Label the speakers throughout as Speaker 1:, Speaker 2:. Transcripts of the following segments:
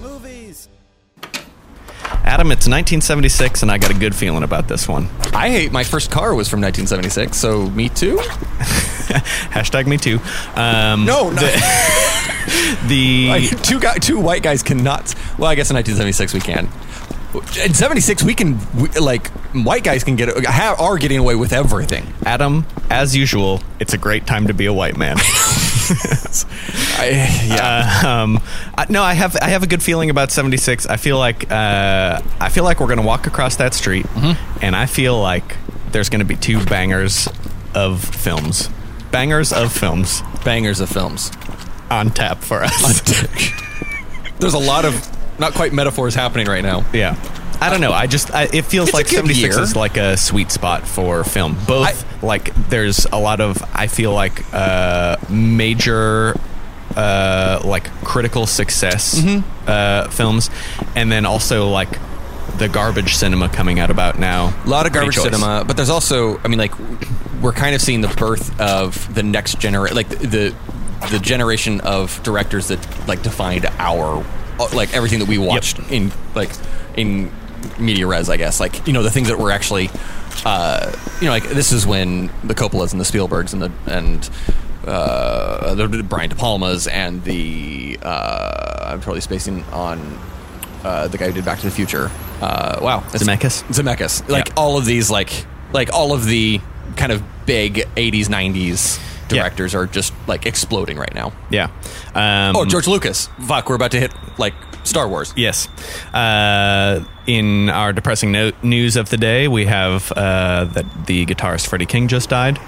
Speaker 1: Movies.
Speaker 2: Adam, it's 1976, and I got a good feeling about this one.
Speaker 3: I hate my first car was from 1976, so me too.
Speaker 2: Hashtag me too. Um,
Speaker 3: No, no.
Speaker 2: the
Speaker 3: Like, two guy, two white guys cannot. Well, I guess in 1976 we can. In 76 we can we, like white guys can get have, are getting away with everything.
Speaker 2: Adam, as usual, it's a great time to be a white man.
Speaker 3: I, yeah.
Speaker 2: Uh, um, I, no, I have I have a good feeling about 76. I feel like uh, I feel like we're gonna walk across that street, and I feel like there's gonna be two bangers of films, bangers of films
Speaker 3: bangers of films.
Speaker 2: on tap for us.
Speaker 3: There's a lot of not quite metaphors happening right now.
Speaker 2: yeah. I don't know. I just I, it feels
Speaker 3: It's a
Speaker 2: like
Speaker 3: good
Speaker 2: 76
Speaker 3: year.
Speaker 2: is like a sweet spot for film. Both like there's a lot of I feel like uh major uh like critical success
Speaker 3: Mm-hmm.
Speaker 2: uh films and then also like the garbage cinema coming out about now.
Speaker 3: A lot of
Speaker 2: Pretty
Speaker 3: garbage
Speaker 2: choice.
Speaker 3: cinema, but there's also, I mean, like we're kind of seeing the birth of the next generation, like the the generation of directors that like defined our like everything that we watched in like in media res, I guess. Like you know the things that were actually, uh, you know, like this is when the Coppolas and the Spielbergs and the and. Uh, the the Brian De Palmas and the uh, I'm totally spacing on uh, the guy who did Back to the Future. Uh, wow, that's-
Speaker 2: Zemeckis?
Speaker 3: Zemeckis. Like
Speaker 2: Yeah.
Speaker 3: all of these, like like all of the kind of big '80s, '90s directors are just like exploding right now.
Speaker 2: Yeah. Um
Speaker 3: Oh, George Lucas. Fuck, we're about to hit like Star Wars.
Speaker 2: Yes. Uh, in our depressing no- news of the day, we have uh, that the guitarist Freddie King just died.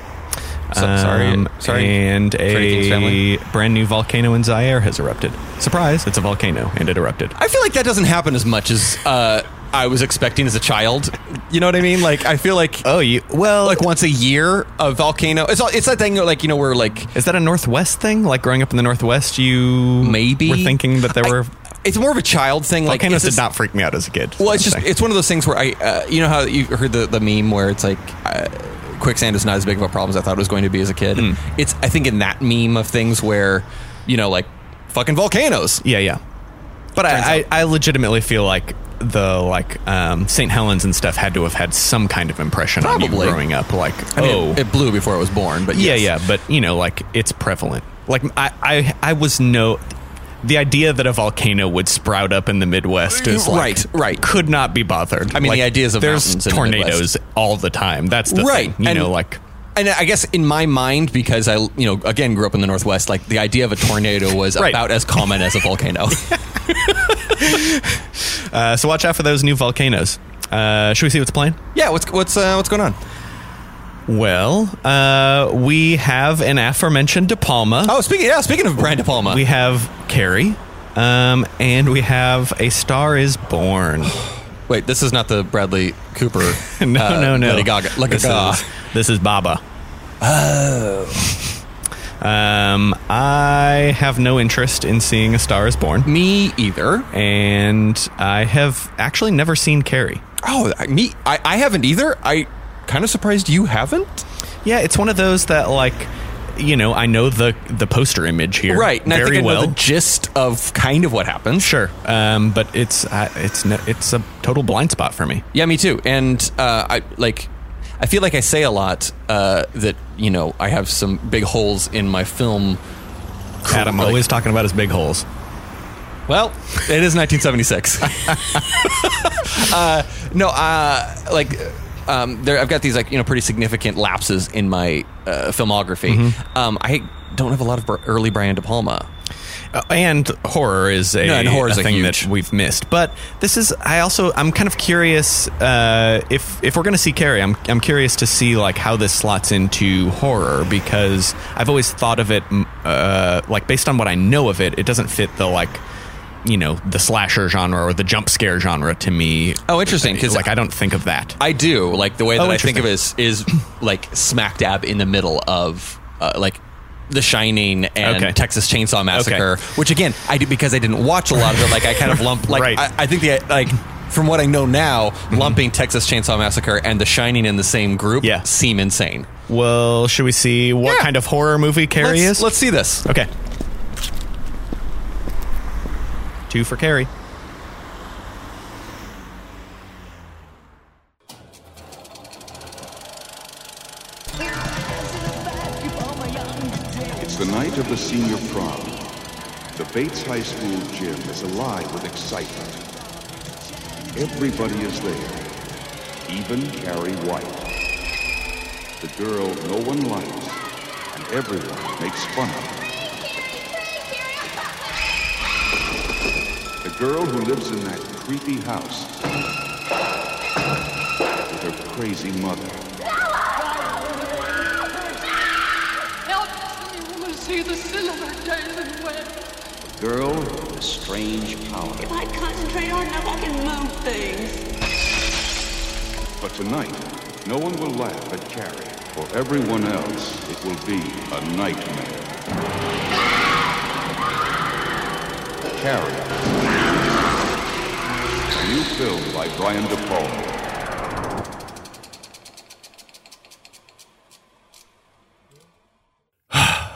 Speaker 2: Um,
Speaker 3: So- sorry- sorry,
Speaker 2: And
Speaker 3: Freddie King's
Speaker 2: a
Speaker 3: family.
Speaker 2: brand new volcano in Zaire has erupted. Surprise! It's a volcano, and it erupted.
Speaker 3: I feel like that doesn't happen as much as uh, I was expecting as a child. You know what I mean? Like I feel like
Speaker 2: Oh, you well,
Speaker 3: like once a year a volcano. It's all, it's that thing like you know where like
Speaker 2: is that a Northwest thing? Like growing up in the Northwest, you
Speaker 3: maybe
Speaker 2: were thinking that there
Speaker 3: I-
Speaker 2: were
Speaker 3: It's more of a child thing. Like
Speaker 2: volcanoes
Speaker 3: it's
Speaker 2: did
Speaker 3: this-
Speaker 2: not freak me out as a kid.
Speaker 3: Well,
Speaker 2: I'm
Speaker 3: it's just
Speaker 2: saying.
Speaker 3: it's one of those things where I, uh, you know how you heard the, the meme where it's like uh, quicksand is not as big of a problem as I thought it was going to be as a kid.
Speaker 2: Hmm.
Speaker 3: It's I think in that meme of things where you know like fucking volcanoes.
Speaker 2: Yeah, yeah. But
Speaker 3: Turns
Speaker 2: I, I, I legitimately feel like the like um, St. Helens and stuff had to have had some kind of impression on you
Speaker 3: Probably.
Speaker 2: growing up. Like,
Speaker 3: I mean,
Speaker 2: oh,
Speaker 3: it, it blew before I was born, but
Speaker 2: yeah,
Speaker 3: yes.
Speaker 2: yeah. But you know, like it's prevalent. Like I, I, I was no. The idea that a volcano would sprout up in the Midwest is like,
Speaker 3: Right, right.
Speaker 2: Could not be bothered.
Speaker 3: I mean,
Speaker 2: Like,
Speaker 3: the ideas of
Speaker 2: there's
Speaker 3: mountains in the
Speaker 2: tornadoes all the time. That's the
Speaker 3: Right,
Speaker 2: thing. You
Speaker 3: and-
Speaker 2: know, like
Speaker 3: And I guess in my mind, because I, you know, again grew up in the Northwest, like the idea of a tornado was
Speaker 2: Right.
Speaker 3: about as common as a volcano.
Speaker 2: uh, so. Watch out for those new volcanoes. Uh, should we see what's playing?
Speaker 3: yeah, what's what's uh, what's going on?
Speaker 2: Well, uh, we have an aforementioned De Palma.
Speaker 3: Oh, speaking yeah, speaking of Brian De Palma,
Speaker 2: We have Carrie, um, and we have A Star Is Born.
Speaker 3: wait, this is not the Bradley Cooper.
Speaker 2: no,
Speaker 3: uh,
Speaker 2: no, no.
Speaker 3: Lady Gaga. Lady
Speaker 2: this,
Speaker 3: Gaga.
Speaker 2: is, this is Baba. Oh. Um, I have no interest in seeing A Star Is Born,
Speaker 3: Me either.
Speaker 2: and I have actually never seen Carrie.
Speaker 3: Oh, I- me, I, I haven't either. I kind of surprised you haven't.
Speaker 2: Yeah, it's one of those that like. You know, I know the the poster image here,
Speaker 3: Right, and
Speaker 2: Very
Speaker 3: I think
Speaker 2: well.
Speaker 3: I know the gist of kind of what happens.
Speaker 2: sure, um, but it's uh, it's no, it's a total blind spot for me.
Speaker 3: Yeah, me too. And uh, I like, I feel like I say a lot uh, that you know I have some big holes in my film.
Speaker 2: Adam
Speaker 3: like-
Speaker 2: always talking about his big holes.
Speaker 3: Well, it is 1976. uh, no, uh, like um, there, I've got these like you know pretty significant lapses in my uh, filmography.
Speaker 2: Mm-hmm.
Speaker 3: Um, I don't have a lot of Br- early Brian De Palma.
Speaker 2: Uh, and horror is a,
Speaker 3: No, and horror's
Speaker 2: a
Speaker 3: a
Speaker 2: thing
Speaker 3: huge-
Speaker 2: that we've missed. But this is I also I'm kind of curious uh, if if we're going to see Carrie, I'm I'm curious to see like how this slots into horror because I've always thought of it m- uh, like based on what I know of it, it doesn't fit the like you know the slasher genre or the jump scare genre to me.
Speaker 3: Oh, interesting, 'cause
Speaker 2: like I don't think of that.
Speaker 3: I do. Like the way
Speaker 2: Oh,
Speaker 3: that I think of it is,
Speaker 2: interesting.
Speaker 3: is like smack dab in the middle of uh, like The Shining and
Speaker 2: Okay.
Speaker 3: Texas Chainsaw Massacre, which again I do because I didn't watch a lot of it. Like I kind of lump like
Speaker 2: Right. Mm-hmm.
Speaker 3: I, I think the like from what I know now, lumping Texas Chainsaw Massacre and The Shining in the same group
Speaker 2: Yeah.
Speaker 3: seem insane.
Speaker 2: Well, should we see what
Speaker 3: Yeah.
Speaker 2: kind of horror movie Carrie
Speaker 3: Let's,
Speaker 2: is?
Speaker 3: let's see this.
Speaker 2: okay. Two for Carrie.
Speaker 1: It's the night of the senior prom. The Bates High School gym is alive with excitement. Everybody is there, even Carrie White. The girl no one likes, and everyone makes fun of. The girl who lives in that creepy house with her crazy mother.
Speaker 4: Help me, woman, see the silver daily web.
Speaker 1: Girl with a strange power.
Speaker 5: I concentrate hard enough, I can move things.
Speaker 1: But tonight, no one will laugh at Carrie. For everyone else, it will be a nightmare. Carrie. A new film by Brian De Palma.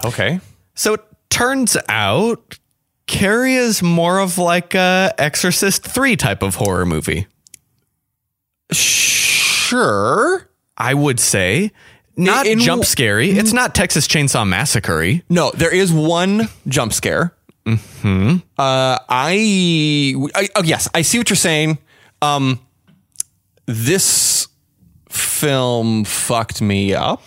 Speaker 2: Okay. So it turns out Carrie is more of like a Exorcist 3 type of horror movie.
Speaker 3: Sure.
Speaker 2: I would say. Not
Speaker 3: In-
Speaker 2: jump scary. It's not Texas Chainsaw Massacre.
Speaker 3: No, there is one jump scare. Mm-hmm. Uh, I, I oh, yes, I see what you're saying. Um, this film fucked me up,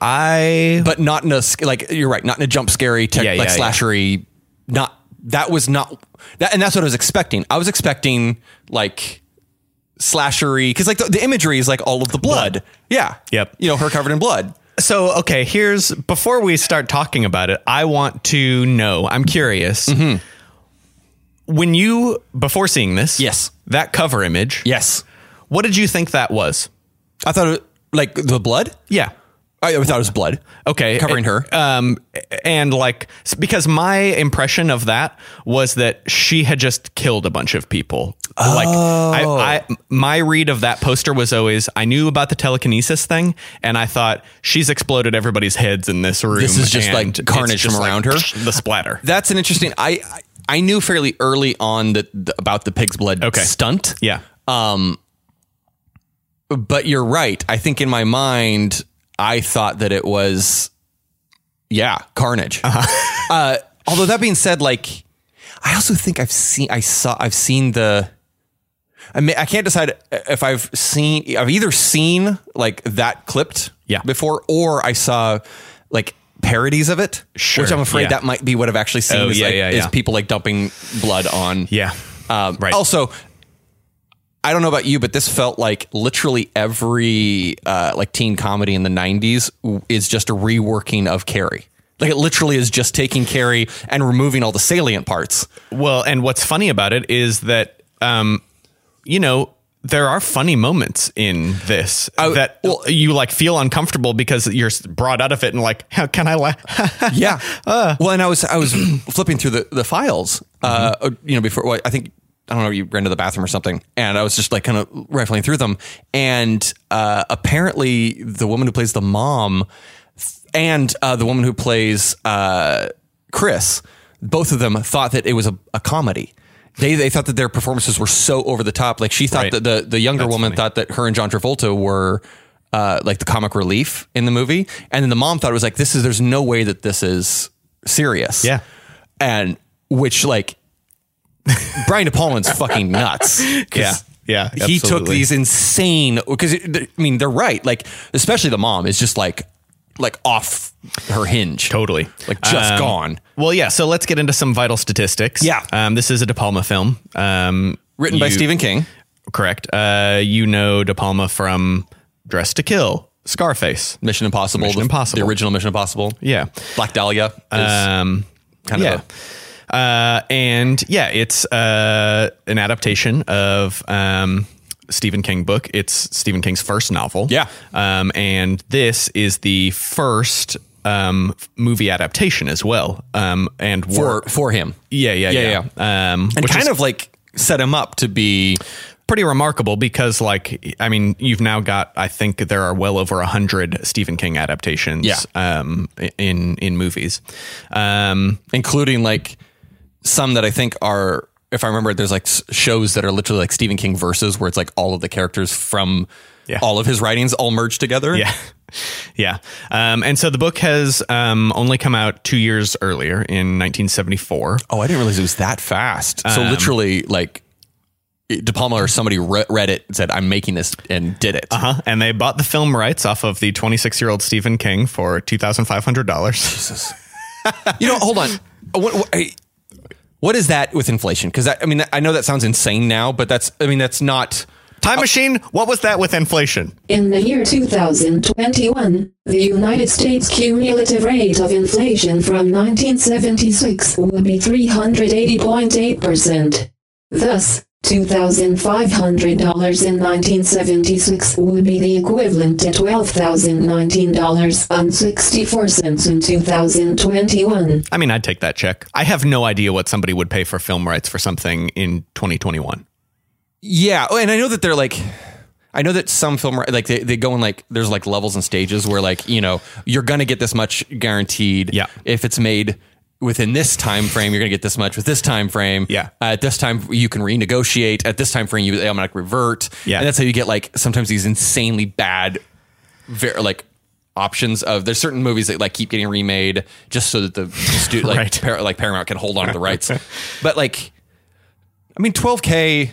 Speaker 2: I
Speaker 3: but not in a sc- like you're right, not in a jump scary, tech,
Speaker 2: Yeah,
Speaker 3: like
Speaker 2: yeah, yeah.
Speaker 3: slashery. Not that was not that, and that's what I was expecting. I was expecting like slashery because like the, the imagery is like all of the blood.
Speaker 2: Blood.
Speaker 3: Yeah.
Speaker 2: Yep.
Speaker 3: You know her covered in blood.
Speaker 2: so okay, here's before we start talking about it, I want to know. I'm curious. When you before seeing this,
Speaker 3: Yes.
Speaker 2: that cover image,
Speaker 3: Yes.
Speaker 2: what did you think that was?
Speaker 3: I thought it, like the blood.
Speaker 2: Yeah.
Speaker 3: I thought it was blood.
Speaker 2: Okay,
Speaker 3: Covering
Speaker 2: Uh,
Speaker 3: her.
Speaker 2: Um, and like s- because my impression of that was that she had just killed a bunch of people. Like
Speaker 3: Oh.
Speaker 2: I, I, my read of that poster was always I knew about the telekinesis thing, and I thought she's exploded everybody's heads in this room.
Speaker 3: This is just,
Speaker 2: and
Speaker 3: like,
Speaker 2: it's
Speaker 3: carnage from around her?
Speaker 2: The splatter.
Speaker 3: That's an interesting. I I I knew fairly early on that the, about the pig's blood
Speaker 2: Okay.
Speaker 3: stunt.
Speaker 2: yeah.
Speaker 3: Uh, but you're right. I think in my mind, I thought that it was, yeah, carnage. uh
Speaker 2: Uh-huh.
Speaker 3: although that being said, like, I also think I've seen, I saw, I've seen the. I mean, I can't decide if I've seen, I've either seen like that clipped
Speaker 2: Yeah.
Speaker 3: before, or I saw like parodies of it,
Speaker 2: Sure,
Speaker 3: which I'm afraid
Speaker 2: yeah.
Speaker 3: that might be what I've actually seen.
Speaker 2: Oh,
Speaker 3: is,
Speaker 2: yeah,
Speaker 3: like,
Speaker 2: yeah,
Speaker 3: is
Speaker 2: yeah.
Speaker 3: people like dumping blood on
Speaker 2: yeah.
Speaker 3: um,
Speaker 2: Right.
Speaker 3: Also, I don't know about you, but this felt like literally every uh, like teen comedy in the '90s w- is just a reworking of Carrie. Like it literally is just taking Carrie and removing all the salient parts.
Speaker 2: Well, and what's funny about it is that, um, you know, there are funny moments in this that
Speaker 3: well-
Speaker 2: you like feel uncomfortable because you're s- brought out of it and like, how can I Uh. laugh?
Speaker 3: Yeah. well, and I was I was flipping through the the files, uh,
Speaker 2: Mm-hmm.
Speaker 3: you know, before well, I think I don't know you ran to the bathroom or something, and I was just like kind of rifling through them, and uh, apparently the woman who plays the mom and uh, the woman who plays uh, Chris, both of them thought that it was a, a comedy. They, they thought that their performances were so over the top. Like she thought
Speaker 2: Right.
Speaker 3: that the, the younger woman thought that her and John Travolta were uh, like the comic relief in the movie, and then the mom thought it was like this is there's no way that this is serious.
Speaker 2: Yeah.
Speaker 3: and which like Brian De Palma's fucking nuts. 'Cause
Speaker 2: Yeah. Yeah,
Speaker 3: he took
Speaker 2: absolutely.
Speaker 3: these insane because I mean they're right. Like especially the mom is just like like off her hinge.
Speaker 2: totally.
Speaker 3: Like just
Speaker 2: Um,
Speaker 3: gone.
Speaker 2: Well, yeah. So let's get into some vital statistics.
Speaker 3: Yeah.
Speaker 2: Um, this is a De Palma film. Um,
Speaker 3: Written by
Speaker 2: you-
Speaker 3: Stephen King.
Speaker 2: Correct. Uh, you know De Palma from Dress to Kill, Scarface.
Speaker 3: Mission Impossible.
Speaker 2: Mission
Speaker 3: the,
Speaker 2: Impossible.
Speaker 3: The original Mission Impossible.
Speaker 2: Yeah.
Speaker 3: Black Dahlia. Is
Speaker 2: Um,
Speaker 3: kind
Speaker 2: yeah.
Speaker 3: of. a-
Speaker 2: uh, and yeah, it's uh, an adaptation of um, Stephen King book. It's Stephen King's first novel.
Speaker 3: Yeah.
Speaker 2: um, and this is the first um, f- movie adaptation as well. Um, and
Speaker 3: for
Speaker 2: work.
Speaker 3: for him.
Speaker 2: yeah, yeah, yeah,
Speaker 3: Yeah,
Speaker 2: Um,
Speaker 3: And
Speaker 2: which
Speaker 3: kind
Speaker 2: is-
Speaker 3: of like set him up to be
Speaker 2: pretty remarkable because, like, I mean, you've now got I think there are well over a hundred Stephen King adaptations.
Speaker 3: Yeah.
Speaker 2: Um, in in movies. Um,
Speaker 3: including like some that I think are, if I remember, there's like s- shows that are literally like Stephen King verses, where it's like all of the characters from
Speaker 2: Yeah.
Speaker 3: all of his writings all merged together.
Speaker 2: yeah. Yeah. Um, and so the book has um, only come out two years earlier in 1974.
Speaker 3: Oh, I didn't realize it was that fast. so
Speaker 2: Um,
Speaker 3: literally, like it- De Palma or somebody re- read it, and said, "I'm making this," and did it.
Speaker 2: Uh-huh. And they bought the film rights off of the 26 year old Stephen King for $2,500.
Speaker 3: You know, hold on. Uh, What, what, I- what is that with inflation? Because I, I mean, I know that sounds insane now, but that's, I mean, that's not.
Speaker 2: Time Machine, what was that with inflation?
Speaker 6: In the year 2021, the United States cumulative rate of inflation from 1976 will be 380.8%. Thus, $2,500 in 1976 will be the equivalent to $12,019.64 in 2021.
Speaker 2: I mean, I'd take that check. I have no idea what somebody would pay for film rights for something in 2021.
Speaker 3: Yeah. Oh, and I know that they're like, I know that some film, like they, they go in like, there's like levels and stages where like, you know, you're going to get this much guaranteed.
Speaker 2: Yeah.
Speaker 3: If it's made within this time frame, you're going to get this much with this time frame.
Speaker 2: Yeah.
Speaker 3: Uh, at this time, you can renegotiate. At this time frame, you automatic revert.
Speaker 2: Yeah.
Speaker 3: And that's how you get like sometimes these insanely bad, ver- like, options of there's certain movies that like keep getting remade just so that the stu- like
Speaker 2: Right.
Speaker 3: Par- like Paramount can hold on to the rights. but like I mean 12k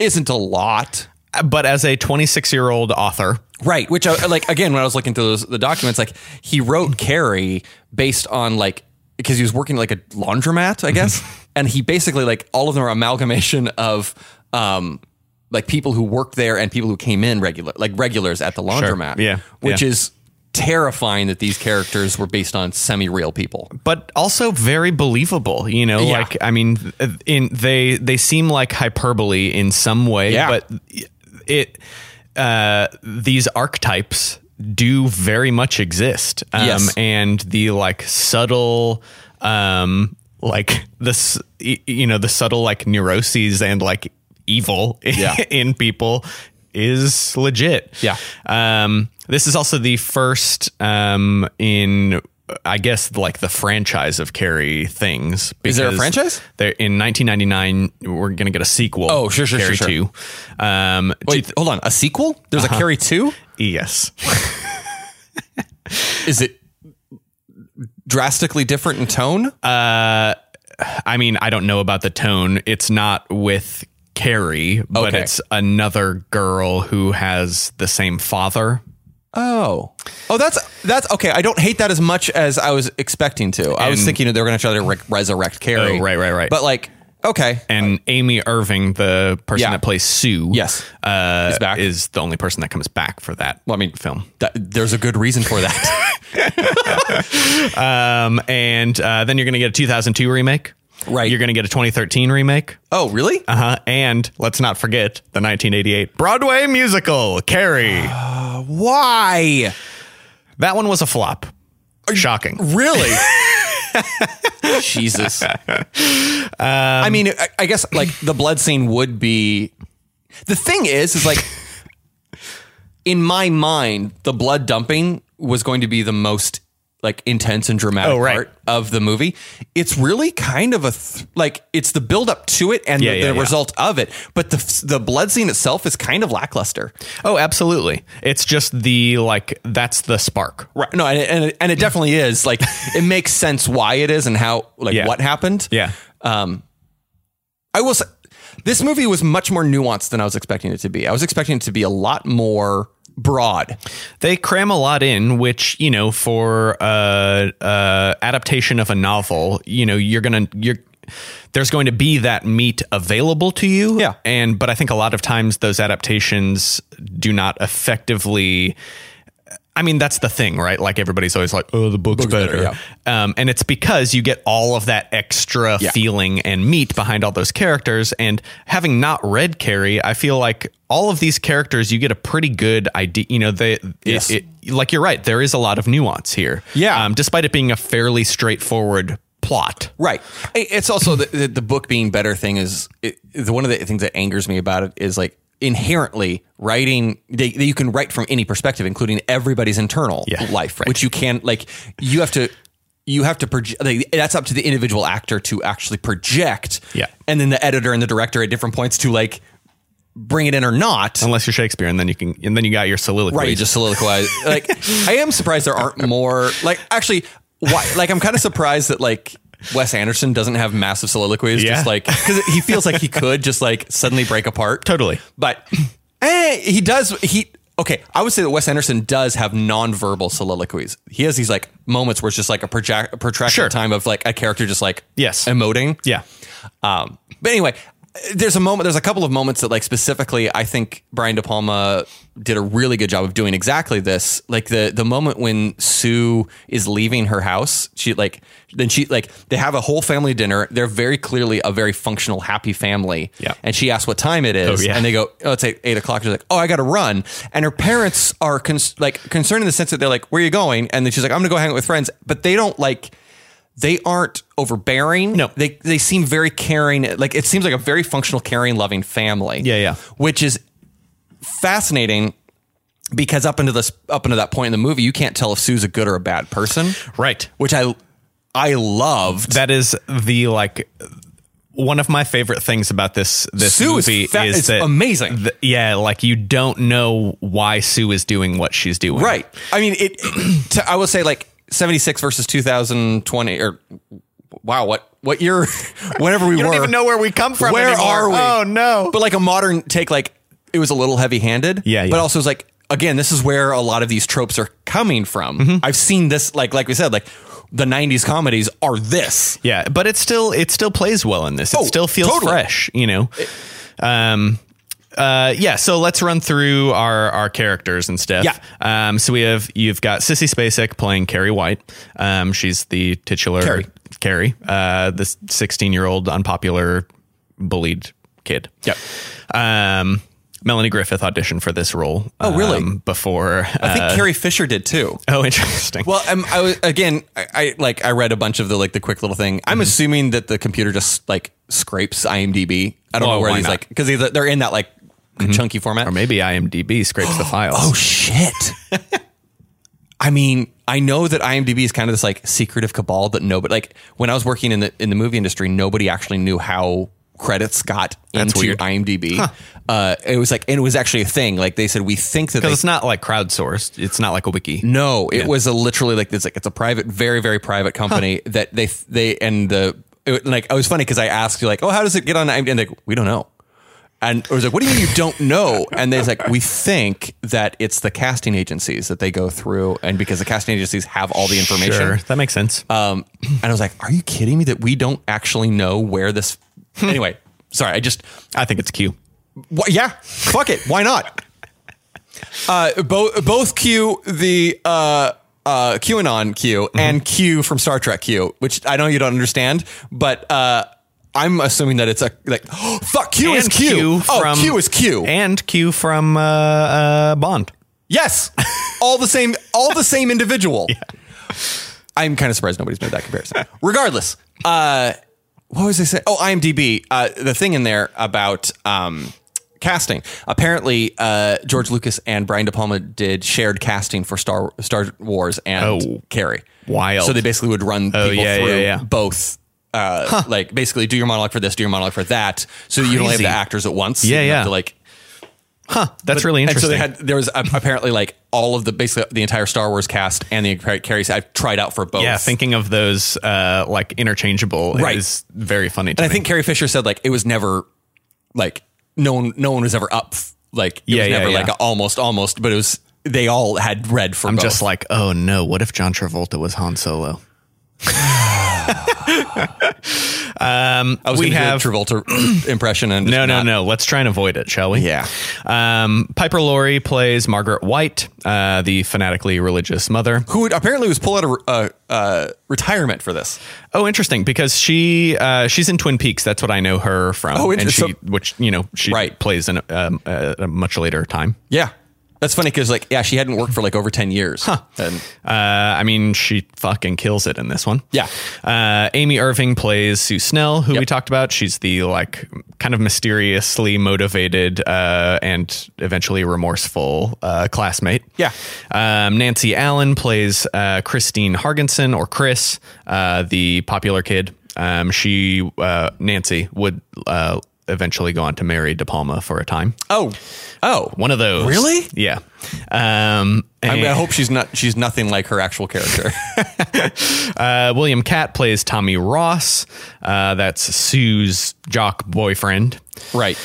Speaker 3: isn't a lot.
Speaker 2: Uh, But as a 26 year old author,
Speaker 3: Right, which I, like again when I was looking through those, the documents like he wrote Carrie based on like because he was working like a laundromat, I guess, and he basically like all of them are amalgamation of um like people who worked there and people who came in regular like regulars at the laundromat.
Speaker 2: Yeah.
Speaker 3: Which
Speaker 2: Yeah.
Speaker 3: is terrifying that these characters were based on semi-real people.
Speaker 2: but also very believable. You know,
Speaker 3: Yeah.
Speaker 2: like I mean, th- in they they seem like hyperbole in some way,
Speaker 3: Yeah.
Speaker 2: but it uh, these archetypes do very much exist. Um,
Speaker 3: Yes.
Speaker 2: and the like subtle. Um, like this, you know, the subtle like neuroses and like evil
Speaker 3: Yeah.
Speaker 2: in people is legit.
Speaker 3: Yeah.
Speaker 2: Um, this is also the first um, in, I guess, like the franchise of Carrie things.
Speaker 3: Is there a
Speaker 2: because
Speaker 3: franchise?
Speaker 2: there- in 1999, we're going to get a sequel.
Speaker 3: Oh, sure, sure,
Speaker 2: Carrie
Speaker 3: sure, sure.
Speaker 2: 2. Um,
Speaker 3: Wait, hold on. A sequel? There's
Speaker 2: Uh-huh.
Speaker 3: a Carrie 2?
Speaker 2: yes.
Speaker 3: Is it drastically different in tone?
Speaker 2: I mean, I don't know about the tone. It's not with Carrie, but
Speaker 3: Okay.
Speaker 2: it's another girl who has the same father.
Speaker 3: oh. Oh, that's that's okay. I don't hate that as much as I was expecting to. I was
Speaker 2: And-
Speaker 3: thinking that they were going to try to re- resurrect Carrie.
Speaker 2: Oh, right, right, right.
Speaker 3: But like, okay.
Speaker 2: And Amy Irving, the person
Speaker 3: Yeah.
Speaker 2: that plays Sue,
Speaker 3: Yes.
Speaker 2: uh,
Speaker 3: Is back.
Speaker 2: is the only person that comes back for that.
Speaker 3: Well, I mean,
Speaker 2: film.
Speaker 3: That, there's a good reason for that.
Speaker 2: Um, and uh, then you're going to get a 2002 remake.
Speaker 3: Right.
Speaker 2: You're going to get a 2013 remake.
Speaker 3: oh, really?
Speaker 2: Uh huh. And let's not forget the 1988 Broadway musical, Carrie.
Speaker 3: Uh, Why?
Speaker 2: That one was a flop. Shocking.
Speaker 3: Really? Jesus. I mean, I, I guess like the blood scene would be. The thing is, is like in my mind, the blood dumping was going to be the most like intense and dramatic
Speaker 2: Oh, right.
Speaker 3: part of the movie. It's really kind of a th- like it's the build up to it and
Speaker 2: Yeah,
Speaker 3: the,
Speaker 2: yeah,
Speaker 3: the
Speaker 2: yeah.
Speaker 3: result of it, but the the blood scene itself is kind of lackluster.
Speaker 2: Oh, absolutely. It's just the like that's the spark.
Speaker 3: Right. No, and it, and, it, and it definitely is. Like, it makes sense why it is and how, like,
Speaker 2: Yeah.
Speaker 3: what happened.
Speaker 2: Yeah.
Speaker 3: I will say, this movie was much more nuanced than I was expecting it to be. I was expecting it to be a lot more broad.
Speaker 2: They cram a lot in, which you know, for uh, uh, adaptation of a novel, you know, you're gonna you're there's going to be that meat available to you.
Speaker 3: Yeah.
Speaker 2: and but I think a lot of times those adaptations do not effectively. I mean, that's the thing, right? Like everybody's always like, "Oh, the book's, better,",
Speaker 3: better,
Speaker 2: um, and it's because you get all of that extra
Speaker 3: Yeah.
Speaker 2: feeling and meat behind all those characters. And having not read Carrie, I feel like all of these characters, you get a pretty good idea. You know, they, it-
Speaker 3: Yes.
Speaker 2: it, like you're right, there is a lot of nuance here.
Speaker 3: Yeah.
Speaker 2: um, despite it being a fairly straightforward plot.
Speaker 3: Right. I- It's also the, the, the book being better thing is it, the one of the things that angers me about it is like inherently writing they, they, you can write from any perspective including everybody's internal
Speaker 2: Yeah,
Speaker 3: life
Speaker 2: right.
Speaker 3: which you can like you have to you have to project like, that's up to the individual actor to actually project
Speaker 2: Yeah.
Speaker 3: and then the editor and the director at different points to like bring it in or not
Speaker 2: unless you're Shakespeare, and then you can, and then you got your soliloquy.
Speaker 3: Right, you just soliloquize. like, I am surprised there aren't more. Like, actually, why? Like, I'm kind of surprised that like Wes Anderson doesn't have massive soliloquies.
Speaker 2: Yeah.
Speaker 3: Just like because he feels like he could just like suddenly break apart.
Speaker 2: Totally.
Speaker 3: but eh, he does. He okay. I would say that Wes Anderson does have nonverbal soliloquies. He has these like moments where it's just like a protract, protracted
Speaker 2: Sure.
Speaker 3: time of like a character just like
Speaker 2: Yes.
Speaker 3: emoting.
Speaker 2: yeah,
Speaker 3: Um, but anyway, there's a moment, there's a couple of moments that, like, specifically, I think Brian De Palma did a really good job of doing exactly this. Like the the moment when Sue is leaving her house, she like then she like they have a whole family dinner. They're very clearly a very functional, happy family.
Speaker 2: Yeah.
Speaker 3: And she asks what time it is,
Speaker 2: Oh, yeah.
Speaker 3: and they go, "Oh, it's eight, eight o'clock." She's like, "Oh, I got to run." And her parents are cons- like concerned in the sense that they're like, "Where are you going?" And then she's like, "I'm gonna go hang out with friends," but they don't like they aren't overbearing.
Speaker 2: No.
Speaker 3: they they seem very caring. Like it seems like a very functional, caring, loving family.
Speaker 2: Yeah, yeah.
Speaker 3: Which is fascinating because up into this up into that point in the movie, you can't tell if Sue's a good or a bad person.
Speaker 2: right.
Speaker 3: Which I I loved.
Speaker 2: That is the like one of my favorite things about this this
Speaker 3: Sue is
Speaker 2: movie
Speaker 3: fa- is
Speaker 2: that
Speaker 3: amazing.
Speaker 2: th- yeah, like you don't know why Sue is doing what she's doing.
Speaker 3: Right. I mean, it. to, I will say like seventy six versus two thousand twenty or wow, what what year? Whenever we
Speaker 2: You
Speaker 3: were,
Speaker 2: don't even know where we come from.
Speaker 3: where
Speaker 2: anymore.
Speaker 3: are we?
Speaker 2: Oh no.
Speaker 3: But like a modern take, like it was a little heavy handed.
Speaker 2: Yeah, yeah.
Speaker 3: But also it's like again, this is where a lot of these tropes are coming from.
Speaker 2: Mm-hmm.
Speaker 3: I've seen this, like like we said, like the '90s comedies are this.
Speaker 2: Yeah, but it still it still plays well in this. It
Speaker 3: Oh,
Speaker 2: still feels
Speaker 3: totally.
Speaker 2: fresh, you know. Um uh yeah, so let's run through our our characters and stuff.
Speaker 3: Yeah.
Speaker 2: Um so we have you've got Sissy Spacek playing Carrie White. Um she's the titular
Speaker 3: Carrie.
Speaker 2: Carrie, uh the 16-year-old unpopular bullied kid.
Speaker 3: Yep.
Speaker 2: Um Melanie Griffith auditioned for this role. Oh,
Speaker 3: really?
Speaker 2: before
Speaker 3: I think
Speaker 2: uh,
Speaker 3: Carrie Fisher did too.
Speaker 2: Oh, interesting.
Speaker 3: Well, um, I was again. I, I like. I read a bunch of the like the quick little thing.
Speaker 2: Mm-hmm.
Speaker 3: I'm assuming that the computer just like scrapes IMDb. I don't
Speaker 2: Well,
Speaker 3: know where
Speaker 2: why
Speaker 3: these
Speaker 2: not? Mm-hmm.
Speaker 3: like because they're in that like chunky format.
Speaker 2: or maybe IMDb scrapes the files.
Speaker 3: Oh shit. I mean, I know that IMDb is kind of this like secretive cabal that nobody like when I was working in the in the movie industry, nobody actually knew how credits got
Speaker 2: That's
Speaker 3: into
Speaker 2: weird.
Speaker 3: IMDb. Uh, it was like and it was actually a thing. Like they said we think that they
Speaker 2: Because it's not like crowdsourced. It's not like a wiki.
Speaker 3: no, it
Speaker 2: Yeah.
Speaker 3: was a literally like it's like it's a private, very very private company that they they and the it, like it was funny because I asked you like, oh, how does it get on? IMDb? And like we don't know. And I was like, what do you mean you don't know? And they're like, we think that it's the casting agencies that they go through, and because the casting agencies have all the information.
Speaker 2: Sure, that makes sense.
Speaker 3: Um, and I was like, are you kidding me that we don't actually know where this?
Speaker 2: Hmm.
Speaker 3: anyway, sorry, I just
Speaker 2: I think it's Q.
Speaker 3: Wha yeah, fuck it. Why not? Uh, both both Q the uh, uh, QAnon Q and Q from Star Trek Q, which I know you don't understand, but uh, I'm assuming that it's a like fuck Q is
Speaker 2: And
Speaker 3: Q. oh, Q is Q.
Speaker 2: And Q from uh, uh, Bond.
Speaker 3: yes, all the same, all the same individual. I'm kind of surprised nobody's made that comparison. Regardless, uh, what was I saying? Oh, IMDb. Uh, the thing in there about um, casting. Apparently, uh, George Lucas and Brian De Palma did shared casting for Star Star Wars and
Speaker 2: Oh.
Speaker 3: Carrie.
Speaker 2: Wild.
Speaker 3: So they basically would run people
Speaker 2: Oh, yeah,
Speaker 3: through
Speaker 2: yeah, yeah.
Speaker 3: both. Uh, Like basically, do your monologue for this, do your monologue for that, so that you don't have
Speaker 2: Crazy.
Speaker 3: the actors at once.
Speaker 2: Yeah,
Speaker 3: You have
Speaker 2: yeah.
Speaker 3: to, like
Speaker 2: That's really
Speaker 3: and so
Speaker 2: interesting.
Speaker 3: they had there was uh, apparently like all of the basically the entire Star Wars cast and the entire Carrie. I tried out for both.
Speaker 2: yeah, thinking of those uh, like interchangeable
Speaker 3: Right.
Speaker 2: is very funny. To
Speaker 3: And I
Speaker 2: me.
Speaker 3: think Carrie Fisher said like it was never like no one no one was ever up like it
Speaker 2: Yeah,
Speaker 3: was
Speaker 2: yeah,
Speaker 3: never
Speaker 2: yeah.
Speaker 3: like a almost almost but it was they all had read for
Speaker 2: I'm
Speaker 3: both.
Speaker 2: just like, oh no, what if John Travolta was Han Solo?
Speaker 3: I was
Speaker 2: we
Speaker 3: gonna
Speaker 2: have-
Speaker 3: do a Travolta impression and
Speaker 2: No,
Speaker 3: just
Speaker 2: no,
Speaker 3: not-
Speaker 2: no. Let's try and avoid it, shall we?
Speaker 3: Yeah.
Speaker 2: Um, Piper Laurie plays Margaret White, uh, the fanatically religious mother.
Speaker 3: who would- apparently was pulled out of uh, uh, retirement for this
Speaker 2: Oh, interesting. Because she uh, she's in Twin Peaks. That's what I know her from.
Speaker 3: Oh,
Speaker 2: and she,
Speaker 3: interesting.
Speaker 2: which you know, she
Speaker 3: Right.
Speaker 2: plays in um, uh, at a much later time.
Speaker 3: yeah That's funny because like yeah, she hadn't worked for like over ten years. Huh. And
Speaker 2: Uh, I mean, she fucking kills it in this one.
Speaker 3: Yeah.
Speaker 2: Uh, Amy Irving plays Sue Snell, who we
Speaker 3: Yep.
Speaker 2: talked about. She's the like kind of mysteriously motivated uh, and eventually remorseful uh, classmate.
Speaker 3: Yeah.
Speaker 2: Um, Nancy Allen plays uh, Christine Hargensen or Chris, uh, the popular kid. Um, she uh, Nancy would uh, eventually go on to marry De Palma for a time.
Speaker 3: oh, oh,
Speaker 2: One of those.
Speaker 3: Really?
Speaker 2: Yeah. Um,
Speaker 3: I, mean, I
Speaker 2: and-
Speaker 3: hope she's not. She's nothing like her actual character.
Speaker 2: Uh, William Catt plays Tommy Ross. Uh, that's Sue's jock boyfriend.
Speaker 3: right.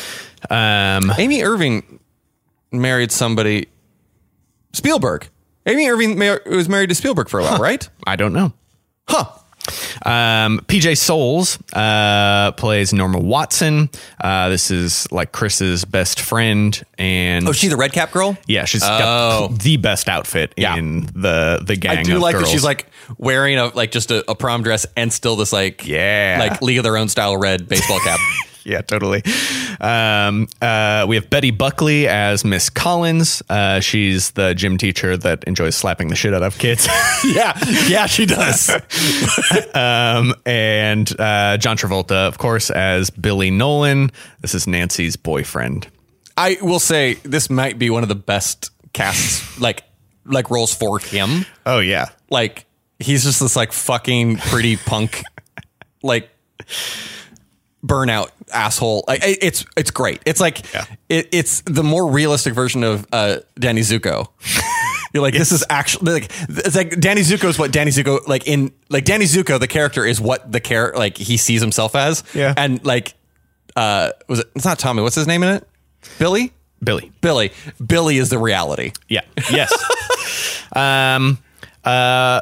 Speaker 2: Um,
Speaker 3: Amy Irving married somebody. Spielberg. Amy Irving mar- was married to Spielberg for a while, right?
Speaker 2: I don't know.
Speaker 3: Huh.
Speaker 2: Um, PJ Souls uh, plays Norma Watson. Uh, this is like Chris's best friend, and
Speaker 3: Oh, she's the red cap girl.
Speaker 2: yeah, she's
Speaker 3: Oh.
Speaker 2: got the best outfit
Speaker 3: Yeah.
Speaker 2: in the the gang.
Speaker 3: I do
Speaker 2: of
Speaker 3: like that
Speaker 2: girls.
Speaker 3: she's like wearing a like just a, a prom dress and still this like
Speaker 2: Yeah.
Speaker 3: like League of Their Own style red baseball cap.
Speaker 2: yeah, totally. Um, uh, we have Betty Buckley as Miss Collins. Uh, she's the gym teacher that enjoys slapping the shit out of kids.
Speaker 3: yeah, yeah, she does.
Speaker 2: um, and uh, John Travolta, of course, as Billy Nolan. This is Nancy's boyfriend.
Speaker 3: I will say this might be one of the best casts, like like roles for him.
Speaker 2: Oh yeah,
Speaker 3: Like he's just this like fucking pretty punk, like burnout asshole. Like it- it's it's great. It's like
Speaker 2: Yeah.
Speaker 3: it, it's the more realistic version of uh, Danny Zuko. You're like this is actually like it's like Danny Zuko is what Danny Zuko like in like Danny Zuko the character is what the character like he sees himself as
Speaker 2: Yeah.
Speaker 3: and like uh was it it's not Tommy what's his name in it Billy
Speaker 2: Billy.
Speaker 3: Billy. Billy is the reality.
Speaker 2: Yeah. Yes. um. Uh.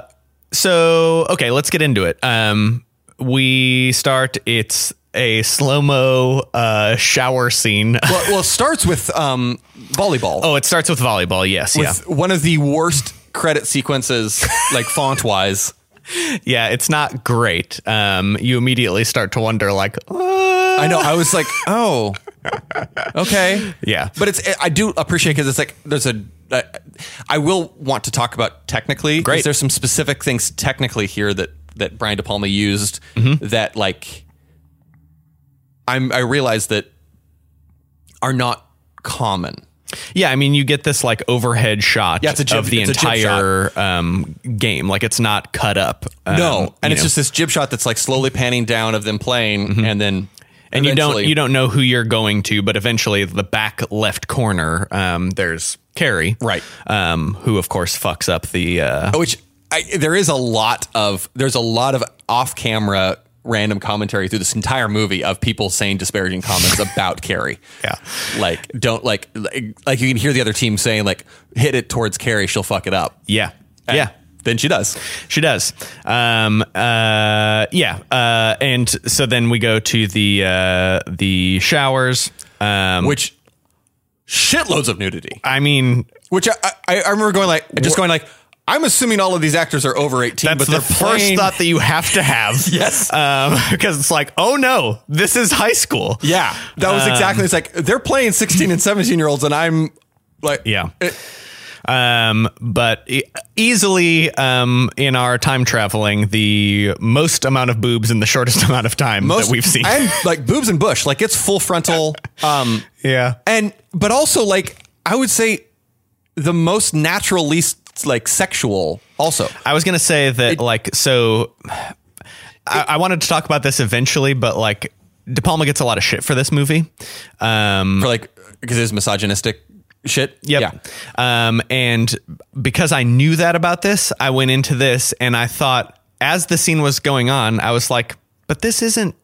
Speaker 2: So okay, let's get into it. Um. We start. It's a slow mo uh, shower scene.
Speaker 3: Well, well it starts with um, volleyball.
Speaker 2: oh, it starts with volleyball. Yes. yeah.
Speaker 3: with one of the worst credit sequences, like font wise.
Speaker 2: Yeah. It's not great. Um. You immediately start to wonder, like, uh,
Speaker 3: I know. I was like, oh, okay,
Speaker 2: Yeah.
Speaker 3: But it's I do appreciate because it's like there's a. I- I will want to talk about technically. 'cause
Speaker 2: Great.
Speaker 3: There's some specific things technically here that that Brian De Palma used
Speaker 2: Mm-hmm.
Speaker 3: that like. I'm. I realize that are not common.
Speaker 2: Yeah, I mean, you get this like overhead shot
Speaker 3: Yeah, it's a jib-
Speaker 2: of the
Speaker 3: it's a jib
Speaker 2: entire um, game. Like it's not cut up. Um,
Speaker 3: No, and
Speaker 2: you
Speaker 3: it's
Speaker 2: know.
Speaker 3: just this jib shot that's like slowly panning down of them playing, and then
Speaker 2: Mm-hmm. and you don't
Speaker 3: eventually-
Speaker 2: you don't know who you're going to, but eventually the back left corner, um, there's Carrie,
Speaker 3: Right.
Speaker 2: Um, who of course fucks up the uh,
Speaker 3: which I, there is a lot of there's a lot of off camera random commentary through this entire movie of people saying disparaging comments about Carrie.
Speaker 2: Yeah.
Speaker 3: like don't like like like, you can hear the other team saying like hit it towards Carrie, she'll fuck it up.
Speaker 2: yeah
Speaker 3: And
Speaker 2: yeah.
Speaker 3: then she does.
Speaker 2: She does. Um, uh, yeah. Uh, and so then we go to the uh, the showers. Um,
Speaker 3: Which shitloads of nudity.
Speaker 2: I mean,
Speaker 3: Which I, I, I remember going like just going like I'm assuming all of these actors are over 18,
Speaker 2: That's
Speaker 3: but
Speaker 2: the
Speaker 3: they're
Speaker 2: first
Speaker 3: playing-
Speaker 2: thought that you have to have.
Speaker 3: Yes.
Speaker 2: Um, because it's like, oh no, this is high school.
Speaker 3: Yeah, Um, that was exactly. It's like they're playing 16 and 17 year olds, and I'm like,
Speaker 2: Yeah.
Speaker 3: It-
Speaker 2: Um, but e- easily um, in our time traveling, the most amount of boobs in the shortest amount of time that we've seen.
Speaker 3: and like boobs and bush, like it's full frontal. Um,
Speaker 2: yeah.
Speaker 3: and but also like I would say the most natural, least like sexual. Also,
Speaker 2: I was gonna say that, like, so I, I wanted to talk about this eventually, but like, De Palma gets a lot of shit for this movie. Um,
Speaker 3: for like because it's misogynistic shit.
Speaker 2: Yep. Um, and because I knew that about this, I went into this and I thought, as the scene was going on, I was like, but this isn't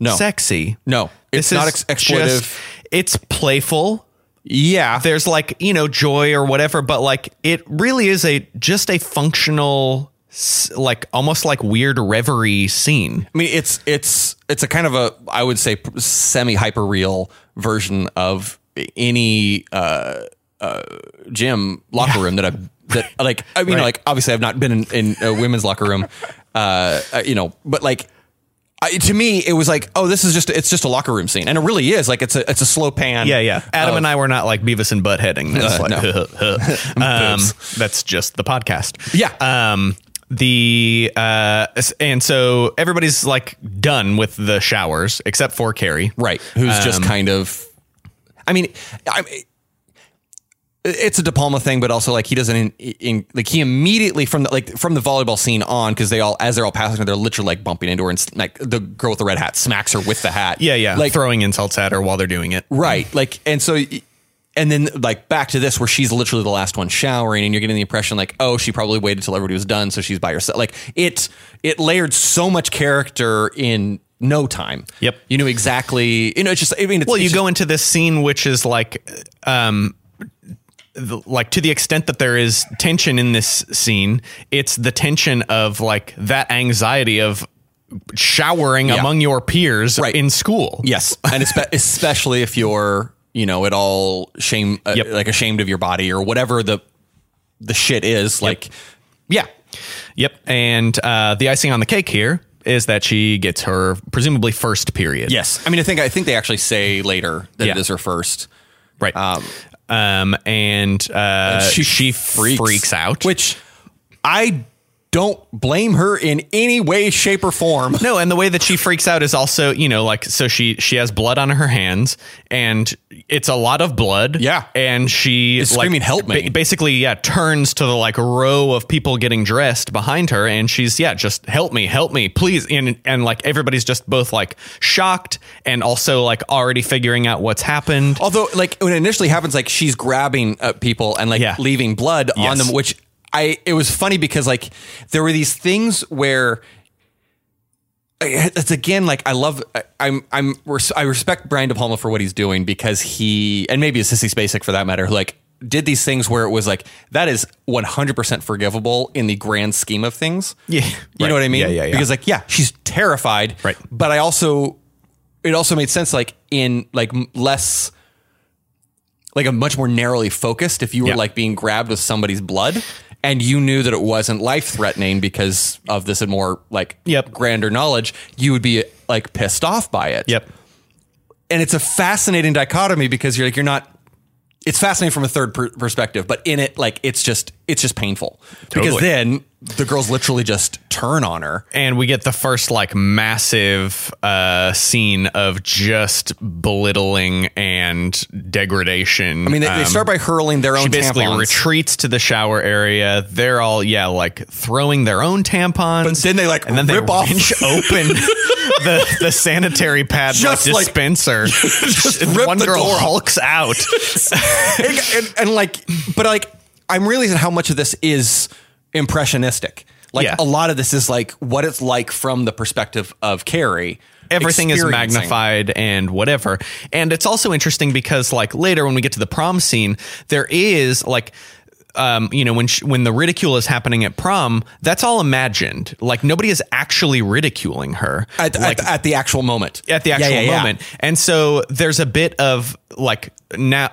Speaker 3: No.
Speaker 2: sexy.
Speaker 3: No. It's
Speaker 2: This
Speaker 3: not
Speaker 2: is
Speaker 3: ex- exploitive.
Speaker 2: just- it's playful.
Speaker 3: Yeah.
Speaker 2: There's like, you know, joy or whatever, but like it really is a just a functional, s- like almost like weird reverie scene.
Speaker 3: I mean, it's it's it's a kind of a I would say semi hyper real version of any uh, uh, gym locker room that I've that like I mean
Speaker 2: Right.
Speaker 3: like obviously I've not been in, in a women's locker room, uh, uh, you know, but like I, to me, it was like, oh, this is just it's just a locker room scene, and it really is. Like it's a it's a slow pan.
Speaker 2: Yeah, yeah. Adam
Speaker 3: of-
Speaker 2: and I were not like Beavis and Butt heading this.
Speaker 3: Uh,
Speaker 2: like,
Speaker 3: Oh. no.
Speaker 2: um, that's just the podcast.
Speaker 3: Yeah.
Speaker 2: Um, the uh, s- and so everybody's like done with the showers except for Carrie,
Speaker 3: right? Who's
Speaker 2: Um,
Speaker 3: just kind of, I mean, I, it's a De Palma thing, but also like he doesn't in, in like he immediately from the like from the volleyball scene on because they all as they're all passing her, they're literally like bumping into her and s- like the girl with the red hat smacks her with the hat.
Speaker 2: Yeah, yeah.
Speaker 3: Like
Speaker 2: throwing insults at her while they're doing it.
Speaker 3: Right. Like, and so, and then like back to this where she's literally the last one showering, and you're getting the impression like, oh, she probably waited till everybody was done, so she's by herself. Like it, it layered so much character in no time.
Speaker 2: Yep.
Speaker 3: You knew exactly. You know, it's just. I mean, it's,
Speaker 2: Well,
Speaker 3: it's
Speaker 2: you
Speaker 3: just-
Speaker 2: go into this scene, which is like, um, the, like to the extent that there is tension in this scene, it's the tension of like that anxiety of showering
Speaker 3: Yeah.
Speaker 2: among your peers
Speaker 3: Right.
Speaker 2: in school.
Speaker 3: Yes, and espe- especially if you're, you know, at all shame, uh,
Speaker 2: Yep.
Speaker 3: like ashamed of your body or whatever the the shit is. Like, yeah,
Speaker 2: Yep. And uh, the icing on the cake here is that she gets her presumably first period.
Speaker 3: yes. I mean, I think I think they actually say later that
Speaker 2: Yeah.
Speaker 3: it is her first.
Speaker 2: Right. Um, and, uh, she, freaks. out.
Speaker 3: Which I don't blame her in any way, shape, or form.
Speaker 2: No, and the way that she freaks out is also, you know, like so she she has blood on her hands, and it's a lot of blood.
Speaker 3: Yeah.
Speaker 2: and she
Speaker 3: Is
Speaker 2: like,
Speaker 3: screaming, "Help me."
Speaker 2: basically, yeah, turns to the like row of people getting dressed behind her, and she's yeah, just help me, help me, please, and and like everybody's just both like shocked and also like already figuring out what's happened.
Speaker 3: Although, like when it initially happens, like she's grabbing uh, people and like
Speaker 2: Yeah.
Speaker 3: leaving blood on
Speaker 2: Yes.
Speaker 3: them, which I it was funny because like there were these things where I- it's again like I love I- I'm I'm res- I respect Brian De Palma for what he's doing because he and maybe it's Sissy Spacek for that matter who like did these things where it was like that is 100% forgivable in the grand scheme of things.
Speaker 2: Yeah.
Speaker 3: You know what I
Speaker 2: Right.
Speaker 3: mean?
Speaker 2: Yeah, yeah, yeah.
Speaker 3: Because like yeah, she's terrified.
Speaker 2: Right.
Speaker 3: But I also it also made sense like in like m- less like a much more narrowly focused if you were
Speaker 2: Yeah.
Speaker 3: like being grabbed with somebody's blood and you knew that it wasn't life threatening because of this and more like
Speaker 2: Yep.
Speaker 3: grander knowledge you would be like pissed off by it
Speaker 2: Yep.
Speaker 3: and it's a fascinating dichotomy because you're like you're not it's fascinating from a third per- perspective but in it like it's just it's just painful because
Speaker 2: Totally.
Speaker 3: then the girls literally just turn on her
Speaker 2: and we get the first like massive uh, scene of just belittling and degradation.
Speaker 3: i mean they, they start by hurling their own
Speaker 2: Um, she basically
Speaker 3: tampons.
Speaker 2: retreats to the shower area. They're all yeah, like throwing their own tampons.
Speaker 3: But then they, like,
Speaker 2: and then
Speaker 3: rip
Speaker 2: they
Speaker 3: off-
Speaker 2: wrench open the, the sanitary pad
Speaker 3: Just,
Speaker 2: like
Speaker 3: like,
Speaker 2: dispenser.
Speaker 3: rip
Speaker 2: One
Speaker 3: the
Speaker 2: girl
Speaker 3: door off.
Speaker 2: hulks out.
Speaker 3: and, and, and, like, but like, I'm realizing how much of this is impressionistic. Like
Speaker 2: Yeah.
Speaker 3: a lot of this is like what it's like from the perspective of Carrie.
Speaker 2: Everything is
Speaker 3: experiencing.
Speaker 2: magnified and whatever. And it's also interesting because like later when we get to the prom scene, there is like um, you know when sh- when the ridicule is happening at prom, that's all imagined. Like nobody is actually ridiculing her.
Speaker 3: At,
Speaker 2: like,
Speaker 3: at, at the actual moment.
Speaker 2: at the
Speaker 3: Yeah,
Speaker 2: actual
Speaker 3: yeah, yeah.
Speaker 2: moment. And so there's a bit of like now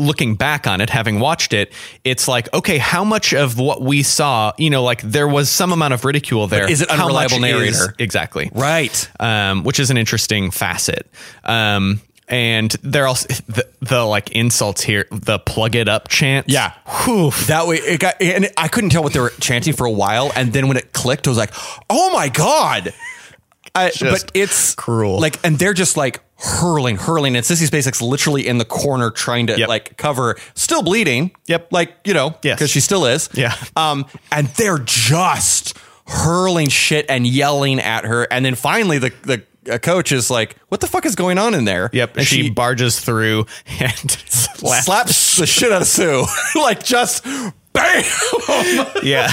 Speaker 2: looking back on it having watched it it's like okay how much of what we saw you know like there was some amount of ridicule there
Speaker 3: is it
Speaker 2: How much
Speaker 3: unreliable
Speaker 2: is-
Speaker 3: narrator?
Speaker 2: exactly
Speaker 3: Right.
Speaker 2: um, which is an interesting facet. Um, and they're also the, the like insults here, the plug it up chant.
Speaker 3: Yeah.
Speaker 2: Whew.
Speaker 3: That way it got, and I couldn't tell what they were chanting for a while. And then when it clicked, I was like, oh my God. I, but it's
Speaker 2: cruel.
Speaker 3: Like, and they're just like hurling, hurling. And Sissy Spacek's literally in the corner trying to
Speaker 2: Yep.
Speaker 3: like cover, still bleeding.
Speaker 2: Yep.
Speaker 3: Like, you know, because
Speaker 2: Yes.
Speaker 3: she still is.
Speaker 2: Yeah.
Speaker 3: Um, and they're just hurling shit and yelling at her. And then finally, the, the, uh, coach is like, "What the fuck is going on in there?"
Speaker 2: Yep.
Speaker 3: and
Speaker 2: she,
Speaker 3: she
Speaker 2: barges through and slaps.
Speaker 3: slaps the shit out of Sue, like just bam.
Speaker 2: Yeah.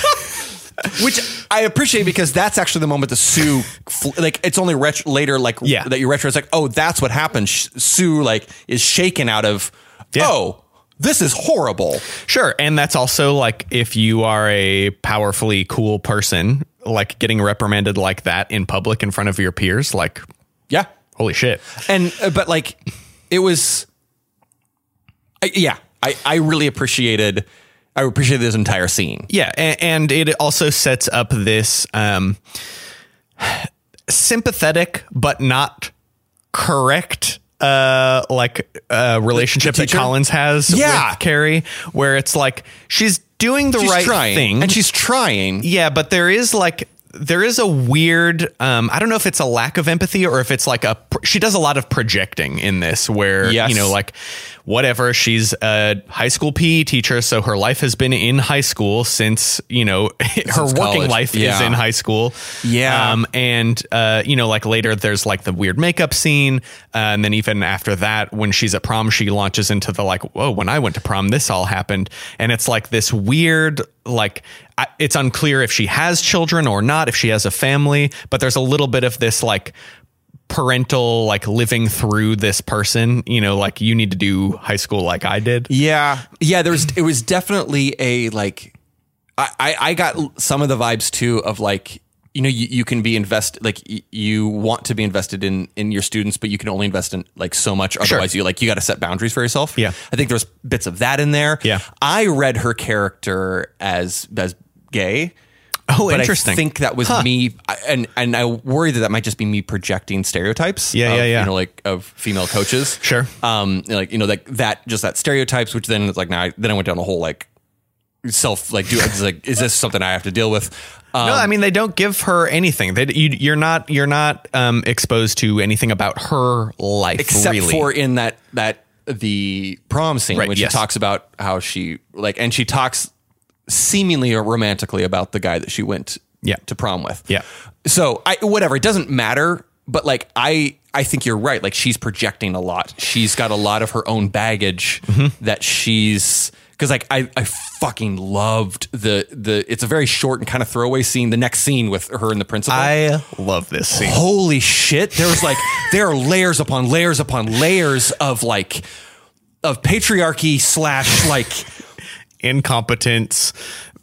Speaker 3: which I appreciate because that's actually the moment that Sue, fl- like, it's only ret- later, like,
Speaker 2: Yeah.
Speaker 3: that you retro. It's like, oh, that's what happened. Sh- Sue, like, is shaken out of,
Speaker 2: Yeah.
Speaker 3: oh, this is horrible.
Speaker 2: Sure. And that's also like if you are a powerfully cool person, like getting reprimanded like that in public in front of your peers, like
Speaker 3: Yeah,
Speaker 2: holy shit.
Speaker 3: and uh, but like, it was, I, yeah, I I really appreciated, I appreciated this entire scene.
Speaker 2: Yeah, and, and it also sets up this um sympathetic but not correct uh like uh relationship that
Speaker 3: teacher?
Speaker 2: Collins has
Speaker 3: Yeah.
Speaker 2: with Carrie where it's like she's doing the
Speaker 3: she's
Speaker 2: right
Speaker 3: trying,
Speaker 2: thing
Speaker 3: and she's trying.
Speaker 2: yeah, but there is like there is a weird um I don't know if it's a lack of empathy or if it's like a pr- she does a lot of projecting in this where
Speaker 3: Yes.
Speaker 2: you know like whatever she's a high school PE teacher so her life has been in high school since you know her working
Speaker 3: college.
Speaker 2: life is
Speaker 3: Yeah.
Speaker 2: in high school.
Speaker 3: Yeah.
Speaker 2: Um and uh you know like later there's like the weird makeup scene uh, and then even after that when she's at prom she launches into the like whoa when I went to prom this all happened and it's like this weird like I, it's unclear if she has children or not if she has a family but there's a little bit of this like parental like living through this person you know like you need to do high school like I did
Speaker 3: Yeah, yeah. There's it was definitely a like, I I, I got l- some of the vibes too of like you know you, you can be invested like y- you want to be invested in in your students but you can only invest in like so much otherwise you like you got to set boundaries for yourself
Speaker 2: Yeah.
Speaker 3: i think there's bits of that in there
Speaker 2: Yeah.
Speaker 3: i read her character as as gay
Speaker 2: Oh,
Speaker 3: but
Speaker 2: interesting.
Speaker 3: i think that was me I- and and i worry that that might just be me projecting stereotypes
Speaker 2: Yeah,
Speaker 3: of,
Speaker 2: yeah, yeah.
Speaker 3: you know like of female coaches
Speaker 2: Sure.
Speaker 3: um like you know like that just that stereotypes which then it's like now then i went down a whole like self like do it's like is this something i have to deal with um,
Speaker 2: No, I mean they don't give her anything. They, you, you're not you're not um, exposed to anything about her life,
Speaker 3: except
Speaker 2: really.
Speaker 3: for in that that the prom scene
Speaker 2: Right,
Speaker 3: when
Speaker 2: yes.
Speaker 3: she talks about how she like and she talks seemingly or romantically about the guy that she went
Speaker 2: Yeah.
Speaker 3: to prom with
Speaker 2: Yeah.
Speaker 3: so i whatever it doesn't matter but like i i think you're right like she's projecting a lot she's got a lot of her own baggage
Speaker 2: Mm-hmm.
Speaker 3: that she's because like I, I fucking loved the the it's a very short and kind of throwaway scene the next scene with her and the principal
Speaker 2: I love this scene.
Speaker 3: holy shit there was like there are layers upon layers upon layers of like of patriarchy slash like
Speaker 2: Incompetence,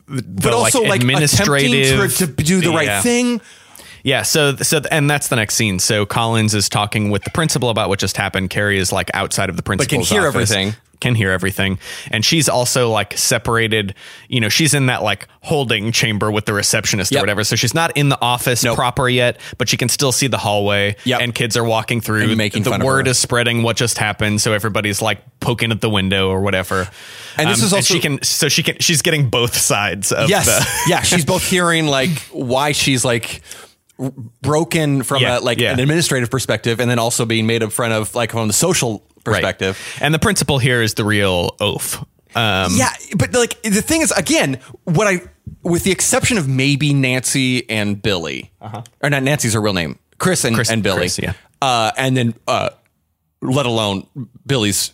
Speaker 2: the,
Speaker 3: but also like, attempting
Speaker 2: administrative
Speaker 3: to, to do the
Speaker 2: yeah.
Speaker 3: right thing
Speaker 2: Yeah. So so and that's the next scene. So Collins is talking with the principal about what just happened. Carrie is like outside of the
Speaker 3: can
Speaker 2: principal's
Speaker 3: hear
Speaker 2: office,
Speaker 3: everything.
Speaker 2: Can hear everything, and she's also like separated. You know, she's in that like holding chamber with the receptionist
Speaker 3: Yep.
Speaker 2: or whatever. So she's not in the office
Speaker 3: Nope.
Speaker 2: proper yet, but she can still see the hallway.
Speaker 3: Yep.
Speaker 2: And kids are walking through.
Speaker 3: And making
Speaker 2: the
Speaker 3: fun of
Speaker 2: word
Speaker 3: her.
Speaker 2: is spreading what just happened, so everybody's like poking at the window or whatever. Um,
Speaker 3: And this is also-
Speaker 2: she can so she can she's getting both sides of
Speaker 3: yes
Speaker 2: the
Speaker 3: yeah she's both hearing like why she's like r- broken from
Speaker 2: Yeah,
Speaker 3: a like
Speaker 2: yeah.
Speaker 3: an administrative perspective and then also being made up front of like from the social perspective
Speaker 2: Right. And the principal here is the real oaf. Um,
Speaker 3: yeah, but like the thing is, again, what I, with the exception of maybe Nancy and Billy, or not Nancy's her real name, Chris and, and Billy,
Speaker 2: Chris, yeah.
Speaker 3: uh, and then uh, let alone Billy's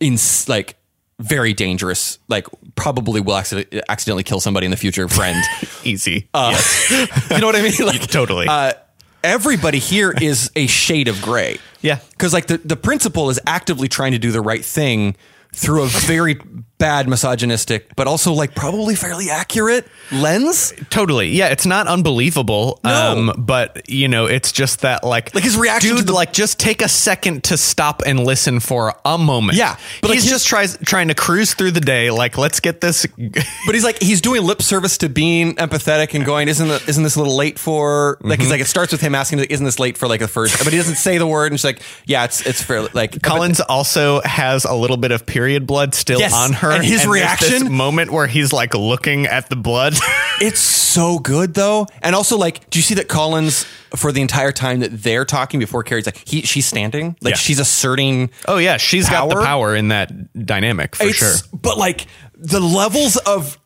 Speaker 3: in like very dangerous, like probably will accident- accidentally kill somebody in the future, friend.
Speaker 2: easy.
Speaker 3: you know what I mean? Like
Speaker 2: totally.
Speaker 3: Uh, everybody here is a shade of gray.
Speaker 2: Yeah.
Speaker 3: Because like the, the principal is actively trying to do the right thing through a very bad misogynistic, but also like probably fairly accurate lens.
Speaker 2: totally. Yeah, it's not unbelievable. um,
Speaker 3: No.
Speaker 2: but you know, it's just that like
Speaker 3: Like, his reaction
Speaker 2: dude,
Speaker 3: to the-
Speaker 2: like just take a second to stop and listen for a moment.
Speaker 3: Yeah,
Speaker 2: but
Speaker 3: but, like,
Speaker 2: he's
Speaker 3: his-
Speaker 2: just tries trying to cruise through the day. Like, let's get this.
Speaker 3: But he's like he's doing lip service to being empathetic and going, isn't the, isn't this a little late for like? He's like it starts with him asking, like, isn't this late for like the first? But he doesn't say the word, and she's like, yeah, it's it's fairly like
Speaker 2: Collins also has a little bit of period blood still
Speaker 3: Yes,
Speaker 2: on her,
Speaker 3: and
Speaker 2: there's
Speaker 3: his
Speaker 2: this
Speaker 3: reaction-
Speaker 2: moment where he's like looking at the blood.
Speaker 3: It's so good though, and also like, do you see that Collins for the entire time that they're talking before Carrie's like he she's standing, like
Speaker 2: Yeah.
Speaker 3: she's asserting.
Speaker 2: oh yeah, she's got the
Speaker 3: Power?
Speaker 2: power in that dynamic for
Speaker 3: It's-
Speaker 2: sure.
Speaker 3: but like the levels of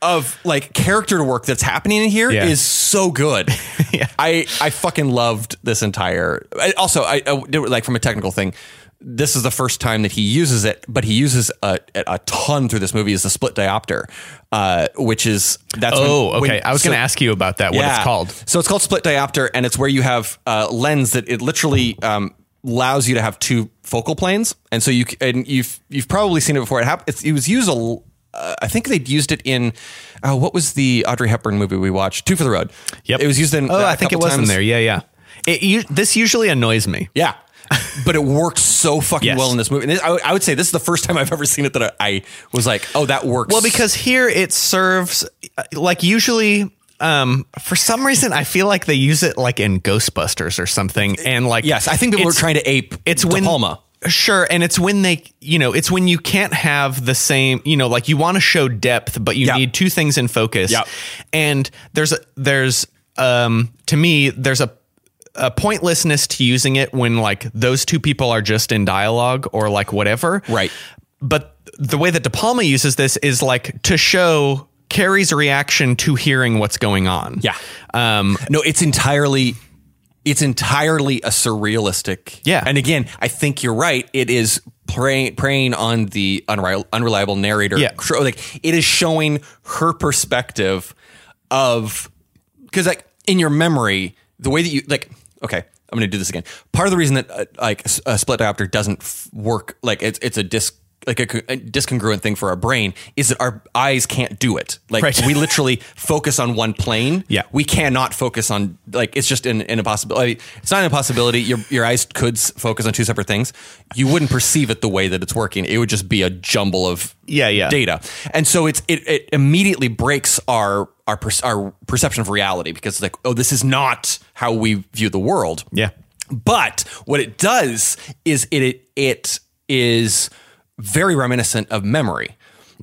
Speaker 3: of like character work that's happening in here is
Speaker 2: Yeah.
Speaker 3: so good.
Speaker 2: Yeah.
Speaker 3: I I fucking loved this entire. I, also, I, I did, like from a technical thing. This is the first time that he uses it, but he uses a, a ton through this movie is the split diopter, uh, which is that's when-
Speaker 2: Oh, okay.
Speaker 3: when-
Speaker 2: I was going to
Speaker 3: so-
Speaker 2: ask you about that. What it's called?
Speaker 3: So it's called split diopter, and it's where you have a lens that it literally um, allows you to have two focal planes. And so you c- and you've you've probably seen it before. It happened. It was used a. l- Uh, I think they'd used it in uh, what was the Audrey Hepburn movie we watched? Two for the Road.
Speaker 2: Yep.
Speaker 3: It was used in.
Speaker 2: Oh,
Speaker 3: uh, a
Speaker 2: I think it
Speaker 3: couple
Speaker 2: was in
Speaker 3: times.
Speaker 2: there. Yeah, yeah. It, u- this usually annoys me.
Speaker 3: Yeah. but it works so fucking
Speaker 2: Yes.
Speaker 3: well in this movie. And this, I, would- I would say this is the first time I've ever seen it that I, I was like, oh, that works.
Speaker 2: Well, because here it serves uh, like usually um, for some reason, I feel like they use it like in Ghostbusters or something. And like,
Speaker 3: Yes, I think people were
Speaker 2: it's-
Speaker 3: trying to ape
Speaker 2: It's
Speaker 3: De
Speaker 2: when
Speaker 3: Palma.
Speaker 2: Sure, and it's when they, you know, it's when you can't have the same, you know, like you want to show depth, but you
Speaker 3: Yeah.
Speaker 2: need two things in focus.
Speaker 3: Yeah.
Speaker 2: And there's a there's um to me there's a a pointlessness to using it when like those two people are just in dialogue or like whatever.
Speaker 3: Right.
Speaker 2: But the way that De Palma uses this is like to show Carrie's reaction to hearing what's going on.
Speaker 3: Yeah.
Speaker 2: Um
Speaker 3: No, it's entirely it's entirely a surrealistic.
Speaker 2: Yeah.
Speaker 3: And again, I think you're right. It is prey, preying on the unreliable, unreliable narrator.
Speaker 2: Yeah.
Speaker 3: Tro- Like it is showing her perspective of because like in your memory, the way that you like okay. I'm going to do this again. Part of the reason that uh, like s- a split diopter doesn't f- work like it's it's a disc like a, co- a discongruent thing for our brain is that our eyes can't do it. Like
Speaker 2: Right.
Speaker 3: we literally focus on one plane.
Speaker 2: Yeah.
Speaker 3: We cannot focus on like it's just an, an impossibility. It's not an impossibility. Your your eyes could s- focus on two separate things. You wouldn't perceive it the way that it's working. It would just be a jumble of
Speaker 2: Yeah, yeah.
Speaker 3: data. And so it's it, it immediately breaks our our per, our perception of reality because it's like oh this is not how we view the world.
Speaker 2: yeah.
Speaker 3: But what it does is it it, it is very reminiscent of memory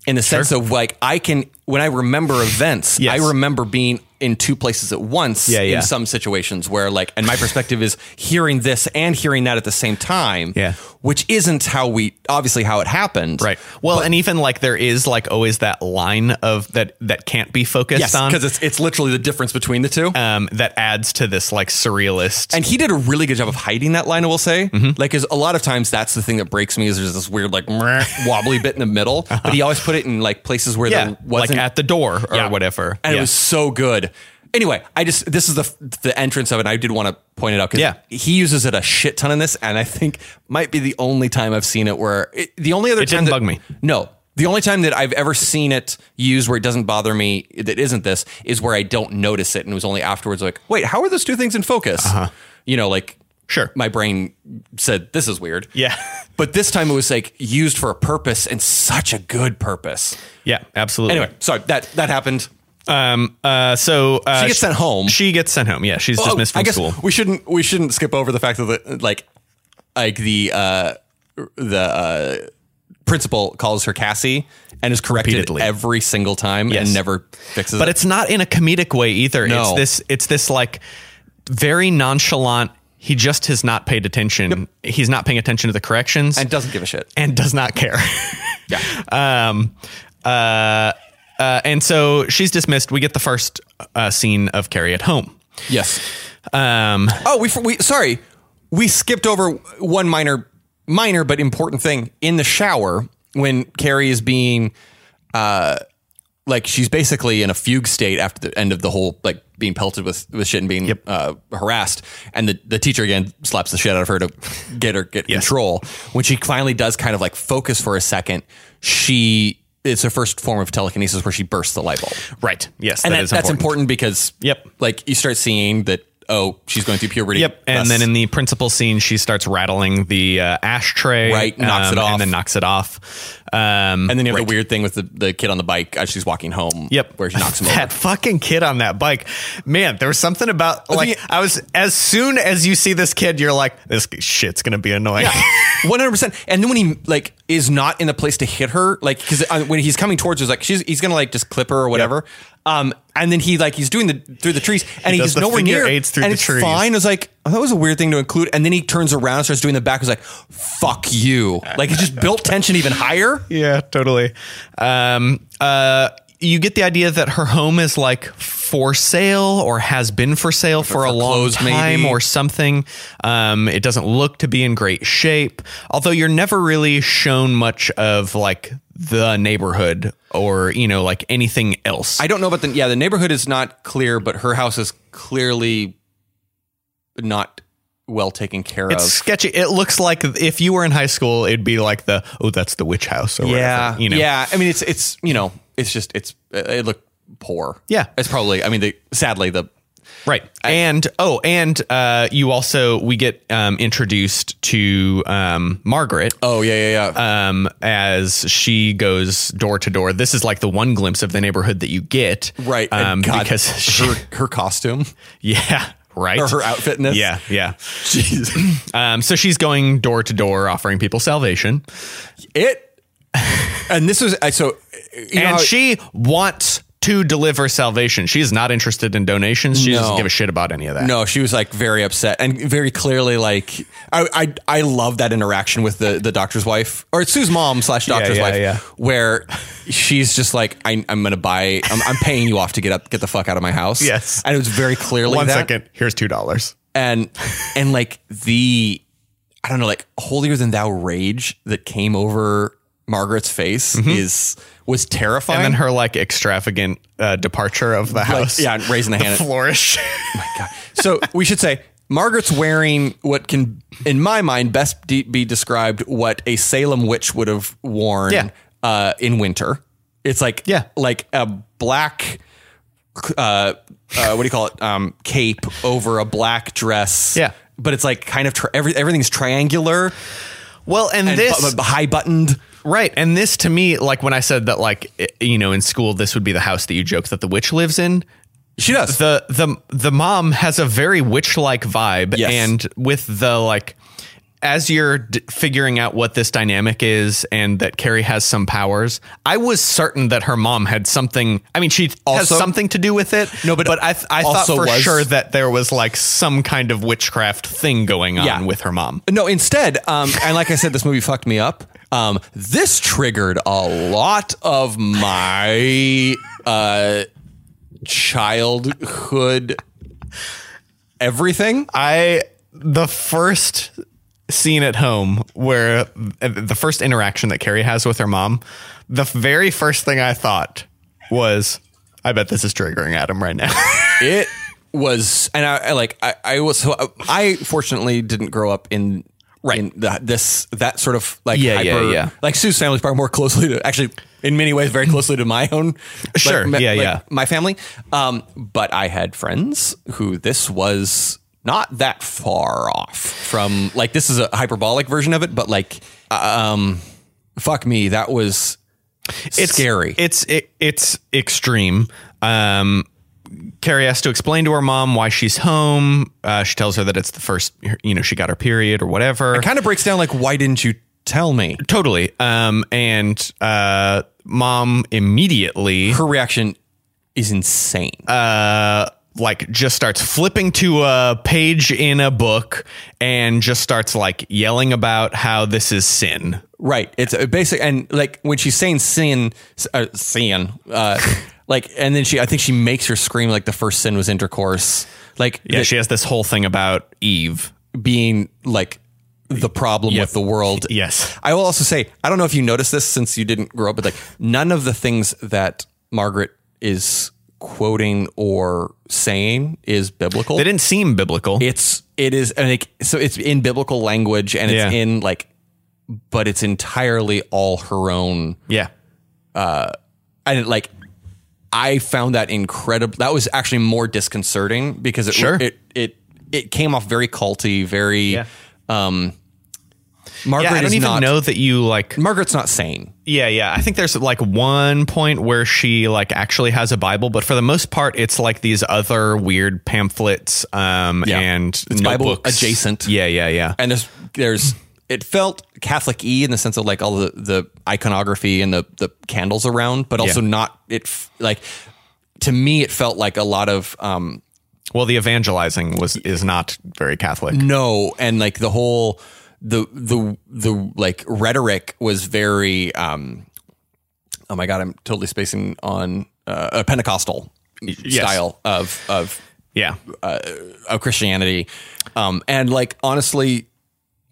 Speaker 3: in the sense of like I can when I remember events,
Speaker 2: Yes.
Speaker 3: I remember being in two places at once
Speaker 2: Yeah, yeah.
Speaker 3: in some situations where like and my perspective is hearing this and hearing that at the same time.
Speaker 2: Yeah.
Speaker 3: Which isn't how we obviously how it happened.
Speaker 2: Right. Well, and even like there is like always that line of that that can't be focused
Speaker 3: Yes,
Speaker 2: on
Speaker 3: because it's it's literally the difference between the two.
Speaker 2: um that adds to this like surrealist.
Speaker 3: and he did a really good job of hiding that line. I will say, like, because a lot of times that's the thing that breaks me is there's this weird like meh, wobbly bit in the middle, but he always put it in Uh-huh. like places where
Speaker 2: yeah,
Speaker 3: there
Speaker 2: like
Speaker 3: wasn't
Speaker 2: at the door or
Speaker 3: Yeah.
Speaker 2: whatever.
Speaker 3: and
Speaker 2: Yeah.
Speaker 3: it was so good. Anyway, I just this is the the entrance of it. I did want to point it out because
Speaker 2: Yeah.
Speaker 3: he uses it a shit ton in this, and I think might be the only time I've seen it where it, the only other
Speaker 2: It didn't
Speaker 3: time that-
Speaker 2: bug me.
Speaker 3: No, the only time that I've ever seen it used where it doesn't bother me that isn't this is where I don't notice it, and it was only afterwards like, wait, how are those two things in focus? You know, like
Speaker 2: Uh-huh. Sure.
Speaker 3: my brain said this is weird.
Speaker 2: Yeah.
Speaker 3: but this time it was like used for a purpose and such a good purpose.
Speaker 2: yeah, absolutely.
Speaker 3: Anyway, sorry that that happened.
Speaker 2: um uh so uh,
Speaker 3: She gets sent home.
Speaker 2: She gets sent home. Yeah, she's
Speaker 3: Oh,
Speaker 2: dismissed from
Speaker 3: I guess
Speaker 2: school.
Speaker 3: We shouldn't we shouldn't skip over the fact that the, like like the uh the uh principal calls her Cassie and is corrected
Speaker 2: Repeatedly.
Speaker 3: every single time
Speaker 2: Yes.
Speaker 3: and never fixes
Speaker 2: But
Speaker 3: it.
Speaker 2: it's not in a comedic way either.
Speaker 3: No.
Speaker 2: It's this it's this like very nonchalant he just has not paid attention. He's not paying attention to the corrections
Speaker 3: and doesn't give a shit.
Speaker 2: and does not care.
Speaker 3: Yeah.
Speaker 2: um, uh, uh, and so she's dismissed. We get the first uh, scene of Carrie at home.
Speaker 3: yes.
Speaker 2: Um,
Speaker 3: Oh, we we sorry. We skipped over one minor minor but important thing in the shower when Carrie is being uh like she's basically in a fugue state after the end of the whole like being pelted with with shit and being uh, harassed and the, the teacher again slaps the shit out of her to get her get control when she finally does kind of like focus for a second she it's her first form of telekinesis where she bursts the light bulb
Speaker 2: right. Yes,
Speaker 3: and
Speaker 2: that
Speaker 3: that-
Speaker 2: is
Speaker 3: that's important because
Speaker 2: Yep.
Speaker 3: like you start seeing that oh she's going through puberty
Speaker 2: Yep. And
Speaker 3: That's-
Speaker 2: then in the principal scene, she starts rattling the uh, ashtray. um,
Speaker 3: Right, knocks it off.
Speaker 2: And then knocks it off. Um,
Speaker 3: and then you have the weird thing with the, the kid on the bike as she's walking home
Speaker 2: Yep.
Speaker 3: where she knocks him
Speaker 2: that
Speaker 3: over
Speaker 2: fucking kid on that bike. Man, there was something about like
Speaker 3: think-
Speaker 2: I was as soon as you see this kid, you're like, this shit's gonna be annoying.
Speaker 3: One hundred percent. And then when he like is not in the place to hit her, like because uh, when he's coming towards her, it's like she's he's gonna like just clip her or whatever. Um, and then he like he's doing the through the trees, and he,
Speaker 2: does
Speaker 3: he's
Speaker 2: the
Speaker 3: nowhere
Speaker 2: figure
Speaker 3: near.
Speaker 2: eights through
Speaker 3: and
Speaker 2: the
Speaker 3: it's
Speaker 2: trees.
Speaker 3: fine. It was like oh, that was a weird thing to include. And then he turns around, and starts doing the back. Is like fuck you. Like it just built tension even higher.
Speaker 2: yeah, totally. Um, uh, you get the idea that her home is like for sale or has been for sale for a long
Speaker 3: foreclosed,
Speaker 2: time
Speaker 3: maybe.
Speaker 2: or something. Um, it doesn't look to be in great shape, although you're never really shown much of like the neighborhood or you know like anything else.
Speaker 3: I don't know about the yeah. The neighborhood is not clear, but her house is clearly not well taken care
Speaker 2: it's
Speaker 3: of.
Speaker 2: sketchy. It looks like if you were in high school, it'd be like the oh, that's the witch house or whatever. You know,
Speaker 3: yeah. I mean, it's it's you know, it's just it's it looked poor.
Speaker 2: Yeah.
Speaker 3: it's probably. I mean, the, sadly the
Speaker 2: Right. and oh, and uh, you also we get um, introduced to um, Margaret
Speaker 3: Oh yeah, yeah, yeah.
Speaker 2: um, as she goes door to door. This is like the one glimpse of the neighborhood that you get,
Speaker 3: right. and
Speaker 2: Um,
Speaker 3: God,
Speaker 2: because she,
Speaker 3: her her costume
Speaker 2: yeah, right,
Speaker 3: or her outfit. in this.
Speaker 2: yeah, yeah.
Speaker 3: Jeez.
Speaker 2: Um, so she's going door to door offering people salvation,
Speaker 3: it. And this was I- so. You know
Speaker 2: and
Speaker 3: how-
Speaker 2: she wants to deliver salvation. She is not interested in donations. She doesn't
Speaker 3: No.
Speaker 2: give a shit about any of that.
Speaker 3: No, she was like very upset and very clearly like I I, I love that interaction with the, the doctor's wife or it's Sue's mom slash doctor's
Speaker 2: yeah,
Speaker 3: wife
Speaker 2: yeah.
Speaker 3: where she's just like I, I'm gonna buy I'm, I'm paying you off to get up get the fuck out of my house
Speaker 2: Yes.
Speaker 3: and it was very clearly
Speaker 2: One
Speaker 3: that.
Speaker 2: second. Here's two dollars.
Speaker 3: and and like the I don't know like holier than thou rage that came over Margaret's face is was terrifying
Speaker 2: Mm-hmm. And then her like extravagant uh, departure of the house.
Speaker 3: yeah, and raising the hand.
Speaker 2: flourish.
Speaker 3: So we should say Margaret's wearing what can, in my mind, best de- be described what a Salem witch would have worn
Speaker 2: Yeah.
Speaker 3: uh, in winter. It's like
Speaker 2: Yeah.
Speaker 3: like a black. Uh, uh, what do you call it? Um, cape over a black dress.
Speaker 2: Yeah.
Speaker 3: but it's like kind of tri- every, everything's triangular
Speaker 2: well, and,
Speaker 3: and
Speaker 2: this
Speaker 3: bu- bu- high buttoned.
Speaker 2: Right. And this to me, like when I said that, like, i- you know, in school, this would be the house that you joke that the witch lives in.
Speaker 3: She does.
Speaker 2: The, the, the mom has a very witch like vibe.
Speaker 3: Yes.
Speaker 2: And with the, like, as you're d- figuring out what this dynamic is and that Carrie has some powers, I was certain that her mom had something. I mean, she has
Speaker 3: Also-
Speaker 2: something to do with it.
Speaker 3: No, but
Speaker 2: I, th- I thought
Speaker 3: also
Speaker 2: for
Speaker 3: was-
Speaker 2: sure that there was like some kind of witchcraft thing going on
Speaker 3: Yeah.
Speaker 2: with her mom.
Speaker 3: No, instead, um, and like I said, this movie fucked me up. Um, this triggered a lot of my uh, childhood everything.
Speaker 2: I the first scene at home where uh, the first interaction that Carrie has with her mom, the very first thing I thought was, I bet this is triggering Adam right now.
Speaker 3: It was, and I, I like, I, I was, so I fortunately didn't grow up in. Right, in the, this that sort of like
Speaker 2: Yeah, yeah, yeah.
Speaker 3: like Sue's family's probably more closely to actually in many ways very closely to my own like,
Speaker 2: Sure,
Speaker 3: me-
Speaker 2: yeah,
Speaker 3: like,
Speaker 2: yeah.
Speaker 3: my family. Um, but I had friends who this was not that far off from. Like this is a hyperbolic version of it, but like, um, fuck me, that was scary.
Speaker 2: It's it, it's extreme. Um, Carrie has to explain to her mom why she's home. Uh, she tells her that it's the first, you know, she got her period or whatever.
Speaker 3: kind of breaks down like, why didn't you tell me?
Speaker 2: totally. Um, and uh, mom immediately Uh,
Speaker 3: Her reaction is insane.
Speaker 2: like just starts flipping to a page in a book and just starts like yelling about how this is sin.
Speaker 3: Right. It's a basic and like when she's saying sin, uh, sin, uh, like, and then she, I think she makes her scream like the first sin was intercourse, like
Speaker 2: Yeah,
Speaker 3: that
Speaker 2: she has this whole thing about Eve.
Speaker 3: being like the problem with the world.
Speaker 2: Yes.
Speaker 3: I will also say, I don't know if you noticed this since you didn't grow up, but like none of the things that Margaret is quoting or saying is biblical.
Speaker 2: They didn't seem biblical.
Speaker 3: It's, it is, and like, so it's in biblical language and it's
Speaker 2: Yeah.
Speaker 3: in like, but it's entirely all her own
Speaker 2: yeah.
Speaker 3: and like I found that incredible. That was actually more disconcerting because it
Speaker 2: Sure.
Speaker 3: it, it it came off very culty, very.
Speaker 2: Yeah.
Speaker 3: Um, Margaret
Speaker 2: Yeah, I don't
Speaker 3: is
Speaker 2: even
Speaker 3: not.
Speaker 2: know that you like.
Speaker 3: Margaret's not sane.
Speaker 2: Yeah, yeah. I think there's like one point where she like actually has a Bible, but for the most part, it's like these other weird pamphlets um,
Speaker 3: Yeah.
Speaker 2: and
Speaker 3: It's Bible
Speaker 2: notebooks.
Speaker 3: adjacent.
Speaker 2: Yeah, yeah, yeah.
Speaker 3: And there's there's it felt Catholic y in the sense of like all the the iconography and the the candles around, but also
Speaker 2: Yeah.
Speaker 3: not it f- like to me it felt like a lot of um
Speaker 2: well, the evangelizing was is not very Catholic.
Speaker 3: Mm. No, and like the whole the the the like rhetoric was very um oh my god, I'm totally spacing on uh, a Pentecostal style of of
Speaker 2: Yeah.
Speaker 3: of Christianity. Um and like honestly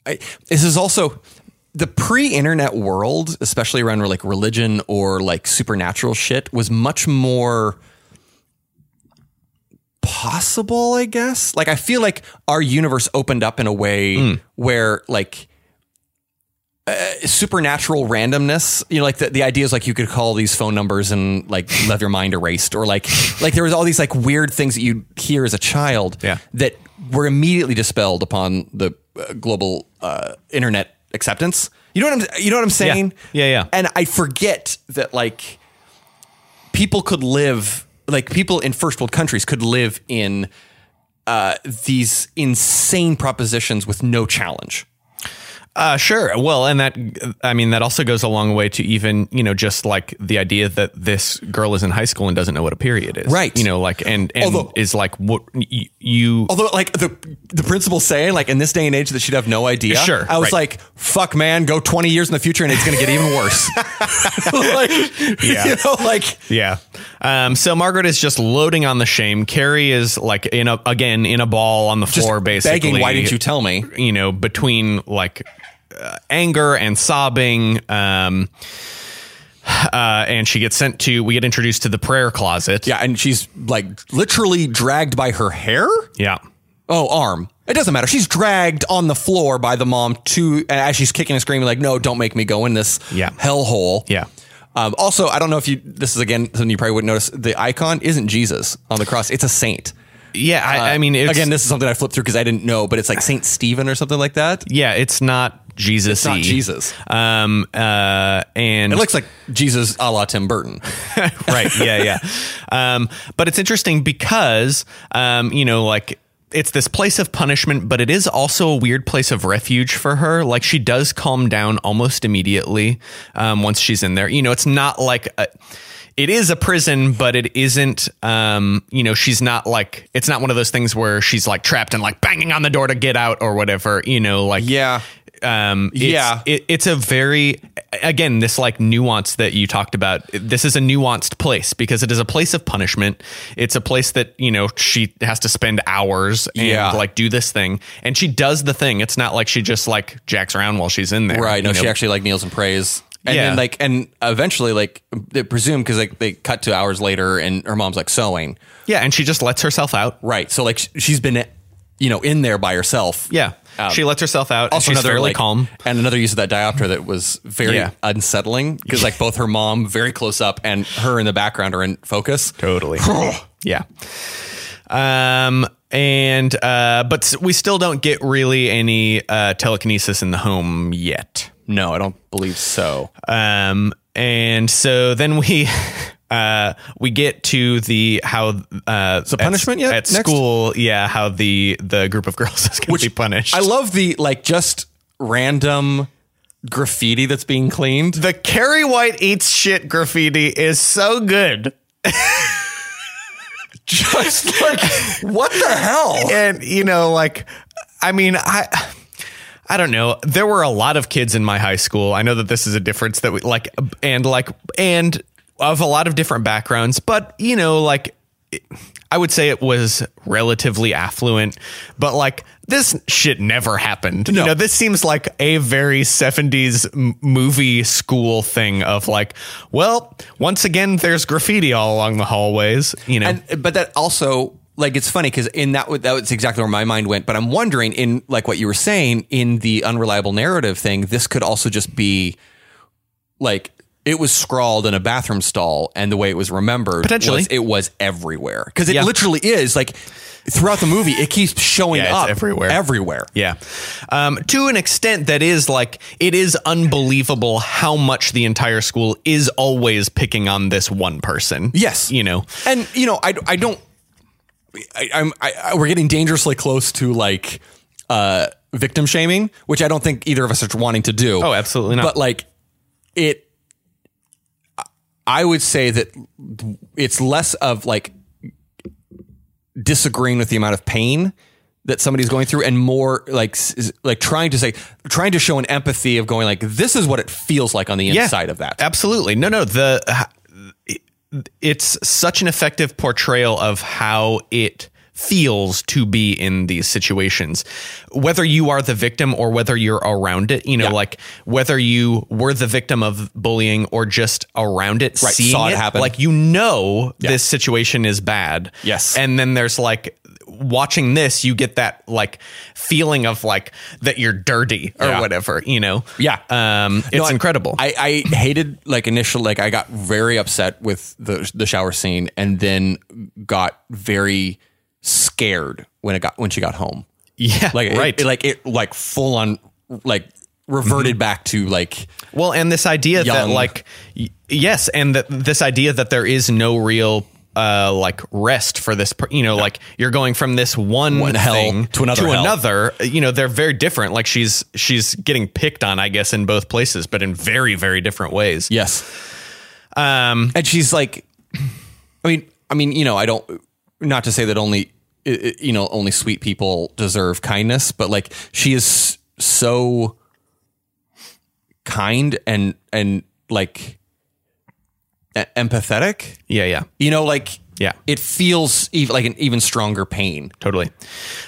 Speaker 3: I, this is also the pre-internet world, especially around like religion or like supernatural shit was much more possible, I guess. Like I feel like our universe opened up in a way where like uh, supernatural randomness. You know, like the, the idea is like you could call these phone numbers and like have your mind erased, or like like there was all these like weird things that you hear as a child
Speaker 2: Yeah.
Speaker 3: that were immediately dispelled upon the uh, global uh, internet acceptance. You know what I'm you know what I'm saying?
Speaker 2: Yeah, yeah.
Speaker 3: And I forget that like people could live like people in first world countries could live in uh, these insane propositions with no challenge.
Speaker 2: Uh, sure. Well, and that, I mean, that also goes a long way to even, you know, just like the idea that this girl is in high school and doesn't know what a period is.
Speaker 3: Right.
Speaker 2: You know, like, and, and
Speaker 3: Although-
Speaker 2: is like, what y- you,
Speaker 3: Although, like the the principal saying, like in this day and age, that she'd have no idea.
Speaker 2: Sure,
Speaker 3: I was
Speaker 2: right.
Speaker 3: like, "Fuck, man, go twenty years in the future, and it's going to get even worse." like,
Speaker 2: Yeah.
Speaker 3: you know, like
Speaker 2: Yeah. Um, so Margaret is just loading on the shame. Carrie is like in a again in a ball on the
Speaker 3: just
Speaker 2: floor, basically
Speaker 3: begging, "Why didn't you tell me?"
Speaker 2: You know, between like uh, anger and sobbing. Um, uh, and she gets sent to. We get introduced to the prayer closet.
Speaker 3: Yeah, and she's like literally dragged by her hair.
Speaker 2: Yeah.
Speaker 3: Oh, arm. It doesn't matter. She's dragged on the floor by the mom to, and as she's kicking and screaming, like, "No, don't make me go in this
Speaker 2: Yeah.
Speaker 3: hellhole."
Speaker 2: Yeah.
Speaker 3: Um, also, I don't know if you. This is again something you probably wouldn't notice. The icon isn't Jesus on the cross; it's a saint. Uh,
Speaker 2: Yeah. I, I mean, it's,
Speaker 3: again, this is something I flipped through because I didn't know, but it's like Saint Stephen or something like that.
Speaker 2: yeah, it's not Jesus.
Speaker 3: It's not Jesus.
Speaker 2: Um. Uh. And
Speaker 3: It looks like Jesus a la Tim Burton.
Speaker 2: right yeah yeah um, but it's interesting because um, you know like it's this place of punishment but it is also a weird place of refuge for her like she does calm down almost immediately um, once she's in there you know it's not like a, it is a prison but it isn't um, you know she's not like it's not one of those things where she's like trapped and like banging on the door to get out or whatever you know like
Speaker 3: Yeah.
Speaker 2: um, it's,
Speaker 3: Yeah.
Speaker 2: it, it's a very again this like nuance that you talked about. This is a nuanced place because it is a place of punishment. It's a place that you know she has to spend hours and
Speaker 3: Yeah.
Speaker 2: like do this thing, and she does the thing. It's not like she just like jacks around while she's in there,
Speaker 3: Right. No,
Speaker 2: you know?
Speaker 3: she actually like kneels and prays. And
Speaker 2: Yeah.
Speaker 3: then like and eventually like they presume because like they cut to hours later and her mom's like sewing.
Speaker 2: yeah, and she just lets herself out.
Speaker 3: Right. So like sh- she's been you know in there by herself.
Speaker 2: Yeah,
Speaker 3: Um,
Speaker 2: she lets herself out.
Speaker 3: Also
Speaker 2: and she's
Speaker 3: another
Speaker 2: fairly
Speaker 3: like-
Speaker 2: calm.
Speaker 3: and another use of that diopter that was very
Speaker 2: Yeah.
Speaker 3: unsettling because like both her mom very close up and her in the background are in focus.
Speaker 2: Totally. yeah. Um and uh but s- we still don't get really any uh telekinesis in the home yet.
Speaker 3: No, I don't believe so.
Speaker 2: Um, and so then we uh, we get to the how uh, so
Speaker 3: punishment
Speaker 2: at,
Speaker 3: yet?
Speaker 2: at
Speaker 3: Next?
Speaker 2: school. Yeah, how the the group of girls is going
Speaker 3: Which
Speaker 2: to be punished.
Speaker 3: I love the like just random graffiti that's being cleaned.
Speaker 2: the Carrie White eats shit graffiti is so good.
Speaker 3: Just like what the hell?
Speaker 2: and you know like i mean i I don't know. There were a lot of kids in my high school. I know that this is a difference that we like and like and of a lot of different backgrounds, but you know like it- I would say it was relatively affluent, but like this shit never happened.
Speaker 3: No.
Speaker 2: You know, this seems like a very 70s m- movie school thing of like, well, once again there's graffiti all along the hallways, you know.
Speaker 3: And but that also like it's funny because in that that was exactly where my mind went. But I'm wondering in like what you were saying in the unreliable narrative thing, this could also just be like it was scrawled in a bathroom stall, and the way it was remembered
Speaker 2: Potentially.
Speaker 3: was it was everywhere because it
Speaker 2: Yeah.
Speaker 3: literally is like throughout the movie it keeps showing
Speaker 2: Yeah, it's
Speaker 3: up
Speaker 2: everywhere.
Speaker 3: everywhere.
Speaker 2: Yeah. Um, to an extent, that is like, it is unbelievable how much the entire school is always picking on this one person.
Speaker 3: Yes.
Speaker 2: You know,
Speaker 3: and you know I, I don't I, I'm I, I, we're getting dangerously close to like uh victim shaming which I don't think either of us are wanting to do
Speaker 2: Oh, absolutely not.
Speaker 3: but like it I- I would say that it's less of like disagreeing with the amount of pain that somebody's going through and more like s- is- like trying to say trying to show an empathy of going like this is what it feels like on the inside of that
Speaker 2: Absolutely. No, no. The it's such an effective portrayal of how it feels to be in these situations whether you are the victim or whether you're around it you know
Speaker 3: Yeah.
Speaker 2: like whether you were the victim of bullying or just around it
Speaker 3: Right,
Speaker 2: seeing
Speaker 3: saw it happen.
Speaker 2: like you know
Speaker 3: Yeah.
Speaker 2: this situation is bad
Speaker 3: Yes.
Speaker 2: and then there's like watching this, you get that like feeling of like that you're dirty or
Speaker 3: Yeah.
Speaker 2: whatever, you know?
Speaker 3: Yeah.
Speaker 2: Um, it's
Speaker 3: No, I-
Speaker 2: incredible.
Speaker 3: I, I hated like initial like I got very upset with the the shower scene and then got very scared when it got when she got home.
Speaker 2: yeah.
Speaker 3: Like it-
Speaker 2: right.
Speaker 3: it, like it like full on like reverted back to like
Speaker 2: Well, and this idea that
Speaker 3: Young.
Speaker 2: like y- yes, and that this idea that there is no real uh like rest for this per- you know like you're going from this one,
Speaker 3: One hell
Speaker 2: thing
Speaker 3: to another hell.
Speaker 2: another, you know they're very different like she's she's getting picked on I guess in both places but in very very different ways
Speaker 3: yes. Um and she's like I mean I mean you know I don't not to say that only i- i- you know only sweet people deserve kindness but like she is so kind and and like e- empathetic
Speaker 2: yeah yeah
Speaker 3: you know like
Speaker 2: Yeah.
Speaker 3: it feels ev- like an even stronger pain
Speaker 2: totally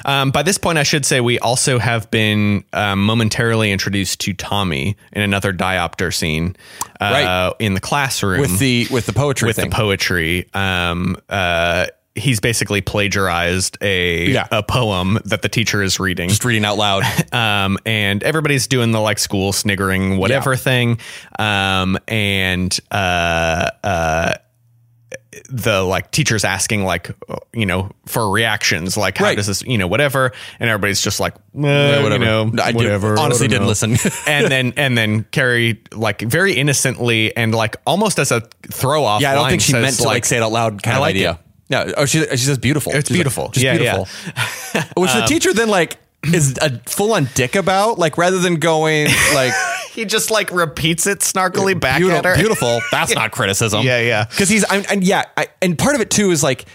Speaker 2: um, by this point I should say we also have been um, momentarily introduced to Tommy in another diopter scene uh,
Speaker 3: Right.
Speaker 2: in the classroom
Speaker 3: with the with the poetry
Speaker 2: Mm-hmm. with
Speaker 3: thing.
Speaker 2: the poetry. Um, uh, he's basically plagiarized a
Speaker 3: Yeah.
Speaker 2: a poem that the teacher is reading.
Speaker 3: just reading out loud
Speaker 2: Um, and everybody's doing the like school sniggering whatever
Speaker 3: Yeah.
Speaker 2: thing. Um, and uh, uh, the like teacher's asking like you know for reactions like how
Speaker 3: Right.
Speaker 2: does this you know whatever and everybody's just like eh,
Speaker 3: whatever.
Speaker 2: you know
Speaker 3: I did-
Speaker 2: whatever
Speaker 3: honestly
Speaker 2: I don't
Speaker 3: didn't listen.
Speaker 2: and then and then Carrie like very innocently and like almost as a throw off
Speaker 3: yeah i don't
Speaker 2: line
Speaker 3: think she
Speaker 2: says,
Speaker 3: meant to like, say it out loud kind
Speaker 2: I
Speaker 3: of
Speaker 2: like
Speaker 3: idea
Speaker 2: it.
Speaker 3: yeah oh she, she says beautiful
Speaker 2: It's
Speaker 3: She's like,
Speaker 2: beautiful.
Speaker 3: just
Speaker 2: Yeah,
Speaker 3: beautiful which the teacher then like is a full on dick about like rather than going like
Speaker 2: He just like repeats it snarkily back
Speaker 3: Uh, beautiful,
Speaker 2: at her.
Speaker 3: beautiful that's not criticism
Speaker 2: Yeah, yeah.
Speaker 3: because he's I'm, and yeah I, and part of it too is like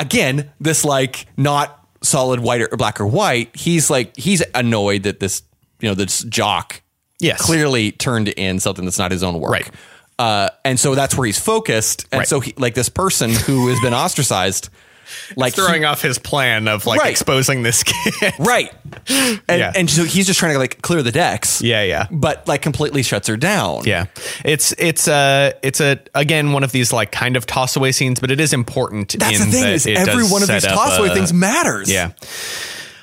Speaker 3: again this like not solid white or black or white he's like he's annoyed that this you know this jock
Speaker 2: Yes.
Speaker 3: clearly turned in something that's not his own work
Speaker 2: Right.
Speaker 3: uh, and so that's where he's focused and
Speaker 2: Right.
Speaker 3: so he, like this person who has been ostracized like he-
Speaker 2: Throwing off his plan of like
Speaker 3: Right.
Speaker 2: exposing this kid.
Speaker 3: right and,
Speaker 2: Yeah.
Speaker 3: and so he's just trying to like clear the decks
Speaker 2: Yeah, yeah.
Speaker 3: but like completely shuts her down
Speaker 2: Yeah, it's it's a it's a again one of these like kind of toss away scenes, but it is important.
Speaker 3: that's
Speaker 2: in
Speaker 3: the thing
Speaker 2: that
Speaker 3: is
Speaker 2: it does
Speaker 3: every one of
Speaker 2: set
Speaker 3: these
Speaker 2: up
Speaker 3: tossaway
Speaker 2: a-
Speaker 3: things matters
Speaker 2: Yeah.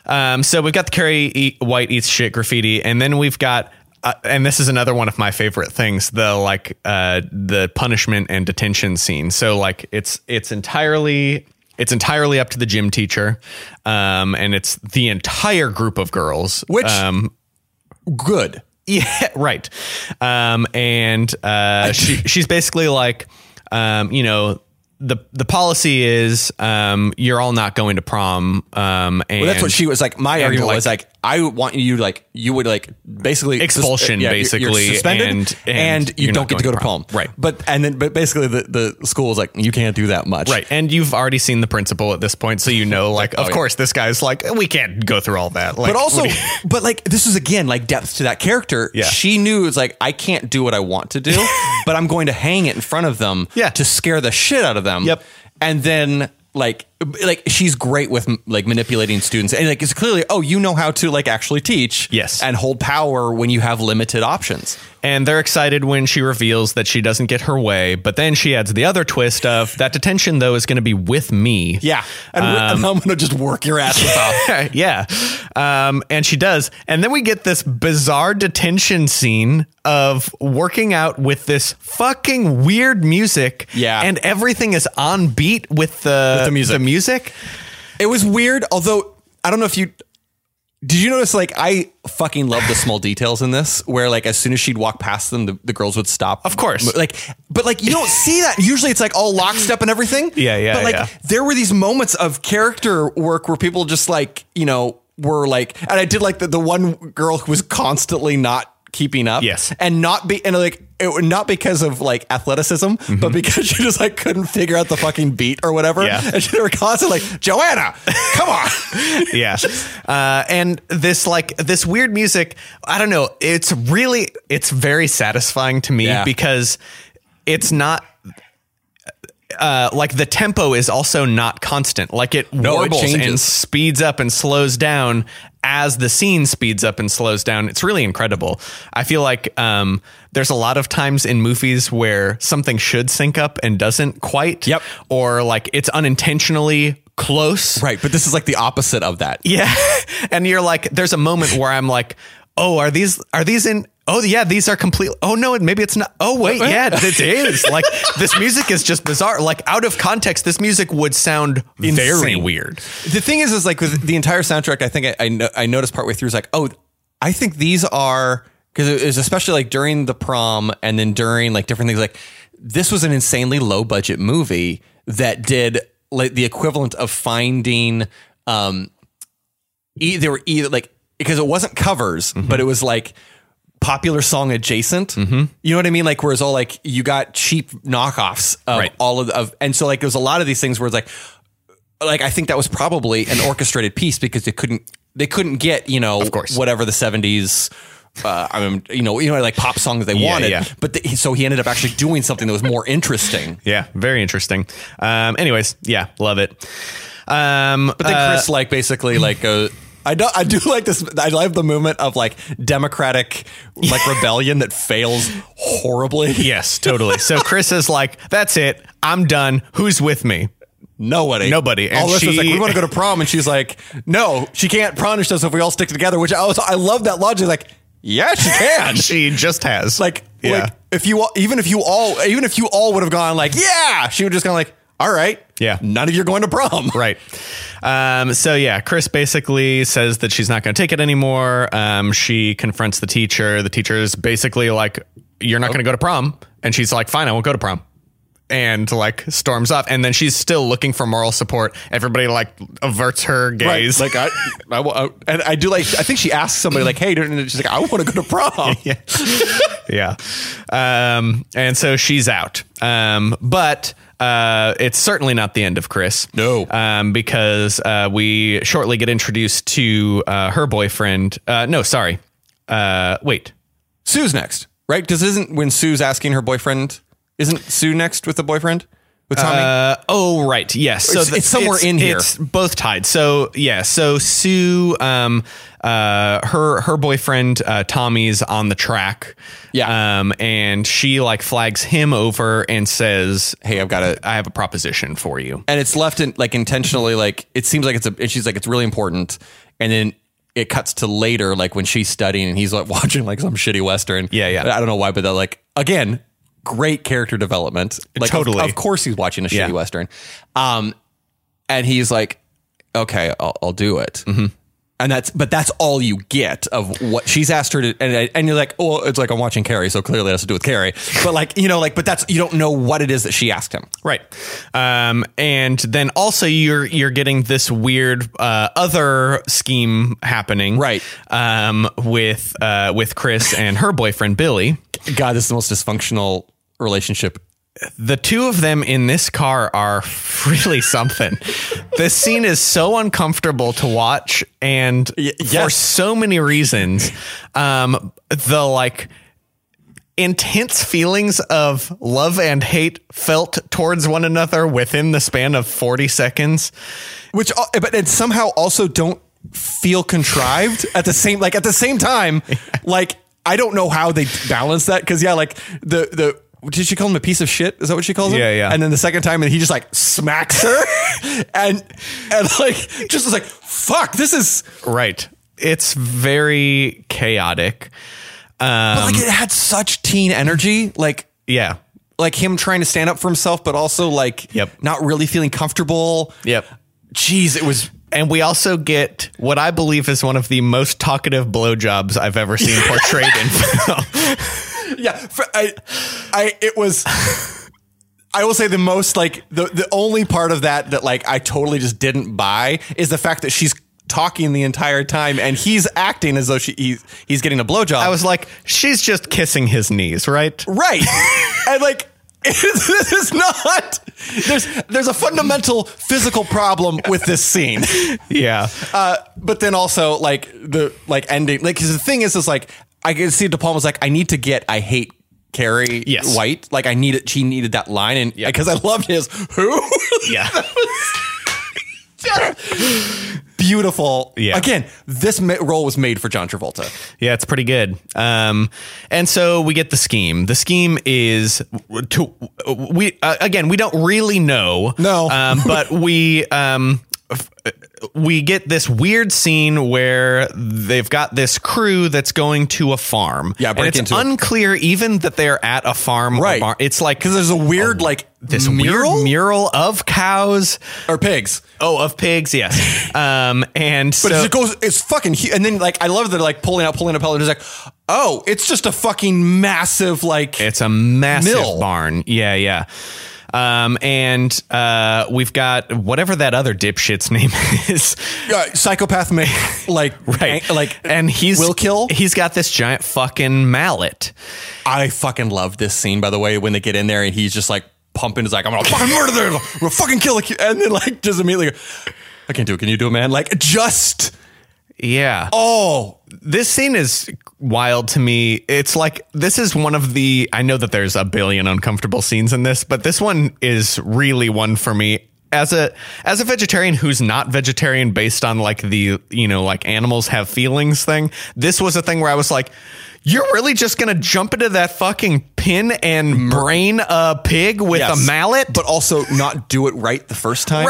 Speaker 2: Um, so we've got the Carrie eat, White eats shit graffiti, and then we've got, uh, and this is another one of my favorite things, the like uh, the punishment and detention scene. So like it's it's entirely it's entirely up to the gym teacher, um, and it's the entire group of girls,
Speaker 3: Which-
Speaker 2: um,
Speaker 3: good
Speaker 2: yeah, right. Um, and uh, she she's basically like, um, you know, the the policy is um, you're all not going to prom. Um, and
Speaker 3: Well, that's what she was like. My
Speaker 2: and,
Speaker 3: argument was
Speaker 2: like-
Speaker 3: like, I want you like you would like basically
Speaker 2: Expulsion,
Speaker 3: you're- you're
Speaker 2: basically,
Speaker 3: suspended,
Speaker 2: and- and
Speaker 3: and, you
Speaker 2: you're
Speaker 3: don't
Speaker 2: not
Speaker 3: get to go
Speaker 2: going
Speaker 3: to
Speaker 2: to prom.
Speaker 3: prom.
Speaker 2: Right.
Speaker 3: But and then but basically the the school is like you can't do that much.
Speaker 2: Right, and you've already seen the principal at this point, so you know, like, of
Speaker 3: Oh, yeah.
Speaker 2: course, this guy's like, we can't go through all that. Like,
Speaker 3: But also,
Speaker 2: what do you-
Speaker 3: but like this is again like depth to that character.
Speaker 2: Yeah.
Speaker 3: She knew it's like I can't do what I want to do, but I'm going to hang it in front of them.
Speaker 2: Yeah.
Speaker 3: To scare the shit out of them.
Speaker 2: Yep.
Speaker 3: And then like like she's great with like manipulating students and like it's clearly oh you know how to like actually teach
Speaker 2: Yes.
Speaker 3: and hold power when you have limited options
Speaker 2: and they're excited when she reveals that she doesn't get her way. But then she adds the other twist of that detention, though, is going to be with me.
Speaker 3: Yeah, and, we- and I'm gonna just work your ass off.
Speaker 2: yeah. Um, and she does. And then we get this bizarre detention scene of working out with this fucking weird music.
Speaker 3: Yeah.
Speaker 2: And everything is on beat with the,
Speaker 3: the music. It was weird, although I don't know if you did. You notice like I fucking love the small details in this, where like as soon as she'd walk past them, the, the girls would stop. Of
Speaker 2: course.
Speaker 3: like but like you don't see that. Usually it's like all lockstep and everything.
Speaker 2: Yeah, yeah,
Speaker 3: But like
Speaker 2: yeah.
Speaker 3: there were these moments of character work where people just like you know were like, and I did like the the one girl who was constantly not keeping up
Speaker 2: Yes.
Speaker 3: and not be and like it not because of like athleticism but because she just like couldn't figure out the fucking beat or whatever
Speaker 2: Yeah.
Speaker 3: and they were constantly like joanna come on
Speaker 2: yeah. Uh, and this like this weird music, I don't know. It's really it's very satisfying to me
Speaker 3: Yeah.
Speaker 2: because it's not uh, like the tempo is also not constant. Like it
Speaker 3: No, it
Speaker 2: warbles and
Speaker 3: changes.
Speaker 2: speeds up and slows down as the scene speeds up and slows down. It's really incredible. I feel like um, there's a lot of times in movies where something should sync up and doesn't quite.
Speaker 3: Yep.
Speaker 2: Or like it's unintentionally close.
Speaker 3: Right, but this is like the opposite of that.
Speaker 2: Yeah. And you're like, there's a moment where I'm like, oh, are these are these in Oh yeah, these are complete. Oh no, maybe it's not. Oh wait, yeah, this is like this music is just bizarre. Like out of context, this music would sound very
Speaker 3: Insane.
Speaker 2: weird.
Speaker 3: The thing is, is like with the entire soundtrack, I think I, I, no, I noticed partway through is like, oh, I think these are because it was especially like during the prom and then during like different things. Like this was an insanely low budget movie that did like the equivalent of finding um, e- there were either like because it wasn't covers,
Speaker 2: Mm-hmm.
Speaker 3: but it was like popular song adjacent. You know what I mean? Like whereas all like you got cheap knockoffs of
Speaker 2: Right.
Speaker 3: all of, of and so like there was a lot of these things where it's like like I think that was probably an orchestrated piece because they couldn't they couldn't get you know of
Speaker 2: course.
Speaker 3: whatever the seventies. Uh, I mean, you know, you know, like pop songs they
Speaker 2: Yeah,
Speaker 3: wanted,
Speaker 2: yeah.
Speaker 3: but the, so he ended up actually doing something that was more interesting.
Speaker 2: Yeah, very interesting. Um, anyways, yeah, love it. Um,
Speaker 3: But then
Speaker 2: uh,
Speaker 3: Chris, like, basically, like, uh, I do, I do like this. I love the movement of like democratic like rebellion that fails horribly.
Speaker 2: yes, totally. So Chris is like, that's it. I'm done. Who's with me?
Speaker 3: Nobody.
Speaker 2: Nobody. And
Speaker 3: all this is like,
Speaker 2: she-
Speaker 3: we want to go to prom. And she's like, no, she can't punish us if we all stick together, which I, also, I love that logic. Like, yeah, she can.
Speaker 2: she just has
Speaker 3: like,
Speaker 2: yeah.
Speaker 3: like if you all, even if you all, even if you all would have gone like, yeah, she would just kind of like, all right.
Speaker 2: Yeah.
Speaker 3: None of you are going to prom.
Speaker 2: Right. Um, so yeah, Chris basically says that she's not going to take it anymore. Um, she confronts the teacher. The teacher's basically like, "You're not going to go to prom," and she's like, "Fine, I won't go to prom." And like storms off, and then she's still looking for moral support. Everybody like averts her gaze.
Speaker 3: Like I, I, wa- I- and I do like. I think she asks somebody like, "Hey," and she's like, "I want to go to prom."
Speaker 2: yeah. yeah. Um, and so she's out. Um, but uh, it's certainly not the end of Chris.
Speaker 3: No.
Speaker 2: Um, because uh, we shortly get introduced to uh, her boyfriend. Uh, no, sorry. Uh, wait.
Speaker 3: Sue's next, right? Because isn't when Sue's asking her boyfriend, isn't Sue next with the boyfriend with Tommy?
Speaker 2: Uh, oh, right. Yes. So
Speaker 3: It's- it's somewhere in here.
Speaker 2: It's both tied. So yeah. So Sue, um, uh, her her boyfriend uh, Tommy's on the track.
Speaker 3: Yeah.
Speaker 2: Um, and she like flags him over and says,
Speaker 3: hey, I've got to.
Speaker 2: I have a proposition for you.
Speaker 3: And it's left in like intentionally, like it seems like it's a. And she's like, it's really important, and then. It cuts to later, like when she's studying and he's like watching like some shitty western.
Speaker 2: Yeah, yeah.
Speaker 3: I don't know why, but that like again, great character development. Like of-
Speaker 2: Totally.
Speaker 3: Of, course, he's watching a shitty
Speaker 2: Yeah.
Speaker 3: western. Um, and he's like, okay, I'll, I'll do it. And that's, but that's all you get of what she's asked her to, and, I- and you're like, oh, it's like I'm watching Carrie, so clearly it has to do with Carrie. But like, you know, like, but that's you don't know what it is that she asked him.
Speaker 2: Right. Um, and then also you're you're getting this weird uh, other scheme happening.
Speaker 3: Right.
Speaker 2: Um, with uh, with Chris and her boyfriend Billy.
Speaker 3: God, this is the most dysfunctional relationship.
Speaker 2: The two of them in this car are really something. this scene is so uncomfortable to watch and for
Speaker 3: yes.
Speaker 2: so many reasons. Um, the like intense feelings of love and hate felt towards one another within the span of 40 seconds.
Speaker 3: Which, uh, but and somehow also don't feel contrived at the same, like at the same time, like I don't know how they balance that because yeah, like the the. Did she call him a piece of shit? Is that what she calls him?
Speaker 2: Yeah, yeah.
Speaker 3: And then the second time, and he just like smacks her, and and like just was like, "Fuck, this is."
Speaker 2: Right. It's very chaotic. Um,
Speaker 3: But like, it had such teen energy. Like,
Speaker 2: Yeah.
Speaker 3: like him trying to stand up for himself, but also like,
Speaker 2: Yep.
Speaker 3: not really feeling comfortable.
Speaker 2: Yep.
Speaker 3: Jeez, it was
Speaker 2: And we also get what I believe is one of the most talkative blowjobs I've ever seen portrayed in film.
Speaker 3: yeah for, i i it was i will say the most like the the only part of that that like i totally just didn't buy is the fact that she's talking the entire time and he's acting as though she he's, he's getting a blowjob
Speaker 2: I was like, she's just kissing his knees, right?
Speaker 3: right and like this is not there's there's a fundamental physical problem with this scene
Speaker 2: Yeah.
Speaker 3: Uh, but then also like the like ending, like 'cause the thing is, is like I can see De Palma's like I need to get I hate Carrie
Speaker 2: Yes.
Speaker 3: White, like I needed she needed that line, and
Speaker 2: Yeah.
Speaker 3: because I loved his who
Speaker 2: Yeah.
Speaker 3: beautiful.
Speaker 2: Yeah.
Speaker 3: Again, this ma- role was made for John Travolta.
Speaker 2: Yeah, it's pretty good. Um, and so we get the scheme. The scheme is to we uh, again we don't really know.
Speaker 3: No.
Speaker 2: um, but we um, f- we get this weird scene where they've got this crew that's going to a farm.
Speaker 3: Yeah, break
Speaker 2: and it's
Speaker 3: into it.
Speaker 2: unclear even that they're at a farm. or
Speaker 3: Right.
Speaker 2: bar- It's like
Speaker 3: Because there's a weird, like,
Speaker 2: Oh. this
Speaker 3: this mural
Speaker 2: weird mural of cows.
Speaker 3: or pigs.
Speaker 2: Oh, of pigs. Yes. um, and
Speaker 3: But
Speaker 2: so
Speaker 3: it goes, it's fucking huge. And then, like, I love that, like, pulling out, pulling up, pulling up. It's like, oh, it's just a fucking massive, like,
Speaker 2: It's a massive
Speaker 3: Mill.
Speaker 2: barn. Yeah, yeah. Um, and uh, we've got whatever that other dipshit's name is.
Speaker 3: uh, psychopath, ma- like,
Speaker 2: Right.
Speaker 3: ang- like,
Speaker 2: and he's
Speaker 3: will kill.
Speaker 2: He's got this giant fucking mallet.
Speaker 3: I fucking love this scene, by the way, when they get in there and he's just like pumping. He's like, I'm gonna fucking murder them. I'm gonna fucking kill the kid. And then, like, just immediately, go, I can't do it. Can you do it, man? Like, just,
Speaker 2: Yeah.
Speaker 3: oh,
Speaker 2: This scene is wild to me. It's like this is one of the I know that there's a billion uncomfortable scenes in this, but this one is really one for me. As a as a vegetarian who's not vegetarian based on like the, you know, like animals have feelings thing, this was a thing where I was like, you're really just going to jump into that fucking pin and brain a pig with
Speaker 3: Yes.
Speaker 2: a mallet?
Speaker 3: but also not do it right the first time.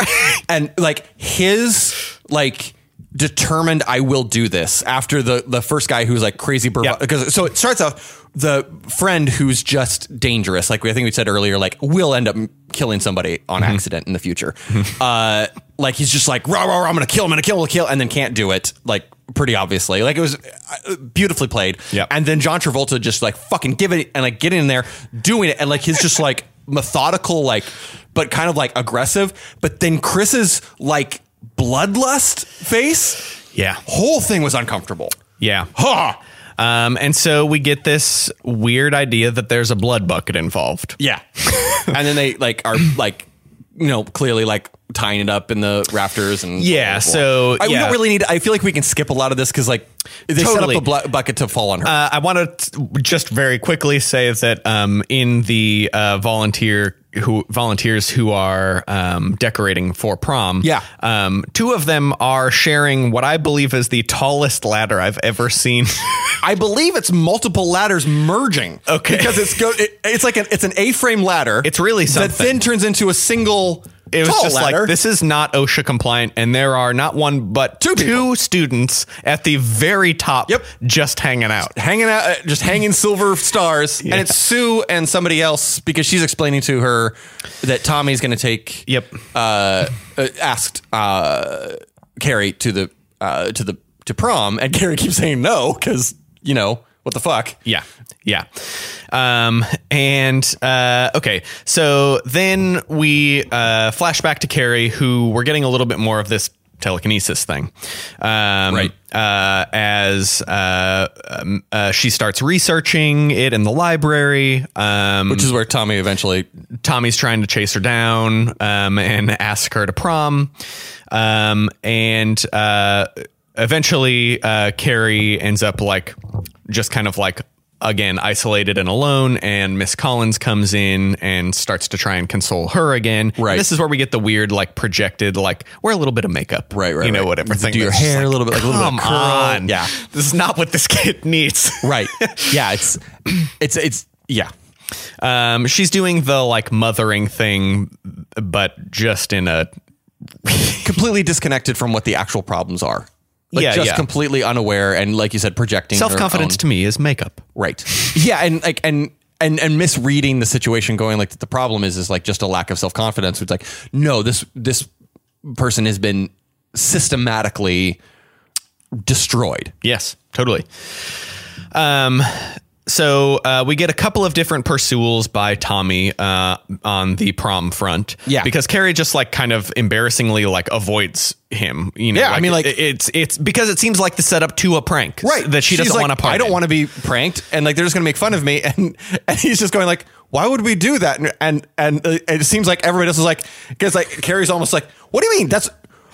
Speaker 3: And like his like determined I will do this after the the first guy who's like crazy
Speaker 2: Yeah.
Speaker 3: bravado because so it starts off the friend who's just dangerous like we, I think we said earlier like will end up killing somebody on accident in the future. uh like he's just like rah, rah, rah, I'm going to kill him, I'm going to kill him, kill and then can't do it like pretty obviously. Like it was uh, beautifully played.
Speaker 2: Yeah.
Speaker 3: And then John Travolta just like fucking give it and like getting in there, doing it, and like his just like methodical, like but kind of like aggressive. But then Chris's like bloodlust face,
Speaker 2: yeah.
Speaker 3: whole thing was uncomfortable. Ah,
Speaker 2: Yeah. Um, and so we get this weird idea that there's a blood bucket involved.
Speaker 3: Yeah. and then they like are like you know clearly like tying it up in the rafters and
Speaker 2: Yeah, so,
Speaker 3: I, we
Speaker 2: yeah.
Speaker 3: don't really need. I feel like we can skip a lot of this because like they
Speaker 2: Totally.
Speaker 3: set up a bl- bucket to fall on her.
Speaker 2: Uh, I want to just very quickly say that um, in the uh, volunteer who volunteers who are um, decorating for prom,
Speaker 3: Yeah.
Speaker 2: um, two of them are sharing what I believe is the tallest ladder I've ever seen.
Speaker 3: I believe it's multiple ladders merging.
Speaker 2: Okay.
Speaker 3: because it's go. It, it's like an it's an A-frame ladder.
Speaker 2: It's really
Speaker 3: that
Speaker 2: something.
Speaker 3: then turns into a single.
Speaker 2: It was
Speaker 3: tall
Speaker 2: just
Speaker 3: ladder.
Speaker 2: like this is not OSHA compliant, and there are not one but
Speaker 3: Two people.
Speaker 2: students at the very top,
Speaker 3: Yep.
Speaker 2: just hanging out.
Speaker 3: hanging out, uh, just hanging silver stars,
Speaker 2: Yeah.
Speaker 3: and it's Sue and somebody else because she's explaining to her that Tommy's going to take.
Speaker 2: Yep.
Speaker 3: Uh, uh, asked uh, Carrie to the uh, to the to prom, and Carrie keeps saying no because you know what the fuck.
Speaker 2: Yeah. Yeah. Um, and uh, okay. So then we uh, flash back to Carrie, who we're getting a little bit more of this telekinesis thing. Um,
Speaker 3: Right.
Speaker 2: Uh, as uh, um, uh, she starts researching it in the library. Um,
Speaker 3: Which is where Tommy eventually
Speaker 2: Tommy's trying to chase her down um, and ask her to prom. Um, and uh, eventually, uh, Carrie ends up like just kind of like again isolated and alone. And Miss Collins comes in and starts to try and console her again.
Speaker 3: Right.
Speaker 2: This is where we get the weird like projected like wear a little bit of makeup.
Speaker 3: Right, right,
Speaker 2: You know
Speaker 3: right.
Speaker 2: whatever thing.
Speaker 3: Do your
Speaker 2: that's just
Speaker 3: hair a little bit, like a little bit of
Speaker 2: Come
Speaker 3: curl."
Speaker 2: on.
Speaker 3: Yeah.
Speaker 2: This is not what this kid needs.
Speaker 3: right. Yeah, it's it's it's yeah.
Speaker 2: Um, she's doing the like mothering thing, but just in a
Speaker 3: completely disconnected from what the actual problems are. Like
Speaker 2: Yeah,
Speaker 3: just
Speaker 2: yeah.
Speaker 3: completely unaware and like you said, projecting her
Speaker 2: self confidence
Speaker 3: own-
Speaker 2: to me is makeup.
Speaker 3: right. Yeah, and like and and and misreading the situation, going like the problem is is like just a lack of self confidence. It's like no, this this person has been systematically destroyed.
Speaker 2: Yes, totally. Um, so uh, we get a couple of different pursuals by Tommy uh, on the prom front.
Speaker 3: Yeah.
Speaker 2: because Carrie just like kind of embarrassingly like avoids him. You know,
Speaker 3: Yeah, I mean, like-
Speaker 2: it- it's it's because it seems like the setup to a prank, That she
Speaker 3: She's
Speaker 2: doesn't
Speaker 3: like,
Speaker 2: want to part.
Speaker 3: I don't want to be pranked, and like they're just gonna make fun of me, and and he's just going like, why would we do that? And and and, uh, it seems like everybody else is like, because like Carrie's almost like, what do you mean? That's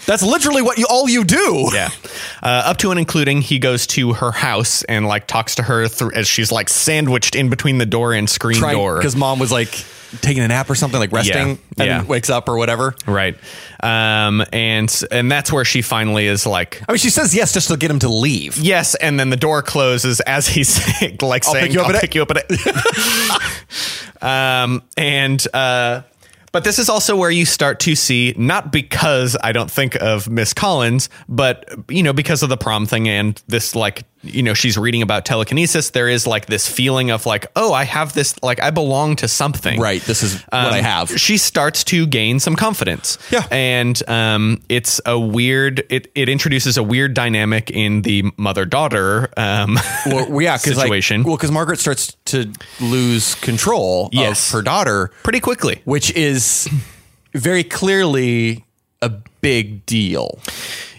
Speaker 3: that's literally what you all you do.
Speaker 2: Yeah. Uh, up to and including, he goes to her house and like talks to her thr as she's like sandwiched in between the door and screen door.
Speaker 3: because mom was like, taking a nap or something, like resting, and
Speaker 2: Yeah.
Speaker 3: then wakes up or whatever.
Speaker 2: Right. Um, and and that's where she finally is like,
Speaker 3: I mean, she says yes just to get him to leave.
Speaker 2: yes. And then the door closes as he's saying, like
Speaker 3: I'll pick
Speaker 2: saying,
Speaker 3: you up
Speaker 2: I'll
Speaker 3: at
Speaker 2: pick you up at it. um, and uh, but this is also where you start to see not because I don't think of Miss Collins, but you know because of the prom thing and this like you know she's reading about telekinesis. There is like this feeling of like, oh, I have this like I belong to something.
Speaker 3: Right. This is what
Speaker 2: um,
Speaker 3: I have.
Speaker 2: She starts to gain some confidence.
Speaker 3: Yeah.
Speaker 2: And um, it's a weird, it, it introduces a weird dynamic in the mother daughter um,
Speaker 3: Well, yeah, because
Speaker 2: situation
Speaker 3: Like, well, because Margaret starts to lose control
Speaker 2: Yes.
Speaker 3: of her daughter,
Speaker 2: pretty quickly.
Speaker 3: which is very clearly a big deal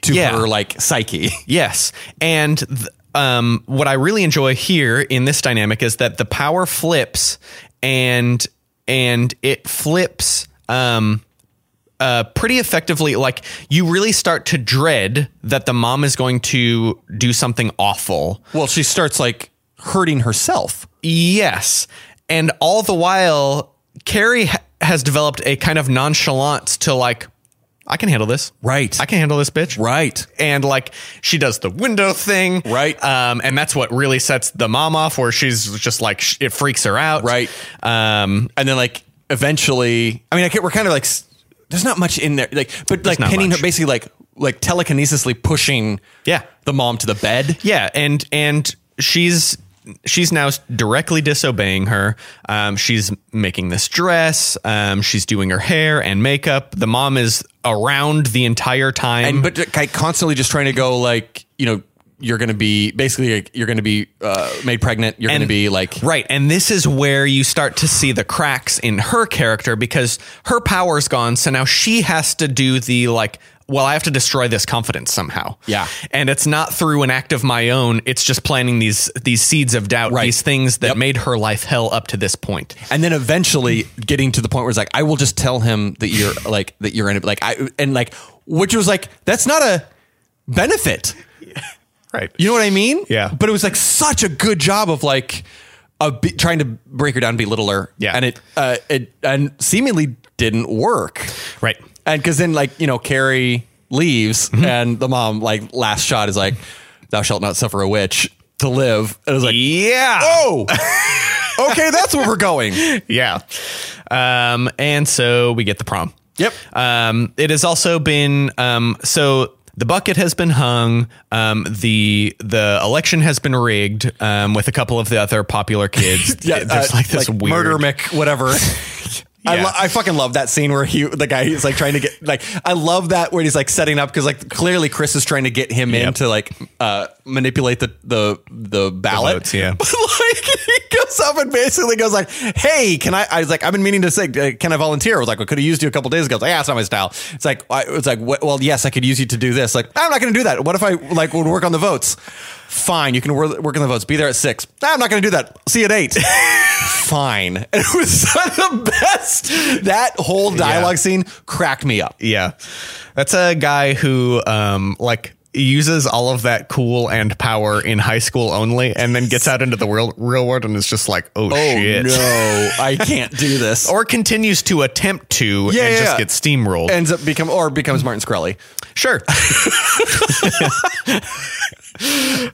Speaker 3: to
Speaker 2: Yeah.
Speaker 3: her like psyche.
Speaker 2: Yes. And th- um, what I really enjoy here in this dynamic is that the power flips and and it flips um, uh, pretty effectively. Like you really start to dread that the mom is going to do something awful.
Speaker 3: Well, she starts like hurting herself.
Speaker 2: Yes. And all the while, Carrie ha- has developed a kind of nonchalance to like, I can handle this.
Speaker 3: Right.
Speaker 2: I can handle this bitch.
Speaker 3: Right.
Speaker 2: And like, she does the window thing.
Speaker 3: Right.
Speaker 2: Um, and that's what really sets the mom off, where she's just like, sh- it freaks her out.
Speaker 3: Right.
Speaker 2: Um,
Speaker 3: and then like eventually i mean I get, we're kind of like s- there's not much in there like but like
Speaker 2: not
Speaker 3: pinning
Speaker 2: much.
Speaker 3: her basically like like telekinesisly pushing
Speaker 2: Yeah.
Speaker 3: the mom to the bed
Speaker 2: yeah. And, and she's, she's now directly disobeying her. Um, she's making this dress. Um, she's doing her hair and makeup. The mom is around the entire time.
Speaker 3: and but like, constantly just trying to go like you know you're gonna be basically like, you're gonna be uh, made pregnant you're gonna
Speaker 2: And-
Speaker 3: be like
Speaker 2: Right. And this is where you start to see the cracks in her character because her power's gone. So now she has to do the like, well, I have to destroy this confidence somehow.
Speaker 3: Yeah.
Speaker 2: And it's not through an act of my own. It's just planting these these seeds of doubt,
Speaker 3: Right.
Speaker 2: these things that
Speaker 3: Yep.
Speaker 2: made her life hell up to this point.
Speaker 3: and then eventually getting to the point where it's like i will just tell him that you're like that you're gonna like i and like which was like that's not a benefit
Speaker 2: Right.
Speaker 3: You know what I mean?
Speaker 2: Yeah.
Speaker 3: But it was like such a good job of like a be- trying to break her down, belittle her.
Speaker 2: Yeah.
Speaker 3: And it uh, it and seemingly didn't work.
Speaker 2: Right. Mm-hmm.
Speaker 3: And because then like you know Carrie leaves and the mom like last shot is like, "Thou shalt not suffer a witch to live." And it was like,
Speaker 2: Yeah.
Speaker 3: oh, okay, that's where we're going.
Speaker 2: yeah. Um, and so we get the prom.
Speaker 3: Yep.
Speaker 2: Um, it has also been um, so the bucket has been hung. Um, the the election has been rigged um, with a couple of the other popular kids. There's
Speaker 3: uh,
Speaker 2: like this weird
Speaker 3: murder Mick, whatever. I,
Speaker 2: Yeah.
Speaker 3: lo- I fucking love that scene where he, the guy, he's like trying to get, like, I love that where he's like setting up because like clearly Chris is trying to get him in
Speaker 2: Yep.
Speaker 3: to like uh, manipulate the the the ballot.
Speaker 2: votes, yeah.
Speaker 3: but like he goes up and basically goes like, "Hey, can I?" I was like, "I've been meaning to say, uh, can I volunteer?" I was like, "I could have used you a couple days ago." I was like, "Yeah, it's not my style." It's like, I, it's like, "What- well, yes, I could use you to do this. Like, I'm not going to do that. What if I like would work on the votes? Fine, you can wor- work on the votes. Be there at six. "Nah, I'm not going to do that. See you at eight. Fine. And it was the best. That whole dialogue
Speaker 2: Yeah.
Speaker 3: scene cracked me up.
Speaker 2: Yeah, that's a guy who um, like uses all of that cool and power in high school only, and then gets out into the real real world and is just like, oh, shit.
Speaker 3: no, I can't do this.
Speaker 2: Or continues to attempt to
Speaker 3: Yeah,
Speaker 2: and
Speaker 3: yeah,
Speaker 2: just
Speaker 3: yeah.
Speaker 2: gets steamrolled.
Speaker 3: ends up become or becomes Martin Scully.
Speaker 2: sure.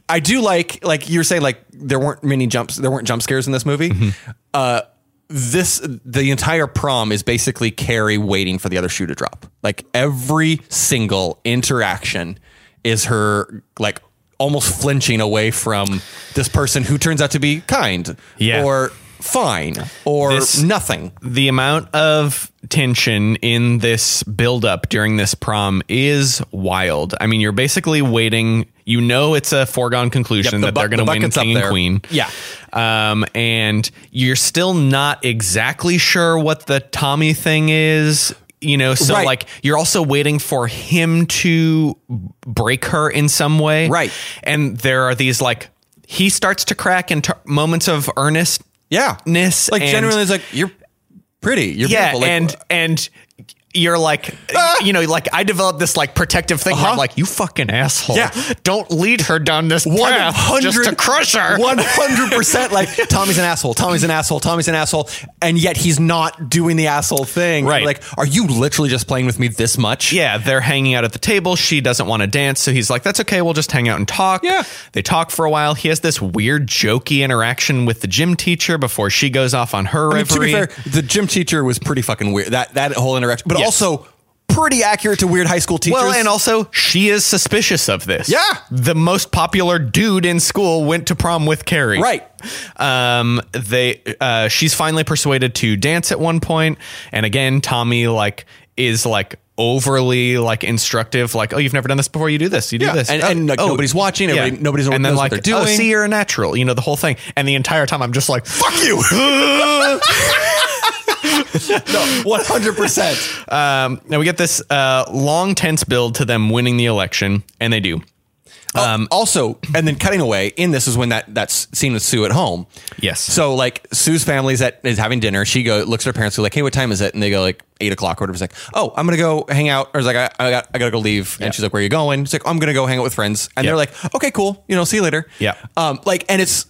Speaker 3: I do like like you were saying like there weren't many jumps there weren't jump scares in this movie.
Speaker 2: Mm-hmm.
Speaker 3: Uh this the entire prom is basically Carrie waiting for the other shoe to drop. Like every single interaction is her like almost flinching away from this person who turns out to be kind
Speaker 2: Yeah.
Speaker 3: or fine or
Speaker 2: This-
Speaker 3: nothing.
Speaker 2: the amount of tension in this buildup during this prom is wild. I mean, you're basically waiting. You know, it's a foregone conclusion
Speaker 3: Yep, the
Speaker 2: that
Speaker 3: bu-
Speaker 2: they're
Speaker 3: the
Speaker 2: going to win
Speaker 3: bucket's up
Speaker 2: king and
Speaker 3: there.
Speaker 2: queen.
Speaker 3: Yeah.
Speaker 2: um, and you're still not exactly sure what the Tommy thing is. You know, so
Speaker 3: Right.
Speaker 2: like you're also waiting for him to break her in some way,
Speaker 3: Right.
Speaker 2: And there are these like he starts to crack in t- moments of earnestness,
Speaker 3: Yeah. Like
Speaker 2: and-
Speaker 3: generally it's like uh, Ah! you're pretty. You're
Speaker 2: yeah,
Speaker 3: beautiful. Like,
Speaker 2: and and you're like, you know, like I developed this like protective thing. Where I'm
Speaker 7: Uh-huh.
Speaker 2: like, you fucking asshole.
Speaker 3: Yeah.
Speaker 2: Don't lead her down this path just to crush her.
Speaker 3: One hundred percent. Like Tommy's an asshole. Tommy's an asshole. Tommy's an asshole. And yet he's not doing the asshole thing.
Speaker 2: Right.
Speaker 3: uh, Like, are you literally just playing with me this much?
Speaker 2: Yeah, they're hanging out at the table. She doesn't want to dance, so he's like, "That's okay, we'll just hang out and talk."
Speaker 3: Yeah.
Speaker 2: They talk for a while. He has this weird, jokey interaction with the gym teacher before she goes off on her
Speaker 3: I mean, to
Speaker 2: reverie.
Speaker 3: be fair, the gym teacher was pretty fucking weird. That that whole interaction, but
Speaker 2: Yes.
Speaker 3: also pretty accurate to weird high school teachers.
Speaker 2: well, and also she is suspicious of this.
Speaker 3: Yeah.
Speaker 2: the most popular dude in school went to prom with Carrie.
Speaker 3: Right.
Speaker 2: Um, they, uh, she's finally persuaded to dance at one point, and again, Tommy like is like overly like instructive, like, oh, you've never done this before, you do this, you do
Speaker 3: Yeah.
Speaker 2: this,
Speaker 3: And-
Speaker 2: Oh,
Speaker 3: and, like,
Speaker 2: oh,
Speaker 3: nobody's watching, everybody- nobody knows
Speaker 2: and then
Speaker 3: what
Speaker 2: like,
Speaker 3: they're
Speaker 2: oh,
Speaker 3: doing.
Speaker 2: see, you're a natural, you know, the whole thing, and the entire time I'm just like, fuck you.
Speaker 3: no, one hundred percent.
Speaker 2: Um, now we get this uh, long tense build to them winning the election, and they do.
Speaker 3: Um, also, and then cutting away in this is when that that s- scene with Sue at home.
Speaker 2: Yes.
Speaker 3: So like Sue's family's at is having dinner. She go looks at her parents. Who like, hey, what time is it? And they go like eight o'clock or whatever. It's like, oh, I'm gonna go hang out. Or it's like, I, I got I gotta go leave.
Speaker 2: Yeah.
Speaker 3: And she's like, where are you going? It's like, I'm gonna go hang out with friends. And
Speaker 2: Yeah.
Speaker 3: they're like, okay, cool. You know, see you later.
Speaker 2: Yeah.
Speaker 3: Um, like, and it's,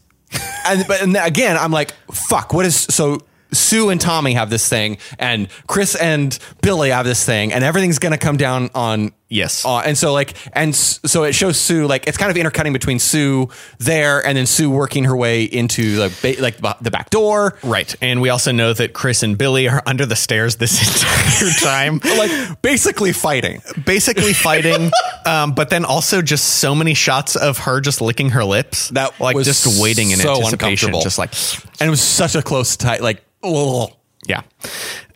Speaker 3: and but and then again, I'm like, fuck. What is so? Sue and Tommy have this thing, and Chris and Billy have this thing, and everything's gonna come down on
Speaker 2: Yes.
Speaker 3: on- and so like and s- so it shows Sue like it's kind of intercutting between Sue there and then Sue working her way into like ba- like b- the back door.
Speaker 2: Right. And we also know that Chris and Billy are under the stairs this entire time.
Speaker 3: Like basically fighting.
Speaker 2: basically fighting, um, but then also just so many shots of her just licking her lips.
Speaker 3: That
Speaker 2: like
Speaker 3: was
Speaker 2: just waiting in
Speaker 3: so
Speaker 2: anticipation,
Speaker 3: uncomfortable.
Speaker 2: just like
Speaker 3: And it was such a close tie like ugh.
Speaker 2: yeah.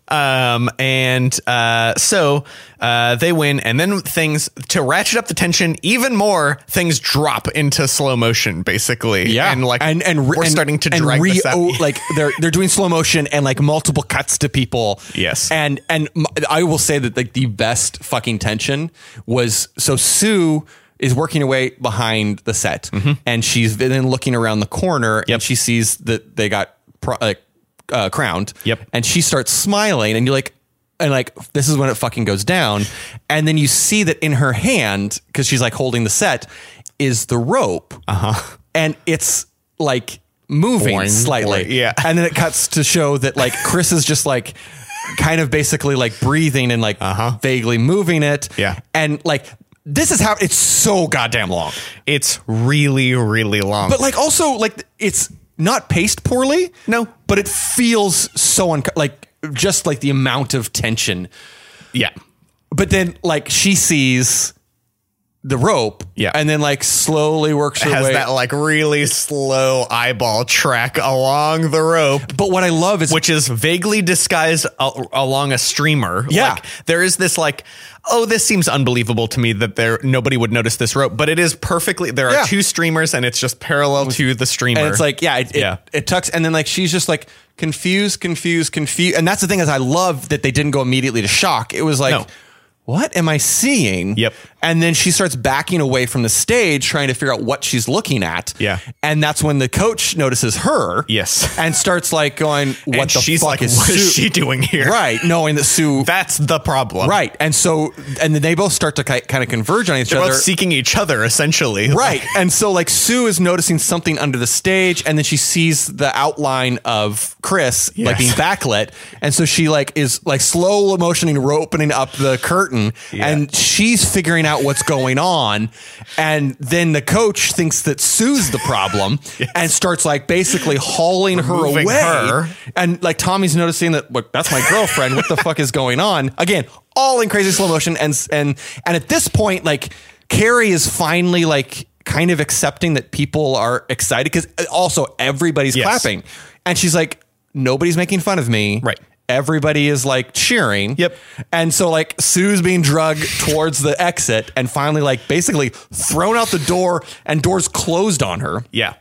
Speaker 2: Um, and uh, so uh, they win, and then things to ratchet up the tension even more. Things drop into slow motion, basically. and like
Speaker 3: and and re-
Speaker 2: we're
Speaker 3: and-
Speaker 2: starting to
Speaker 3: and
Speaker 2: drag
Speaker 3: re-
Speaker 2: this out.
Speaker 3: oh, like they're they're doing slow motion and like multiple cuts to people.
Speaker 2: Yes.
Speaker 3: and and m- I will say that like the best fucking tension was so Sue is working away behind the set
Speaker 2: Mm-hmm.
Speaker 3: and she's then looking around the corner and she sees that they got pro- like uh, crowned.
Speaker 2: Yep.
Speaker 3: and she starts smiling and you're like. And like this is when it fucking goes down, and then you see that in her hand because she's like holding the set is the rope, uh-huh. and it's like moving
Speaker 2: Boing,
Speaker 3: slightly.
Speaker 2: boing, yeah.
Speaker 3: And then it cuts to show that like Chris is just like kind of basically like breathing and like vaguely moving it.
Speaker 2: Uh-huh. Yeah.
Speaker 3: And like this is how it's so goddamn long.
Speaker 2: it's really, really long.
Speaker 3: But like also like it's not paced poorly.
Speaker 2: No.
Speaker 3: But it feels so un like just like the amount of tension.
Speaker 2: yeah,
Speaker 3: But then like she sees the rope.
Speaker 2: Yeah.
Speaker 3: And then like slowly works her
Speaker 2: has
Speaker 3: way.
Speaker 2: that like really slow eyeball track along the rope.
Speaker 3: but what I love is
Speaker 2: which is vaguely disguised al- along a streamer.
Speaker 3: Yeah.
Speaker 2: like, there is this like, oh, this seems unbelievable to me that there nobody would notice this rope, but it is perfectly. There are
Speaker 3: Yeah.
Speaker 2: two streamers, and it's just parallel to the streamer.
Speaker 3: and it's like yeah it, it-
Speaker 2: Yeah.
Speaker 3: it tucks and then like she's just like confused confused confused and that's the thing is i love that they didn't go immediately to shock it was like
Speaker 2: No.
Speaker 3: what am i seeing
Speaker 2: Yep.
Speaker 3: and then she starts backing away from the stage trying to figure out what she's looking at
Speaker 2: Yeah.
Speaker 3: and that's when the coach notices her
Speaker 2: Yes.
Speaker 3: and starts like going what
Speaker 2: And
Speaker 3: the
Speaker 2: she's
Speaker 3: fuck
Speaker 2: like,
Speaker 3: is
Speaker 2: what is
Speaker 3: Sue-
Speaker 2: she doing here?
Speaker 3: right knowing that sue
Speaker 2: that's the problem.
Speaker 3: right and so and then they both start to ki- kind of converge on each
Speaker 2: they're
Speaker 3: other
Speaker 2: both seeking each other essentially.
Speaker 3: Right. And so like Sue is noticing something under the stage and then she sees the outline of Chris
Speaker 2: Yes.
Speaker 3: like being backlit. And so she like is like slow motioning opening up the curtain and she's figuring out what's going on. And then the coach thinks that Sue's the problem and starts like basically hauling her
Speaker 2: Removing
Speaker 3: away.
Speaker 2: her.
Speaker 3: And like Tommy's noticing that look, that's my girlfriend. what the fuck is going on? Again, all in crazy slow motion, and and and at this point, like Carrie is finally like kind of accepting that people are excited because also everybody's
Speaker 2: Yes.
Speaker 3: clapping, and she's like, nobody's making fun of me,
Speaker 2: Right.
Speaker 3: Everybody is like cheering.
Speaker 2: Yep.
Speaker 3: And so like Sue's being drugged towards the exit and finally like basically thrown out the door and doors closed on her.
Speaker 2: Yeah.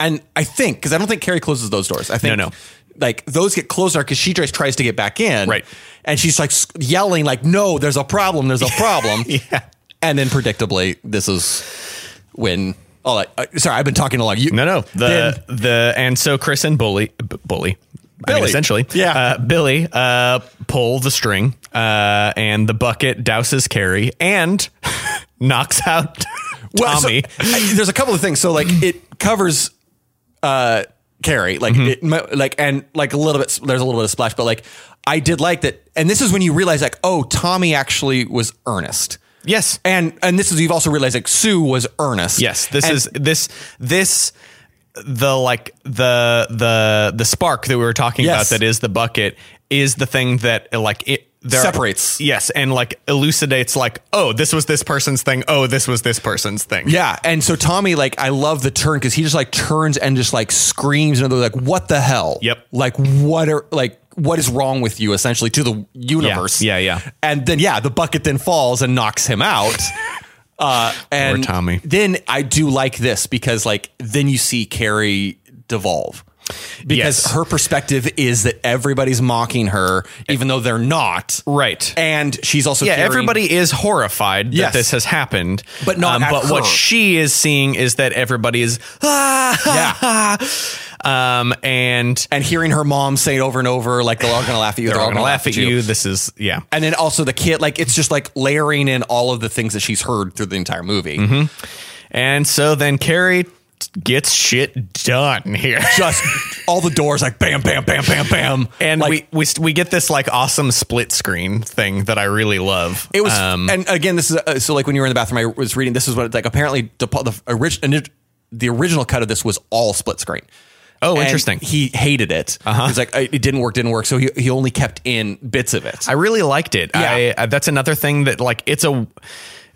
Speaker 3: And I think because I don't think Carrie closes those doors. I think
Speaker 2: No, no.
Speaker 3: Like those get closed because she just tries to get back in.
Speaker 2: Right.
Speaker 3: And she's like s- yelling, like, "No, there's a problem. There's a problem."
Speaker 2: Yeah.
Speaker 3: And then predictably, this is when. Oh, like, uh, sorry, I've been talking a lot. You,
Speaker 2: No, no. The
Speaker 3: Then-
Speaker 2: the and so Chris and Bully B- Bully. I mean,
Speaker 3: Billy.
Speaker 2: essentially,
Speaker 3: Yeah.
Speaker 2: Uh, Billy uh, pull the string, uh, and the bucket douses Carrie and knocks out
Speaker 3: Well, so,
Speaker 2: Tommy.
Speaker 3: I- there's a couple of things. So like it covers uh Carrie, like
Speaker 2: Mm-hmm.
Speaker 3: it mo like and like a little bit. There's a little bit of splash, but like I did like that. And this is when you realize like, oh, Tommy actually was earnest.
Speaker 2: yes,
Speaker 3: And and this is you've also realized like Sue was earnest.
Speaker 2: Yes, this
Speaker 3: And-
Speaker 2: is this this the like the the the spark that we were talking
Speaker 3: Yes.
Speaker 2: about that is the bucket is the thing that like it there
Speaker 3: Separates.
Speaker 2: yes, and like elucidates like oh this was this person's thing oh this was this person's thing
Speaker 3: Yeah, and so Tommy, like, I love the turn because he just like turns and just like screams, and they're like, "What the hell?
Speaker 2: Yep.
Speaker 3: Like, what are like, what is wrong with you?" Essentially, to the universe.
Speaker 2: Yeah, yeah.
Speaker 3: And then, yeah, the bucket then falls and knocks him out. uh, and
Speaker 2: Tommy.
Speaker 3: Then I do like this because, like, then you see Carrie devolve because
Speaker 2: Yes.
Speaker 3: her perspective is that everybody's mocking her, even though they're not.
Speaker 2: E Right.
Speaker 3: And she's also
Speaker 2: yeah,
Speaker 3: carrying-
Speaker 2: everybody is horrified that
Speaker 3: Yes.
Speaker 2: this has happened, Um,
Speaker 3: But not at
Speaker 2: but what
Speaker 3: her.
Speaker 2: she is seeing is that everybody is ah, yeah, um, and
Speaker 3: And hearing her mom say it over and over, like they're all gonna laugh at you.
Speaker 2: they're all gonna laugh at you. This is yeah,
Speaker 3: and then also the kid like it's just like layering in all of the things that she's heard through the entire movie
Speaker 2: Mm-hmm. And so then Carrie t- gets shit done here.
Speaker 3: just all the doors like bam bam bam bam bam
Speaker 2: And
Speaker 3: like
Speaker 2: we, we st- we get this like awesome split screen thing that I really love.
Speaker 3: it was
Speaker 2: Um,
Speaker 3: and again this is uh, so like when you were in the bathroom i was reading this is what like apparently the, the, original, the original cut of this was all split screen
Speaker 2: oh,
Speaker 3: And
Speaker 2: interesting.
Speaker 3: he hated it uh-huh. he's like "I- it didn't work didn't work so he, he only kept in bits of it
Speaker 2: I really liked it.
Speaker 3: Yeah.
Speaker 2: I, uh, that's another thing that like it's a.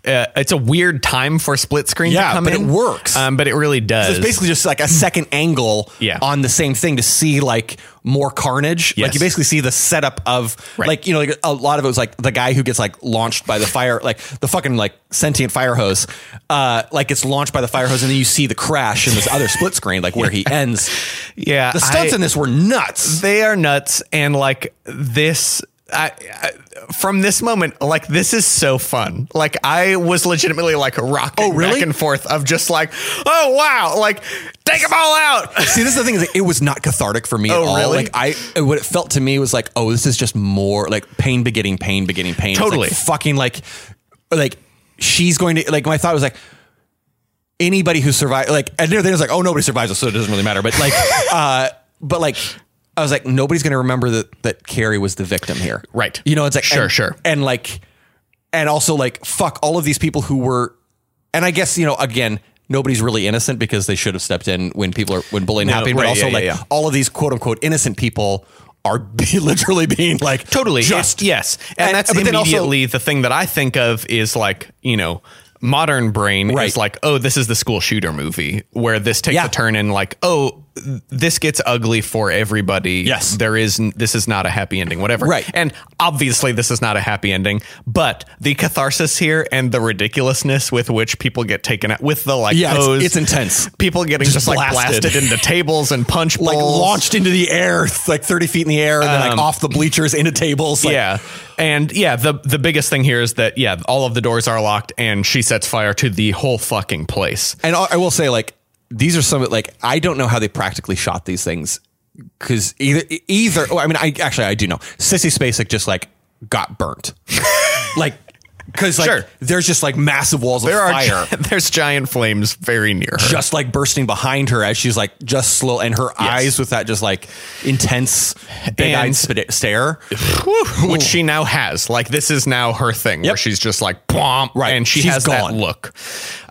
Speaker 2: Uh, it's a weird time for split screen
Speaker 3: Yeah,
Speaker 2: to come
Speaker 3: but it
Speaker 2: in.
Speaker 3: works.
Speaker 2: Um, but it really does.
Speaker 3: So it's basically just like a second angle
Speaker 2: Yeah.
Speaker 3: on the same thing to see like more carnage. Like
Speaker 2: Yes.
Speaker 3: you basically see the setup of
Speaker 2: Right.
Speaker 3: like you know like a lot of it was like the guy who gets like launched by the fire like the fucking like sentient fire hose uh like gets launched by the fire hose and then you see the crash in this other split screen like where he ends.
Speaker 2: yeah.
Speaker 3: The stunts
Speaker 2: I-
Speaker 3: in this were nuts.
Speaker 2: they are nuts and like this I, I from this moment like this is so fun like i was legitimately like rocking
Speaker 3: Oh, really?
Speaker 2: back and forth of just like oh wow like take them all out
Speaker 3: See, this is the thing is like, it was not cathartic for me
Speaker 2: Oh,
Speaker 3: at all.
Speaker 2: really?
Speaker 3: Like I, what it felt to me was like, oh, this is just more like pain beginning pain beginning pain. It's, like,
Speaker 2: Totally.
Speaker 3: fucking like, like she's going to like. My thought was like, anybody who survived, like, and then it was like, oh, nobody survives this, so it doesn't really matter. But like, uh, but like. I was like, nobody's going to remember that that Carrie was the victim here,
Speaker 2: Right.
Speaker 3: You know, it's like
Speaker 2: Sure,
Speaker 3: and-
Speaker 2: sure.
Speaker 3: and like, and also like, fuck all of these people who were and I guess you know again nobody's really innocent because they should have stepped in when people are when bullying
Speaker 2: No,
Speaker 3: happened
Speaker 2: right,
Speaker 3: but also
Speaker 2: yeah,
Speaker 3: like
Speaker 2: yeah, yeah.
Speaker 3: all of these quote unquote innocent people are be literally being like
Speaker 2: totally
Speaker 3: just
Speaker 2: It- yes and,
Speaker 3: And-
Speaker 2: that's
Speaker 3: but then also-
Speaker 2: immediately the thing that i think of is like you know modern brain
Speaker 3: Right.
Speaker 2: is like oh this is the school shooter movie where this takes
Speaker 3: Yeah.
Speaker 2: a turn and like oh th- this gets ugly for everybody
Speaker 3: Yes.
Speaker 2: there is n- this is not a happy ending whatever
Speaker 3: Right.
Speaker 2: and obviously this is not a happy ending but the catharsis here and the ridiculousness with which people get taken out with the like
Speaker 3: Yeah, it's-
Speaker 2: hose,
Speaker 3: it's intense.
Speaker 2: people getting just, like
Speaker 3: blasted.
Speaker 2: blasted into tables and punch
Speaker 3: like
Speaker 2: bowls.
Speaker 3: launched into the air like 30 feet in the air and then
Speaker 2: Um,
Speaker 3: like off the bleachers into tables like,
Speaker 2: yeah. And yeah, the the biggest thing here is that yeah, all of the doors are locked and she sets fire to the whole fucking place.
Speaker 3: and I I will say like these are some of like I don't know how they practically shot these things because either either oh, I mean I actually I do know Sissy Spacek just like got burnt like because like
Speaker 2: Sure.
Speaker 3: there's just like massive walls
Speaker 2: There
Speaker 3: of
Speaker 2: are
Speaker 3: fire
Speaker 2: there's giant flames very near her.
Speaker 3: just like bursting behind her as she's like just slow and her eyes with that just like intense big eyed
Speaker 2: And-
Speaker 3: sp- stare
Speaker 2: which she now has. Like this is now her thing where
Speaker 3: Yep.
Speaker 2: she's just like bomb
Speaker 3: Right.
Speaker 2: and she
Speaker 3: She's
Speaker 2: has
Speaker 3: gone.
Speaker 2: that look.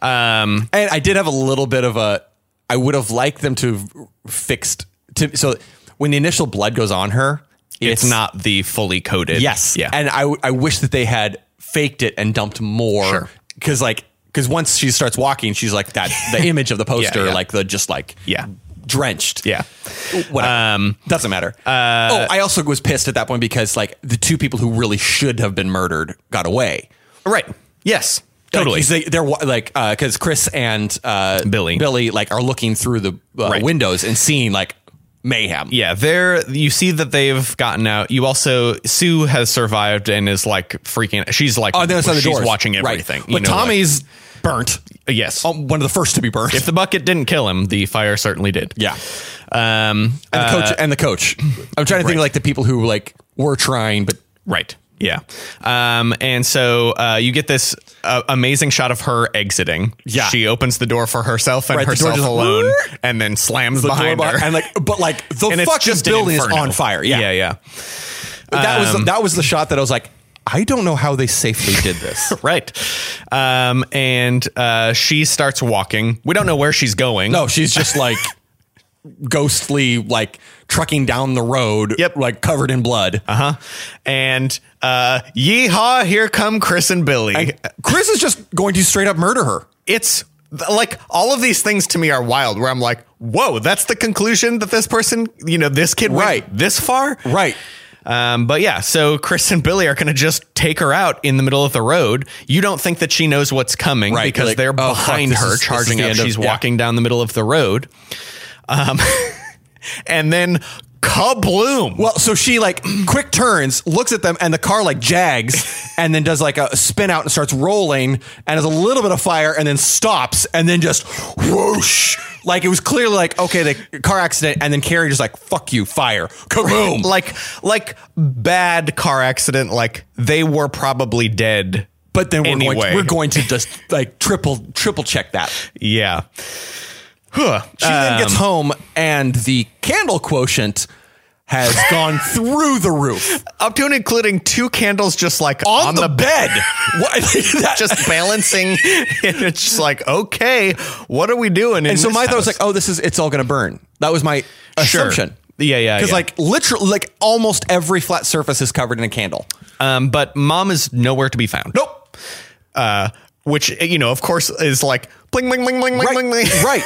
Speaker 2: Um
Speaker 3: and I did have a little bit of a I would have liked them to have fixed to so when the initial blood goes on her
Speaker 2: it's, not the fully coated.
Speaker 3: Yes.
Speaker 2: Yeah.
Speaker 3: And I, I wish that they had faked it and dumped more.
Speaker 2: Sure.
Speaker 3: Because, like, because once she starts walking, she's like that, the image of the poster,
Speaker 2: yeah.
Speaker 3: like the just like,
Speaker 2: Yeah.
Speaker 3: drenched.
Speaker 2: yeah. Uh,
Speaker 3: Whatever. Doesn't matter. oh, I also was pissed at that point because, like, the two people who really should have been murdered got away.
Speaker 2: Right. Yes. Totally.
Speaker 3: Like, 'cause they, they're wa- like, uh, because Chris and uh,
Speaker 2: Billy.
Speaker 3: Billy, like, are looking through the uh,
Speaker 2: Right.
Speaker 3: windows and seeing, like, mayhem.
Speaker 2: yeah, there you see that they've gotten out. You also Sue has survived and is like freaking. She's like
Speaker 3: Oh, there's other
Speaker 2: she's
Speaker 3: doors.
Speaker 2: watching
Speaker 3: Right.
Speaker 2: everything.
Speaker 3: But Tommy's burnt.
Speaker 2: like- yes,
Speaker 3: Um, one of the first to be burnt.
Speaker 2: if the bucket didn't kill him, the fire certainly did.
Speaker 3: Yeah.
Speaker 2: Um,
Speaker 3: and the coach and the coach. I'm trying to
Speaker 2: Uh,
Speaker 3: think of
Speaker 2: right.
Speaker 3: like the people who like were trying but
Speaker 2: Right. Yeah. Um, and so uh, you get this uh, amazing shot of her exiting.
Speaker 3: Yeah.
Speaker 2: She opens the door for herself and
Speaker 3: Right, the door
Speaker 2: herself
Speaker 3: just-
Speaker 2: alone, and then slams
Speaker 3: The
Speaker 2: behind
Speaker 3: door behind-
Speaker 2: her.
Speaker 3: and like, but like the
Speaker 2: And it's
Speaker 3: fucking
Speaker 2: just an
Speaker 3: building is
Speaker 2: inferno.
Speaker 3: on fire. Yeah,
Speaker 2: Yeah. um, Yeah.
Speaker 3: that was the, that was the shot that I was like, I don't know how they safely did this.
Speaker 2: Right. Um, and uh, she starts walking. We don't know where she's going.
Speaker 3: no, she's just like ghostly, like trucking down the road.
Speaker 2: Yep.
Speaker 3: like covered in blood.
Speaker 2: Uh huh. And uh, yeehaw, here come Chris and Billy.
Speaker 3: And Chris is just going to straight up murder her.
Speaker 2: it's like all of these things to me are wild where I'm like, whoa, that's the conclusion that this person, you know, this kid went
Speaker 3: Right.
Speaker 2: this far.
Speaker 3: Right.
Speaker 2: Um, but yeah, so Chris and Billy are going to just take her out in the middle of the road. You don't think that she knows what's coming
Speaker 3: Right,
Speaker 2: because
Speaker 3: like,
Speaker 2: they're
Speaker 3: oh, fuck,
Speaker 2: behind
Speaker 3: this
Speaker 2: her,
Speaker 3: is- this is
Speaker 2: charging
Speaker 3: the
Speaker 2: up.
Speaker 3: end of-
Speaker 2: She's
Speaker 3: yeah.
Speaker 2: walking down the middle of the road. Um, and then kabloom.
Speaker 3: Well, so she like quick turns, looks at them, and the car like jags, and then does like a spin out and starts rolling, and has a little bit of fire, and then stops, and then just whoosh. Like it was clearly like okay, the car accident, and then Carrie just like fuck you, fire, kaboom.
Speaker 2: like, like bad car accident. Like they were probably dead.
Speaker 3: But then we're going
Speaker 2: Anyway.
Speaker 3: to, we're going to just like triple triple check that.
Speaker 2: Yeah. Huh.
Speaker 3: She then
Speaker 2: Um,
Speaker 3: gets home, and the candle quotient has gone through the roof
Speaker 2: up to and including two candles just like
Speaker 3: on,
Speaker 2: on,
Speaker 3: the, bed. what? that,
Speaker 2: just balancing and it's just like okay what are we doing in
Speaker 3: and so
Speaker 2: this
Speaker 3: my thought was
Speaker 2: house?
Speaker 3: like, oh, this is it's all going to burn. That was my
Speaker 2: Sure.
Speaker 3: assumption.
Speaker 2: Yeah, yeah,
Speaker 3: Because
Speaker 2: yeah.
Speaker 3: like literally, like almost every flat surface is covered in a candle.
Speaker 2: um but mom is nowhere to be found
Speaker 3: Nope.
Speaker 2: uh which you know of course is like bling bling bling bling
Speaker 3: Right.
Speaker 2: bling bling bling
Speaker 3: right.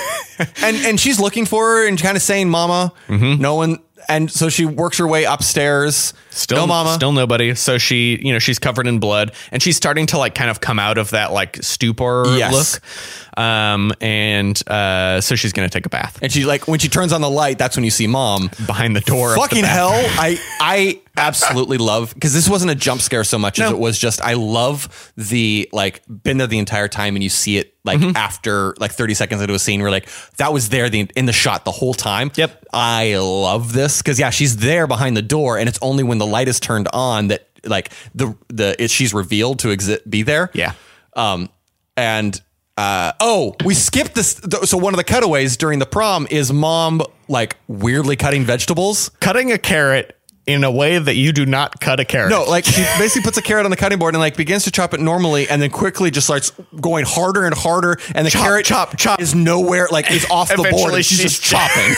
Speaker 3: And and she's looking for her and kind of saying, "Mama,
Speaker 2: Mm-hmm.
Speaker 3: no one." And so she works her way upstairs.
Speaker 2: Still,
Speaker 3: no mama.
Speaker 2: still nobody. So she, you know, she's covered in blood, and she's starting to like kind of come out of that like stupor
Speaker 3: Yes.
Speaker 2: look. Um, and uh, so she's gonna take a bath
Speaker 3: and she like when she turns on the light, that's when you see mom.
Speaker 2: behind the door. of the
Speaker 3: Fucking
Speaker 2: bath.
Speaker 3: hell! I I absolutely love because this wasn't a jump scare so much as
Speaker 2: No.
Speaker 3: it was just I love the like been there the entire time and you see it like
Speaker 2: Mm-hmm.
Speaker 3: after like thirty seconds into a scene where like that was there the in the shot the whole time.
Speaker 2: Yep.
Speaker 3: I love this because yeah, she's there behind the door and it's only when the light is turned on that like the the it, she's revealed to exist be there.
Speaker 2: Yeah.
Speaker 3: Um, and uh, oh, we skipped this. th- So one of the cutaways during the prom is mom like weirdly cutting vegetables.
Speaker 2: Cutting a carrot in a way that you do not cut a carrot.
Speaker 3: No, like she basically puts a carrot on the cutting board and like begins to chop it normally, and then quickly just starts going harder and harder, and the
Speaker 2: Chop,
Speaker 3: carrot
Speaker 2: chop, chop.
Speaker 3: is nowhere. Like is off the board.
Speaker 2: Eventually
Speaker 3: And she's
Speaker 2: she's-
Speaker 3: just chopping.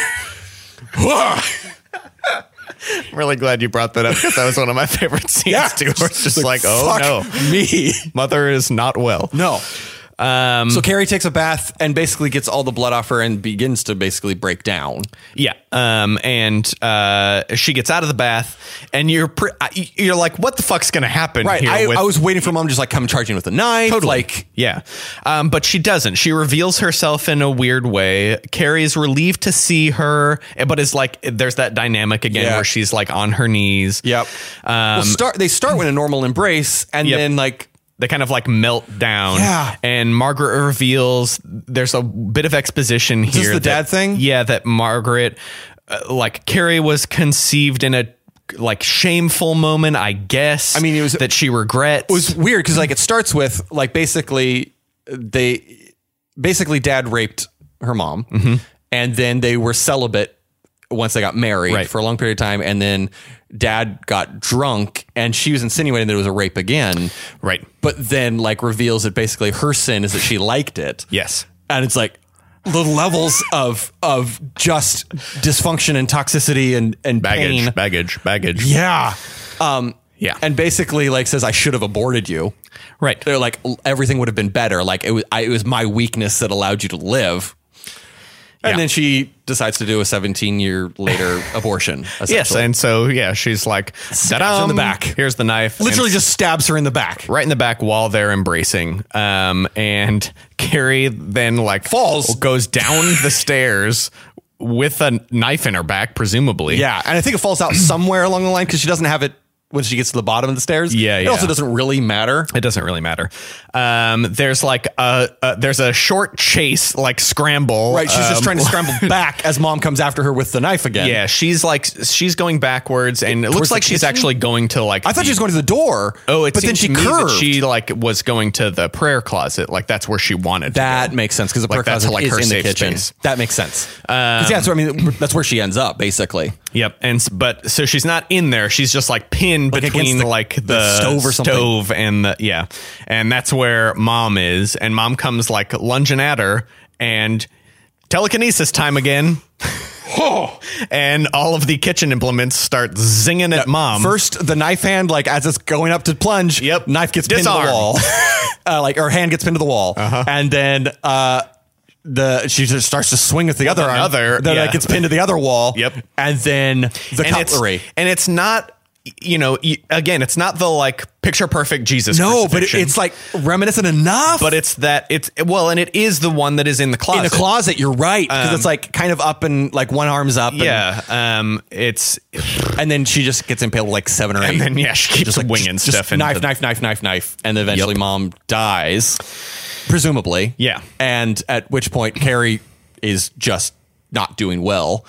Speaker 2: I'm really glad you brought that up because that was one of my favorite scenes too. Where it's just like, oh
Speaker 3: fuck
Speaker 2: no,
Speaker 3: me.
Speaker 2: mother is not well.
Speaker 3: No. so Carrie takes a bath and basically gets all the blood off her and begins to basically break down.
Speaker 2: Yeah. Um, and uh, she gets out of the bath, and you're pre- I- you're like, what the fuck's gonna happen
Speaker 3: Right.
Speaker 2: here?
Speaker 3: I,
Speaker 2: with-
Speaker 3: I was waiting for mom to just like come charging with a knife.
Speaker 2: Totally.
Speaker 3: Like
Speaker 2: yeah. Um, but she doesn't. She reveals herself in a weird way. Carrie's relieved to see her, but it's like there's that dynamic again
Speaker 3: Yeah.
Speaker 2: where she's like on her knees.
Speaker 3: Yep.
Speaker 2: Um,
Speaker 3: well, start they start with a normal embrace and
Speaker 2: Yep.
Speaker 3: then like
Speaker 2: they kind of like melt down.
Speaker 3: Yeah.
Speaker 2: And Margaret reveals there's a bit of exposition
Speaker 3: this
Speaker 2: here.
Speaker 3: the
Speaker 2: that-
Speaker 3: dad thing?
Speaker 2: Yeah, that Margaret, uh, like Carrie, was conceived in a like shameful moment, I guess.
Speaker 3: I mean, it was-
Speaker 2: that she regrets.
Speaker 3: it was weird because like it starts with like basically they basically dad raped her mom
Speaker 2: Mm-hmm.
Speaker 3: and then they were celibate once they got married
Speaker 2: Right.
Speaker 3: for a long period of time and then dad got drunk and she was insinuating that it was a rape again
Speaker 2: Right.
Speaker 3: but then like reveals that basically her sin is that she liked it
Speaker 2: yes.
Speaker 3: and it's like the levels of of just dysfunction and toxicity and and
Speaker 2: Baggage,
Speaker 3: pain.
Speaker 2: baggage, baggage.
Speaker 3: yeah um
Speaker 2: Yeah.
Speaker 3: and basically like says i should have aborted you
Speaker 2: Right.
Speaker 3: they're like l- everything would have been better like it was I, it was my weakness that allowed you to live and
Speaker 2: Yeah.
Speaker 3: then she decides to do a 17 year later abortion
Speaker 2: Yes.
Speaker 3: essentially.
Speaker 2: And so, yeah, she's like,
Speaker 3: her in the
Speaker 2: "Ta-dam,
Speaker 3: back.
Speaker 2: Here's the knife.
Speaker 3: literally
Speaker 2: And-
Speaker 3: just stabs her in the back
Speaker 2: right in the back while they're embracing. Um, and Carrie then like
Speaker 3: Falls.
Speaker 2: goes down the stairs with a knife in her back, presumably.
Speaker 3: yeah and i think it falls out somewhere along the line because she doesn't have it when she gets to the bottom of the stairs.
Speaker 2: Yeah,
Speaker 3: it
Speaker 2: yeah.
Speaker 3: also doesn't really matter.
Speaker 2: It doesn't really matter. Um, there's like a, a there's a short chase, like scramble.
Speaker 3: Right, she's
Speaker 2: um,
Speaker 3: just trying to scramble back as mom comes after her with the knife again.
Speaker 2: Yeah, she's like she's going backwards, and it looks
Speaker 3: the
Speaker 2: like she's
Speaker 3: kitchen?
Speaker 2: actually going to like.
Speaker 3: I thought she was going to the door.
Speaker 2: Oh, it
Speaker 3: but then
Speaker 2: seemed
Speaker 3: she
Speaker 2: to me
Speaker 3: curved.
Speaker 2: that she like was going to the prayer closet. Like that's where she wanted.
Speaker 3: that
Speaker 2: to go.
Speaker 3: makes sense because the prayer
Speaker 2: Like, that's
Speaker 3: closet
Speaker 2: like
Speaker 3: is
Speaker 2: her
Speaker 3: in the
Speaker 2: safe
Speaker 3: kitchen.
Speaker 2: space. Um,
Speaker 3: That makes sense. 'Cause yeah, so I mean, that's where she ends up basically.
Speaker 2: Yep, and s- but so she's not in there. She's just like pinned
Speaker 3: Like, against
Speaker 2: between
Speaker 3: the-
Speaker 2: like the,
Speaker 3: the stove or something.
Speaker 2: stove and the yeah, and that's where mom is, and mom comes like lunging at her, and telekinesis time again. and all of the kitchen implements start zinging at mom.
Speaker 3: First, the knife hand, like as it's going up to plunge,
Speaker 2: Yep.
Speaker 3: knife gets pinned to
Speaker 2: Disarm. Uh-huh.
Speaker 3: the wall, uh, like her hand gets pinned to the wall, and then uh, the she just starts to swing with the other arm,
Speaker 2: another-
Speaker 3: then
Speaker 2: yeah.
Speaker 3: it gets pinned to the other wall,
Speaker 2: Yep.
Speaker 3: and then the cutlery.
Speaker 2: It's, and it's not, you know, y- again, it's not the like picture perfect Jesus.
Speaker 3: No, but it,
Speaker 2: crucifixion,
Speaker 3: it's like reminiscent enough.
Speaker 2: but it's that it's well, and it is the one that is in the closet. Um,
Speaker 3: in the closet, you're right because it's like kind of up and like one arm's up, and,
Speaker 2: Yeah, um, it's
Speaker 3: and then she just gets impaled with, like seven or eight.
Speaker 2: and then yeah, she keeps
Speaker 3: just like
Speaker 2: winging
Speaker 3: just,
Speaker 2: stuff.
Speaker 3: Just
Speaker 2: into
Speaker 3: knife,
Speaker 2: the-
Speaker 3: knife, knife, knife, knife, and then eventually mom dies, presumably.
Speaker 2: Yeah.
Speaker 3: and at which point Carrie is just not doing well,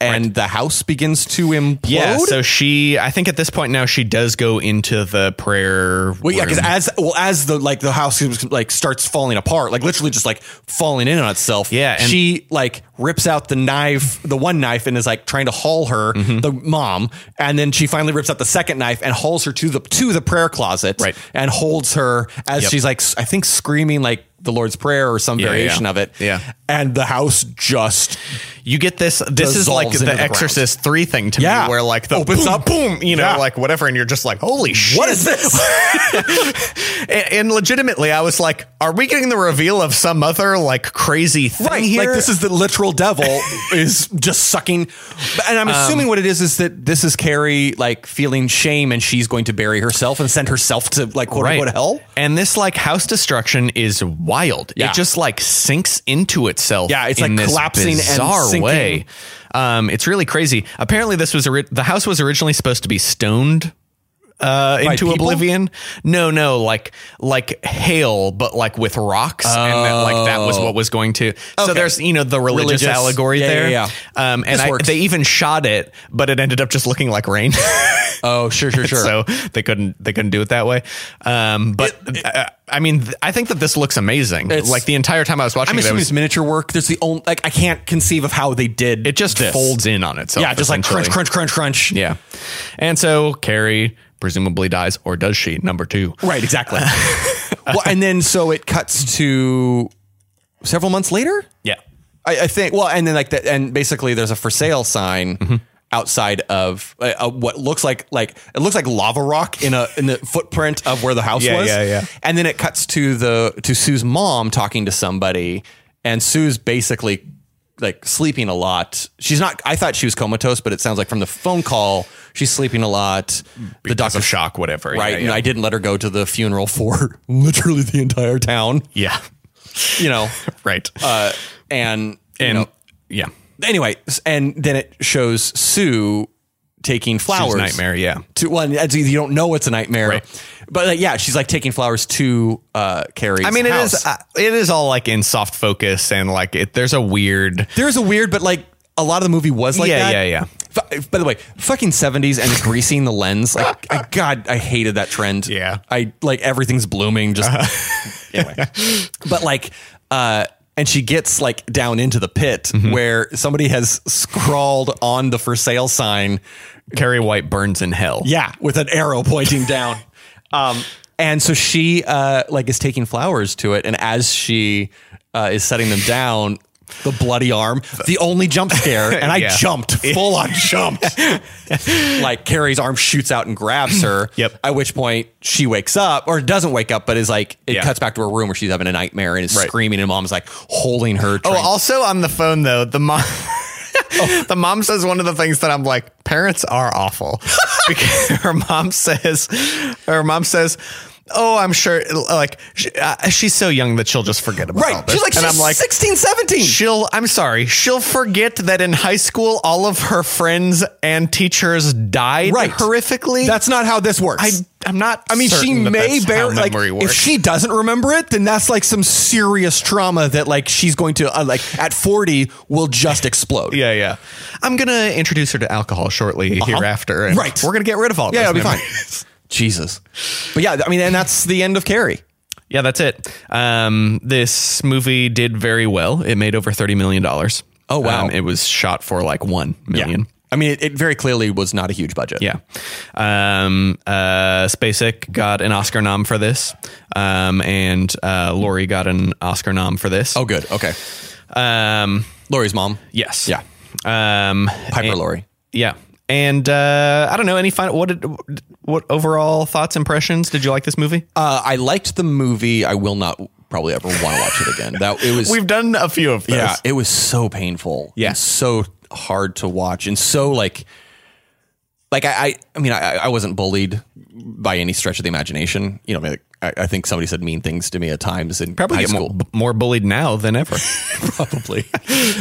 Speaker 3: and the house begins to implode.
Speaker 2: Yeah, so she, I think at this point now she does go into the prayer.
Speaker 3: well, yeah, because
Speaker 2: room.
Speaker 3: as well as the like the house is, like starts falling apart, like literally just like falling in on itself.
Speaker 2: Yeah, and-
Speaker 3: she like rips out the knife, the one knife, and is like trying to haul her,
Speaker 2: Mm-hmm.
Speaker 3: the mom, and then she finally rips out the second knife and hauls her to the to the prayer closet,
Speaker 2: Right.
Speaker 3: and holds her as
Speaker 2: Yep.
Speaker 3: she's like s- I think screaming like the Lord's prayer or some
Speaker 2: Yeah,
Speaker 3: variation
Speaker 2: yeah.
Speaker 3: of it.
Speaker 2: Yeah.
Speaker 3: and the house just
Speaker 2: you get this, this is like
Speaker 3: dissolves
Speaker 2: the
Speaker 3: into the ground.
Speaker 2: Exorcist three thing to
Speaker 3: Yeah.
Speaker 2: me, where like the
Speaker 3: Opens
Speaker 2: boom,
Speaker 3: up.
Speaker 2: boom, you know,
Speaker 3: Yeah.
Speaker 2: like whatever, and you're just like, holy shit,
Speaker 3: what is this?
Speaker 2: and, and legitimately, I was like, "Are we getting the reveal of some other like crazy thing
Speaker 3: right
Speaker 2: here?"
Speaker 3: like this is the literal devil is just sucking and
Speaker 2: Um,
Speaker 3: i'm assuming what it is is that this is carrie like feeling shame and she's going to bury herself and send herself to like quote
Speaker 2: right.
Speaker 3: unquote hell
Speaker 2: And this like house destruction is wild.
Speaker 3: Yeah.
Speaker 2: It just like sinks into itself.
Speaker 3: Yeah, it's,
Speaker 2: in
Speaker 3: like,
Speaker 2: this
Speaker 3: collapsing and
Speaker 2: bizarre
Speaker 3: sinking.
Speaker 2: way. Um, it's really crazy. Apparently, this was ori- the house was originally supposed to be stoned. Uh, into
Speaker 3: people?
Speaker 2: oblivion? No, no, like like hail, but like with rocks, and that, like that was what was going to. So
Speaker 3: Oh. Okay.
Speaker 2: there's you know the religious,
Speaker 3: Religious.
Speaker 2: allegory
Speaker 3: Yeah,
Speaker 2: there,
Speaker 3: yeah, yeah.
Speaker 2: Um, and
Speaker 3: This
Speaker 2: I,
Speaker 3: works.
Speaker 2: they even shot it, but it ended up just looking like rain.
Speaker 3: oh sure sure sure
Speaker 2: so they couldn't they couldn't do it that way. Um, but uh, I mean, th- I think that this looks amazing.
Speaker 3: It's-
Speaker 2: Like the entire time I was watching
Speaker 3: i'm
Speaker 2: it, I
Speaker 3: assuming
Speaker 2: was-
Speaker 3: it's miniature work there's the only like i can't conceive of how they did
Speaker 2: it just
Speaker 3: this.
Speaker 2: folds in on itself.
Speaker 3: yeah just like crunch
Speaker 2: essentially.
Speaker 3: crunch crunch crunch
Speaker 2: Yeah, and so Carrie presumably dies, or does she? Number two.
Speaker 3: right exactly well and then so it cuts to several months later
Speaker 2: Yeah.
Speaker 3: I, I think. Well, and then like that, and basically there's a for sale sign
Speaker 2: Mm-hmm.
Speaker 3: outside of uh, uh, what looks like like it looks like lava rock in a in the footprint of where the house
Speaker 2: Yeah,
Speaker 3: was.
Speaker 2: yeah, yeah.
Speaker 3: And then it cuts to the to Sue's mom talking to somebody, and Sue's basically like sleeping a lot. She's not. I thought she was comatose, but it sounds like from the phone call she's sleeping a lot. the
Speaker 2: Because
Speaker 3: doctor
Speaker 2: of shock, whatever.
Speaker 3: Right,
Speaker 2: Yeah.
Speaker 3: you know,
Speaker 2: yeah.
Speaker 3: I didn't let her go to the funeral for literally the entire town.
Speaker 2: Yeah.
Speaker 3: You know,
Speaker 2: Right.
Speaker 3: uh, and you
Speaker 2: and
Speaker 3: know,
Speaker 2: yeah,
Speaker 3: anyway, s- and then it shows Sue taking flowers.
Speaker 2: Sue's nightmare. Yeah.
Speaker 3: To one, well, and you don't know it's a nightmare,
Speaker 2: Right.
Speaker 3: but like, yeah, she's like taking flowers to uh, Carrie's.
Speaker 2: I mean, it is
Speaker 3: house.
Speaker 2: uh, it is all like in soft focus, and like it, there's a weird.
Speaker 3: There's a weird, but like a lot of the movie was like
Speaker 2: Yeah,
Speaker 3: that.
Speaker 2: yeah, yeah.
Speaker 3: F- by the way, fucking seventies and greasing the lens. Like, I, God, I hated that trend.
Speaker 2: Yeah.
Speaker 3: I like everything's blooming. Just anyway, but like, uh, and she gets like down into the pit where somebody has scrawled on the for sale sign.
Speaker 2: Carrie White burns in hell.
Speaker 3: Yeah, with an arrow pointing down. Um, and so she uh, like is taking flowers to it, and as she uh, is setting them down, the bloody arm, the only jump scare, and I
Speaker 2: Yeah.
Speaker 3: jumped full on jumped. like Carrie's arm shoots out and grabs her.
Speaker 2: Yep.
Speaker 3: At which point she wakes up, or doesn't wake up, but is like it
Speaker 2: Yeah.
Speaker 3: cuts back to her room where she's having a nightmare and is
Speaker 2: Right.
Speaker 3: screaming, and mom's like holding her.
Speaker 2: Oh,
Speaker 3: trying-
Speaker 2: also on the phone though, the mom. The mom says one of the things that I'm like, parents are awful. because her mom says, her mom says, oh, I'm sure, like, sh uh, she's so young that she'll just forget about all
Speaker 3: Right.
Speaker 2: this.
Speaker 3: She's like,
Speaker 2: and
Speaker 3: she's
Speaker 2: I'm like,
Speaker 3: 16, 17.
Speaker 2: she'll, I'm sorry, she'll forget that in high school, all of her friends and teachers died
Speaker 3: Right.
Speaker 2: horrifically.
Speaker 3: That's not how this works.
Speaker 2: I, I'm not.
Speaker 3: I mean, she
Speaker 2: certain that
Speaker 3: may
Speaker 2: that's
Speaker 3: bear
Speaker 2: how
Speaker 3: like
Speaker 2: memory
Speaker 3: if
Speaker 2: works.
Speaker 3: she doesn't remember it, then that's like some serious trauma that like she's going to uh, like at forty will just explode.
Speaker 2: Yeah, yeah. I'm gonna introduce her to alcohol shortly hereafter. And
Speaker 3: Uh-huh. Right.
Speaker 2: We're gonna get rid of all.
Speaker 3: yeah,
Speaker 2: those
Speaker 3: it'll be fine.
Speaker 2: memories.
Speaker 3: Jesus, but yeah, I mean, and that's the end of Carrie.
Speaker 2: Yeah, that's it. Um, this movie did very well. It made over thirty million dollars. Um,
Speaker 3: Oh, wow.
Speaker 2: it was shot for like one million.
Speaker 3: Yeah. I mean, it, it very clearly was not a huge budget.
Speaker 2: Yeah. Um, uh, Spacek got an Oscar nom for this, um, and uh, Lori got an Oscar nom for this.
Speaker 3: Oh, good. Okay.
Speaker 2: Um,
Speaker 3: Lori's mom.
Speaker 2: yes.
Speaker 3: Yeah.
Speaker 2: Um,
Speaker 3: Piper
Speaker 2: and-
Speaker 3: Lori.
Speaker 2: Yeah. And uh, I don't know any final. What did what overall thoughts impressions? Did you like this movie?
Speaker 3: Uh, I liked the movie. I will not probably ever want to watch it again. That it was.
Speaker 2: We've done a few of those.
Speaker 3: Yeah, it was so painful.
Speaker 2: Yeah.
Speaker 3: and so hard to watch, and so like, like I, I, I mean, I, I wasn't bullied by any stretch of the imagination. You know, I, mean, like, I, I think somebody said mean things to me at times in
Speaker 2: Probably
Speaker 3: high
Speaker 2: get
Speaker 3: school.
Speaker 2: more, more bullied now than ever.
Speaker 3: probably.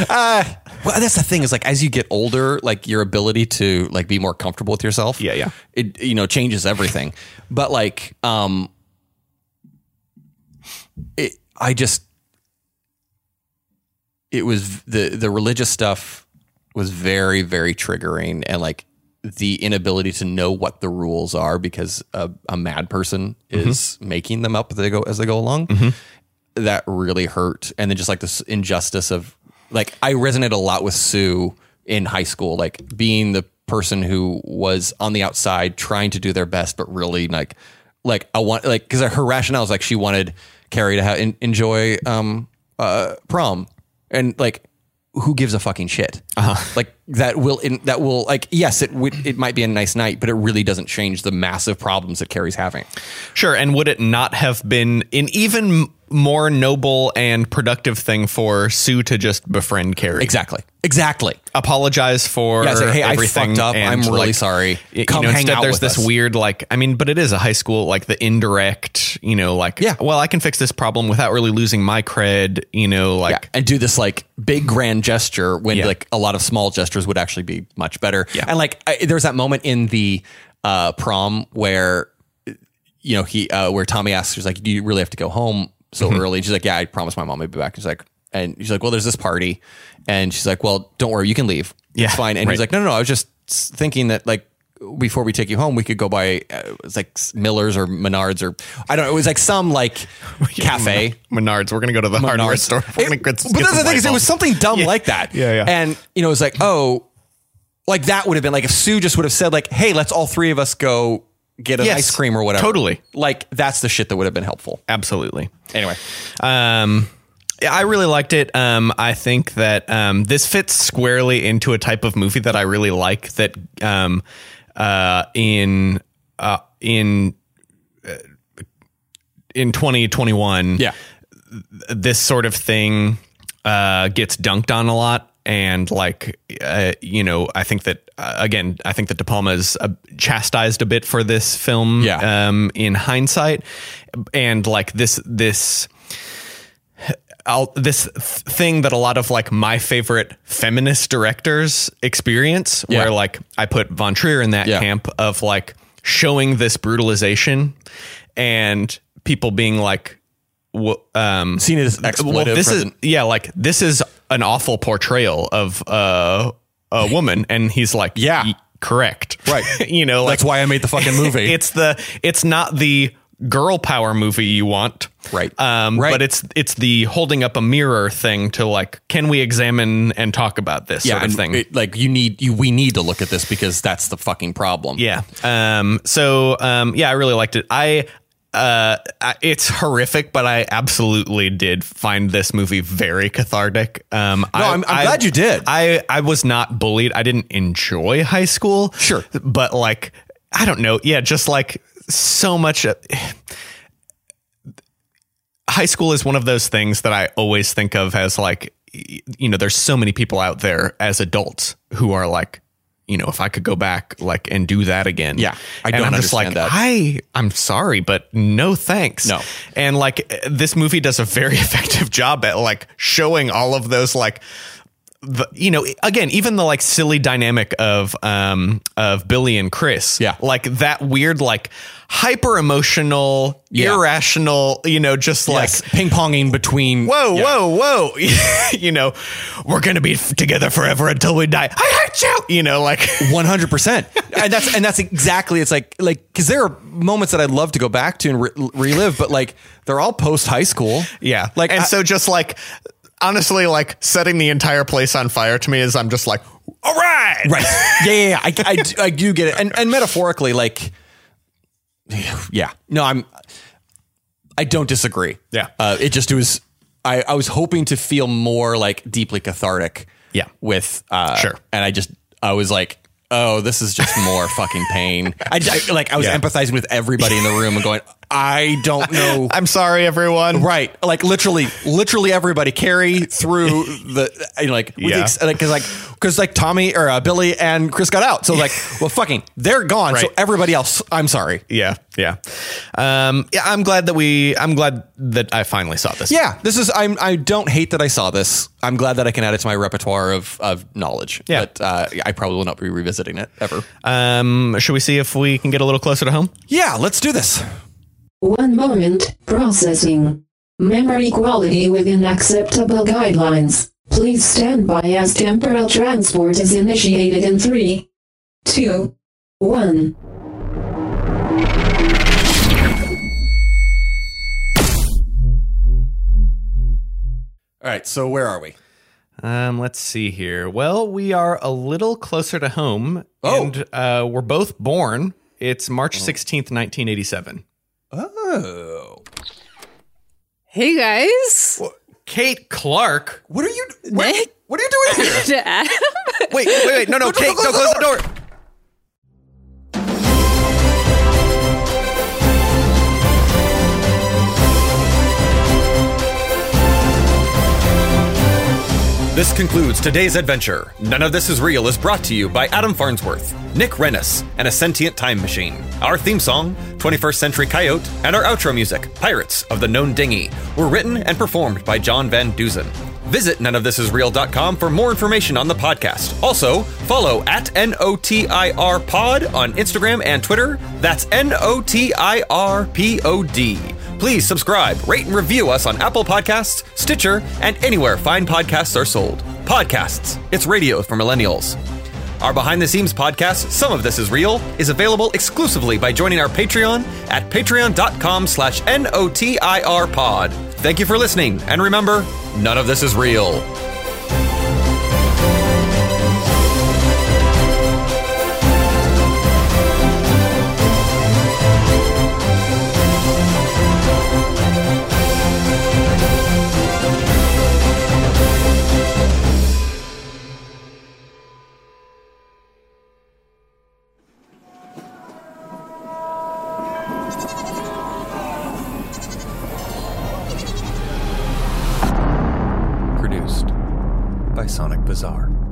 Speaker 3: uh, well, that's the thing is like as you get older, like your ability to like be more comfortable with yourself.
Speaker 2: Yeah, yeah.
Speaker 3: It you know changes everything, but like um, it I just it was v- the the religious stuff was very very triggering and like the inability to know what the rules are because a, a mad person
Speaker 2: Mm-hmm.
Speaker 3: is making them up as they go as they go along that really hurt and then just like this injustice of like i resonate a lot with sue in high school like being the person who was on the outside trying to do their best but really like like i want like because her rationale is like she wanted carrie to ha- en- enjoy um uh prom and like who gives a fucking shit like that will in, that will like yes it would it might be a nice night but it really doesn't change the massive problems that carrie's having
Speaker 2: Sure, and would it not have been an even more noble and productive thing for Sue to just befriend Carrie?
Speaker 3: exactly exactly
Speaker 2: Apologize for
Speaker 3: Yeah, it's like, hey, I
Speaker 2: everything.
Speaker 3: fucked up.
Speaker 2: and,
Speaker 3: I'm really sorry.
Speaker 2: y-
Speaker 3: Come
Speaker 2: you know,
Speaker 3: hang
Speaker 2: instead,
Speaker 3: out
Speaker 2: there's
Speaker 3: with
Speaker 2: this
Speaker 3: us.
Speaker 2: weird, like, I mean, but it is a high school, like the indirect, you know, like,
Speaker 3: Yeah.
Speaker 2: well, I can fix this problem without really losing my cred, you know, like,
Speaker 3: yeah, and do this like big grand gesture when
Speaker 2: Yeah.
Speaker 3: like a lot of small gestures would actually be much better.
Speaker 2: Yeah.
Speaker 3: And like I, there's that moment in the uh, prom where you know he uh, where Tommy asks, she's like, "Do you really have to go home so
Speaker 2: Mm-hmm.
Speaker 3: early?" And she's like, "Yeah, I promised my mom I'd be back." And she's like, and she's like, "Well, there's this party," and she's like, "Well, don't worry, you can leave.
Speaker 2: Yeah,
Speaker 3: it's fine." And
Speaker 2: right.
Speaker 3: he's like, "No, no, no, I was just thinking that like." Before we take you home, we could go by uh, it's like Miller's or Menards or I don't know. It was like some like cafe.
Speaker 2: Menards, we're gonna go to the hardware
Speaker 3: Menards.
Speaker 2: store.
Speaker 3: It- but that's the thing is, it was something dumb like that.
Speaker 2: Yeah, yeah.
Speaker 3: And you know, it was like, oh, like that would have been like if Sue just would have said like, hey, let's all three of us go get an
Speaker 2: Yes,
Speaker 3: ice cream or whatever.
Speaker 2: totally.
Speaker 3: Like that's the shit that would have been helpful.
Speaker 2: absolutely.
Speaker 3: Anyway,
Speaker 2: Um, yeah, I really liked it. Um, I think that um, this fits squarely into a type of movie that I really like. That um, uh, in uh, in uh, in twenty twenty one,
Speaker 3: yeah,
Speaker 2: this sort of thing uh, gets dunked on a lot. And like, uh, you know, I think that uh, again, I think that De Palma is uh, chastised a bit for this film
Speaker 3: Yeah.
Speaker 2: um, in hindsight. And like this, this, I'll, this th- thing that a lot of like my favorite feminist directors experience,
Speaker 3: Yeah.
Speaker 2: where like I put Von Trier in that
Speaker 3: Yeah.
Speaker 2: camp of like showing this brutalization and people being like, w- um,
Speaker 3: seen it as exploitive.
Speaker 2: well, this is
Speaker 3: rather than-
Speaker 2: yeah, like this is an awful portrayal of uh, a woman, and he's like,
Speaker 3: Yeah.
Speaker 2: "Y- correct,
Speaker 3: Right.
Speaker 2: you know, like,
Speaker 3: that's why I made the fucking movie.
Speaker 2: it's the it's not the girl power movie you want,
Speaker 3: Right.
Speaker 2: Um,
Speaker 3: Right.
Speaker 2: but it's it's the holding up a mirror thing to like, can we examine and talk about this sort of
Speaker 3: and
Speaker 2: thing?
Speaker 3: it- like you need you we need to look at this because that's the fucking problem.
Speaker 2: Yeah. Um, so um, yeah, I really liked it. I uh, I- it's horrific, but I absolutely did find this movie very cathartic. Um, I,
Speaker 3: I'm- I'm
Speaker 2: I-
Speaker 3: glad you did.
Speaker 2: I I was not bullied. I didn't enjoy high school.
Speaker 3: Sure.
Speaker 2: but like I don't know. Yeah, just like so much. uh, high school is one of those things that I always think of as like, y- you know, there's so many people out there as adults who are like you know, if I could go back like and do that again.
Speaker 3: Yeah, I
Speaker 2: and I'm
Speaker 3: don't
Speaker 2: just like,
Speaker 3: understand that.
Speaker 2: I, I'm sorry, but no thanks.
Speaker 3: No.
Speaker 2: And like eh, this movie does a very effective job at like showing all of those like the, you know again even the like silly dynamic of um of Billy and Chris
Speaker 3: Yeah.
Speaker 2: like that weird like hyper emotional
Speaker 3: Yeah.
Speaker 2: irrational you know just like
Speaker 3: Yes, ping ponging between.
Speaker 2: whoa,
Speaker 3: Yeah.
Speaker 2: whoa, whoa. you know, we're going to be f- together forever until we die. I hate you. You know, like,
Speaker 3: One hundred percent, and that's and that's exactly. It's like like because there are moments that I'd love to go back to and re- relive, but like they're all post high school.
Speaker 2: yeah.
Speaker 3: like
Speaker 2: and
Speaker 3: I-
Speaker 2: so just like, honestly, like setting the entire place on fire to me is I'm just like, all right.
Speaker 3: right? Yeah, yeah, yeah. I, I do- I do get it, and and metaphorically, like, yeah, no, I'm, I don't disagree.
Speaker 2: Yeah.
Speaker 3: uh, it just was. I I was hoping to feel more like deeply cathartic.
Speaker 2: Yeah.
Speaker 3: with uh,
Speaker 2: Sure.
Speaker 3: and I just I was like. Oh, this is just more fucking pain. I, I- like I was
Speaker 2: Yeah.
Speaker 3: empathizing with everybody in the room and going, I don't know.
Speaker 2: I'm sorry, everyone.
Speaker 3: Right. Like literally, literally everybody carry through the you know, like with
Speaker 2: Yeah.
Speaker 3: the ex- like because like because like Tommy or uh, Billy and Chris got out, so like well fucking they're gone. So
Speaker 2: Right.
Speaker 3: everybody else, I'm sorry.
Speaker 2: Yeah. Yeah. Um, yeah. I'm glad that we, I'm glad that I finally saw this.
Speaker 3: Yeah, this is I'm I don't hate that I saw this. I'm glad that I can add it to my repertoire of of knowledge.
Speaker 2: Yeah.
Speaker 3: but uh, I probably will not be revisiting it ever.
Speaker 2: Um, should we see if we can get a little closer to home?
Speaker 3: yeah, let's do this.
Speaker 6: One moment, processing. Memory quality within acceptable guidelines. Please stand by as temporal transport is initiated in 3, 2, 1.
Speaker 3: All right, so where are we?
Speaker 2: Um, let's see here. Well, we are a little closer to home,
Speaker 3: Oh.
Speaker 2: and uh, we're both born. It's March sixteenth, nineteen eighty-seven.
Speaker 3: Oh,
Speaker 8: Hey guys.
Speaker 2: Kate Clark.
Speaker 3: what are you? What, what are you doing here?
Speaker 2: Wait, wait, wait. No, no, Kate, don't close the door.
Speaker 9: This concludes today's adventure. None of This Is Real is brought to you by Adam Farnsworth, Nick Rennis, and A Sentient Time Machine. Our theme song, 21st Century Coyote, and our outro music, Pirates of the Known Dinghy, were written and performed by John Van Dusen. Visit noneofthisisreal.com for more information on the podcast. Also, follow at NOTIR Pod on Instagram and Twitter. That's NOTIR P O D. Please subscribe, rate, and review us on Apple Podcasts, Stitcher, and anywhere fine podcasts are sold. Podcasts, it's radio for millennials. Our behind the scenes podcast, Some of This Is Real, is available exclusively by joining our Patreon at patreon.com slash N-O-T-I-R pod. Thank you for listening, and remember, none of this is real. Produced by Sonic Bazaar.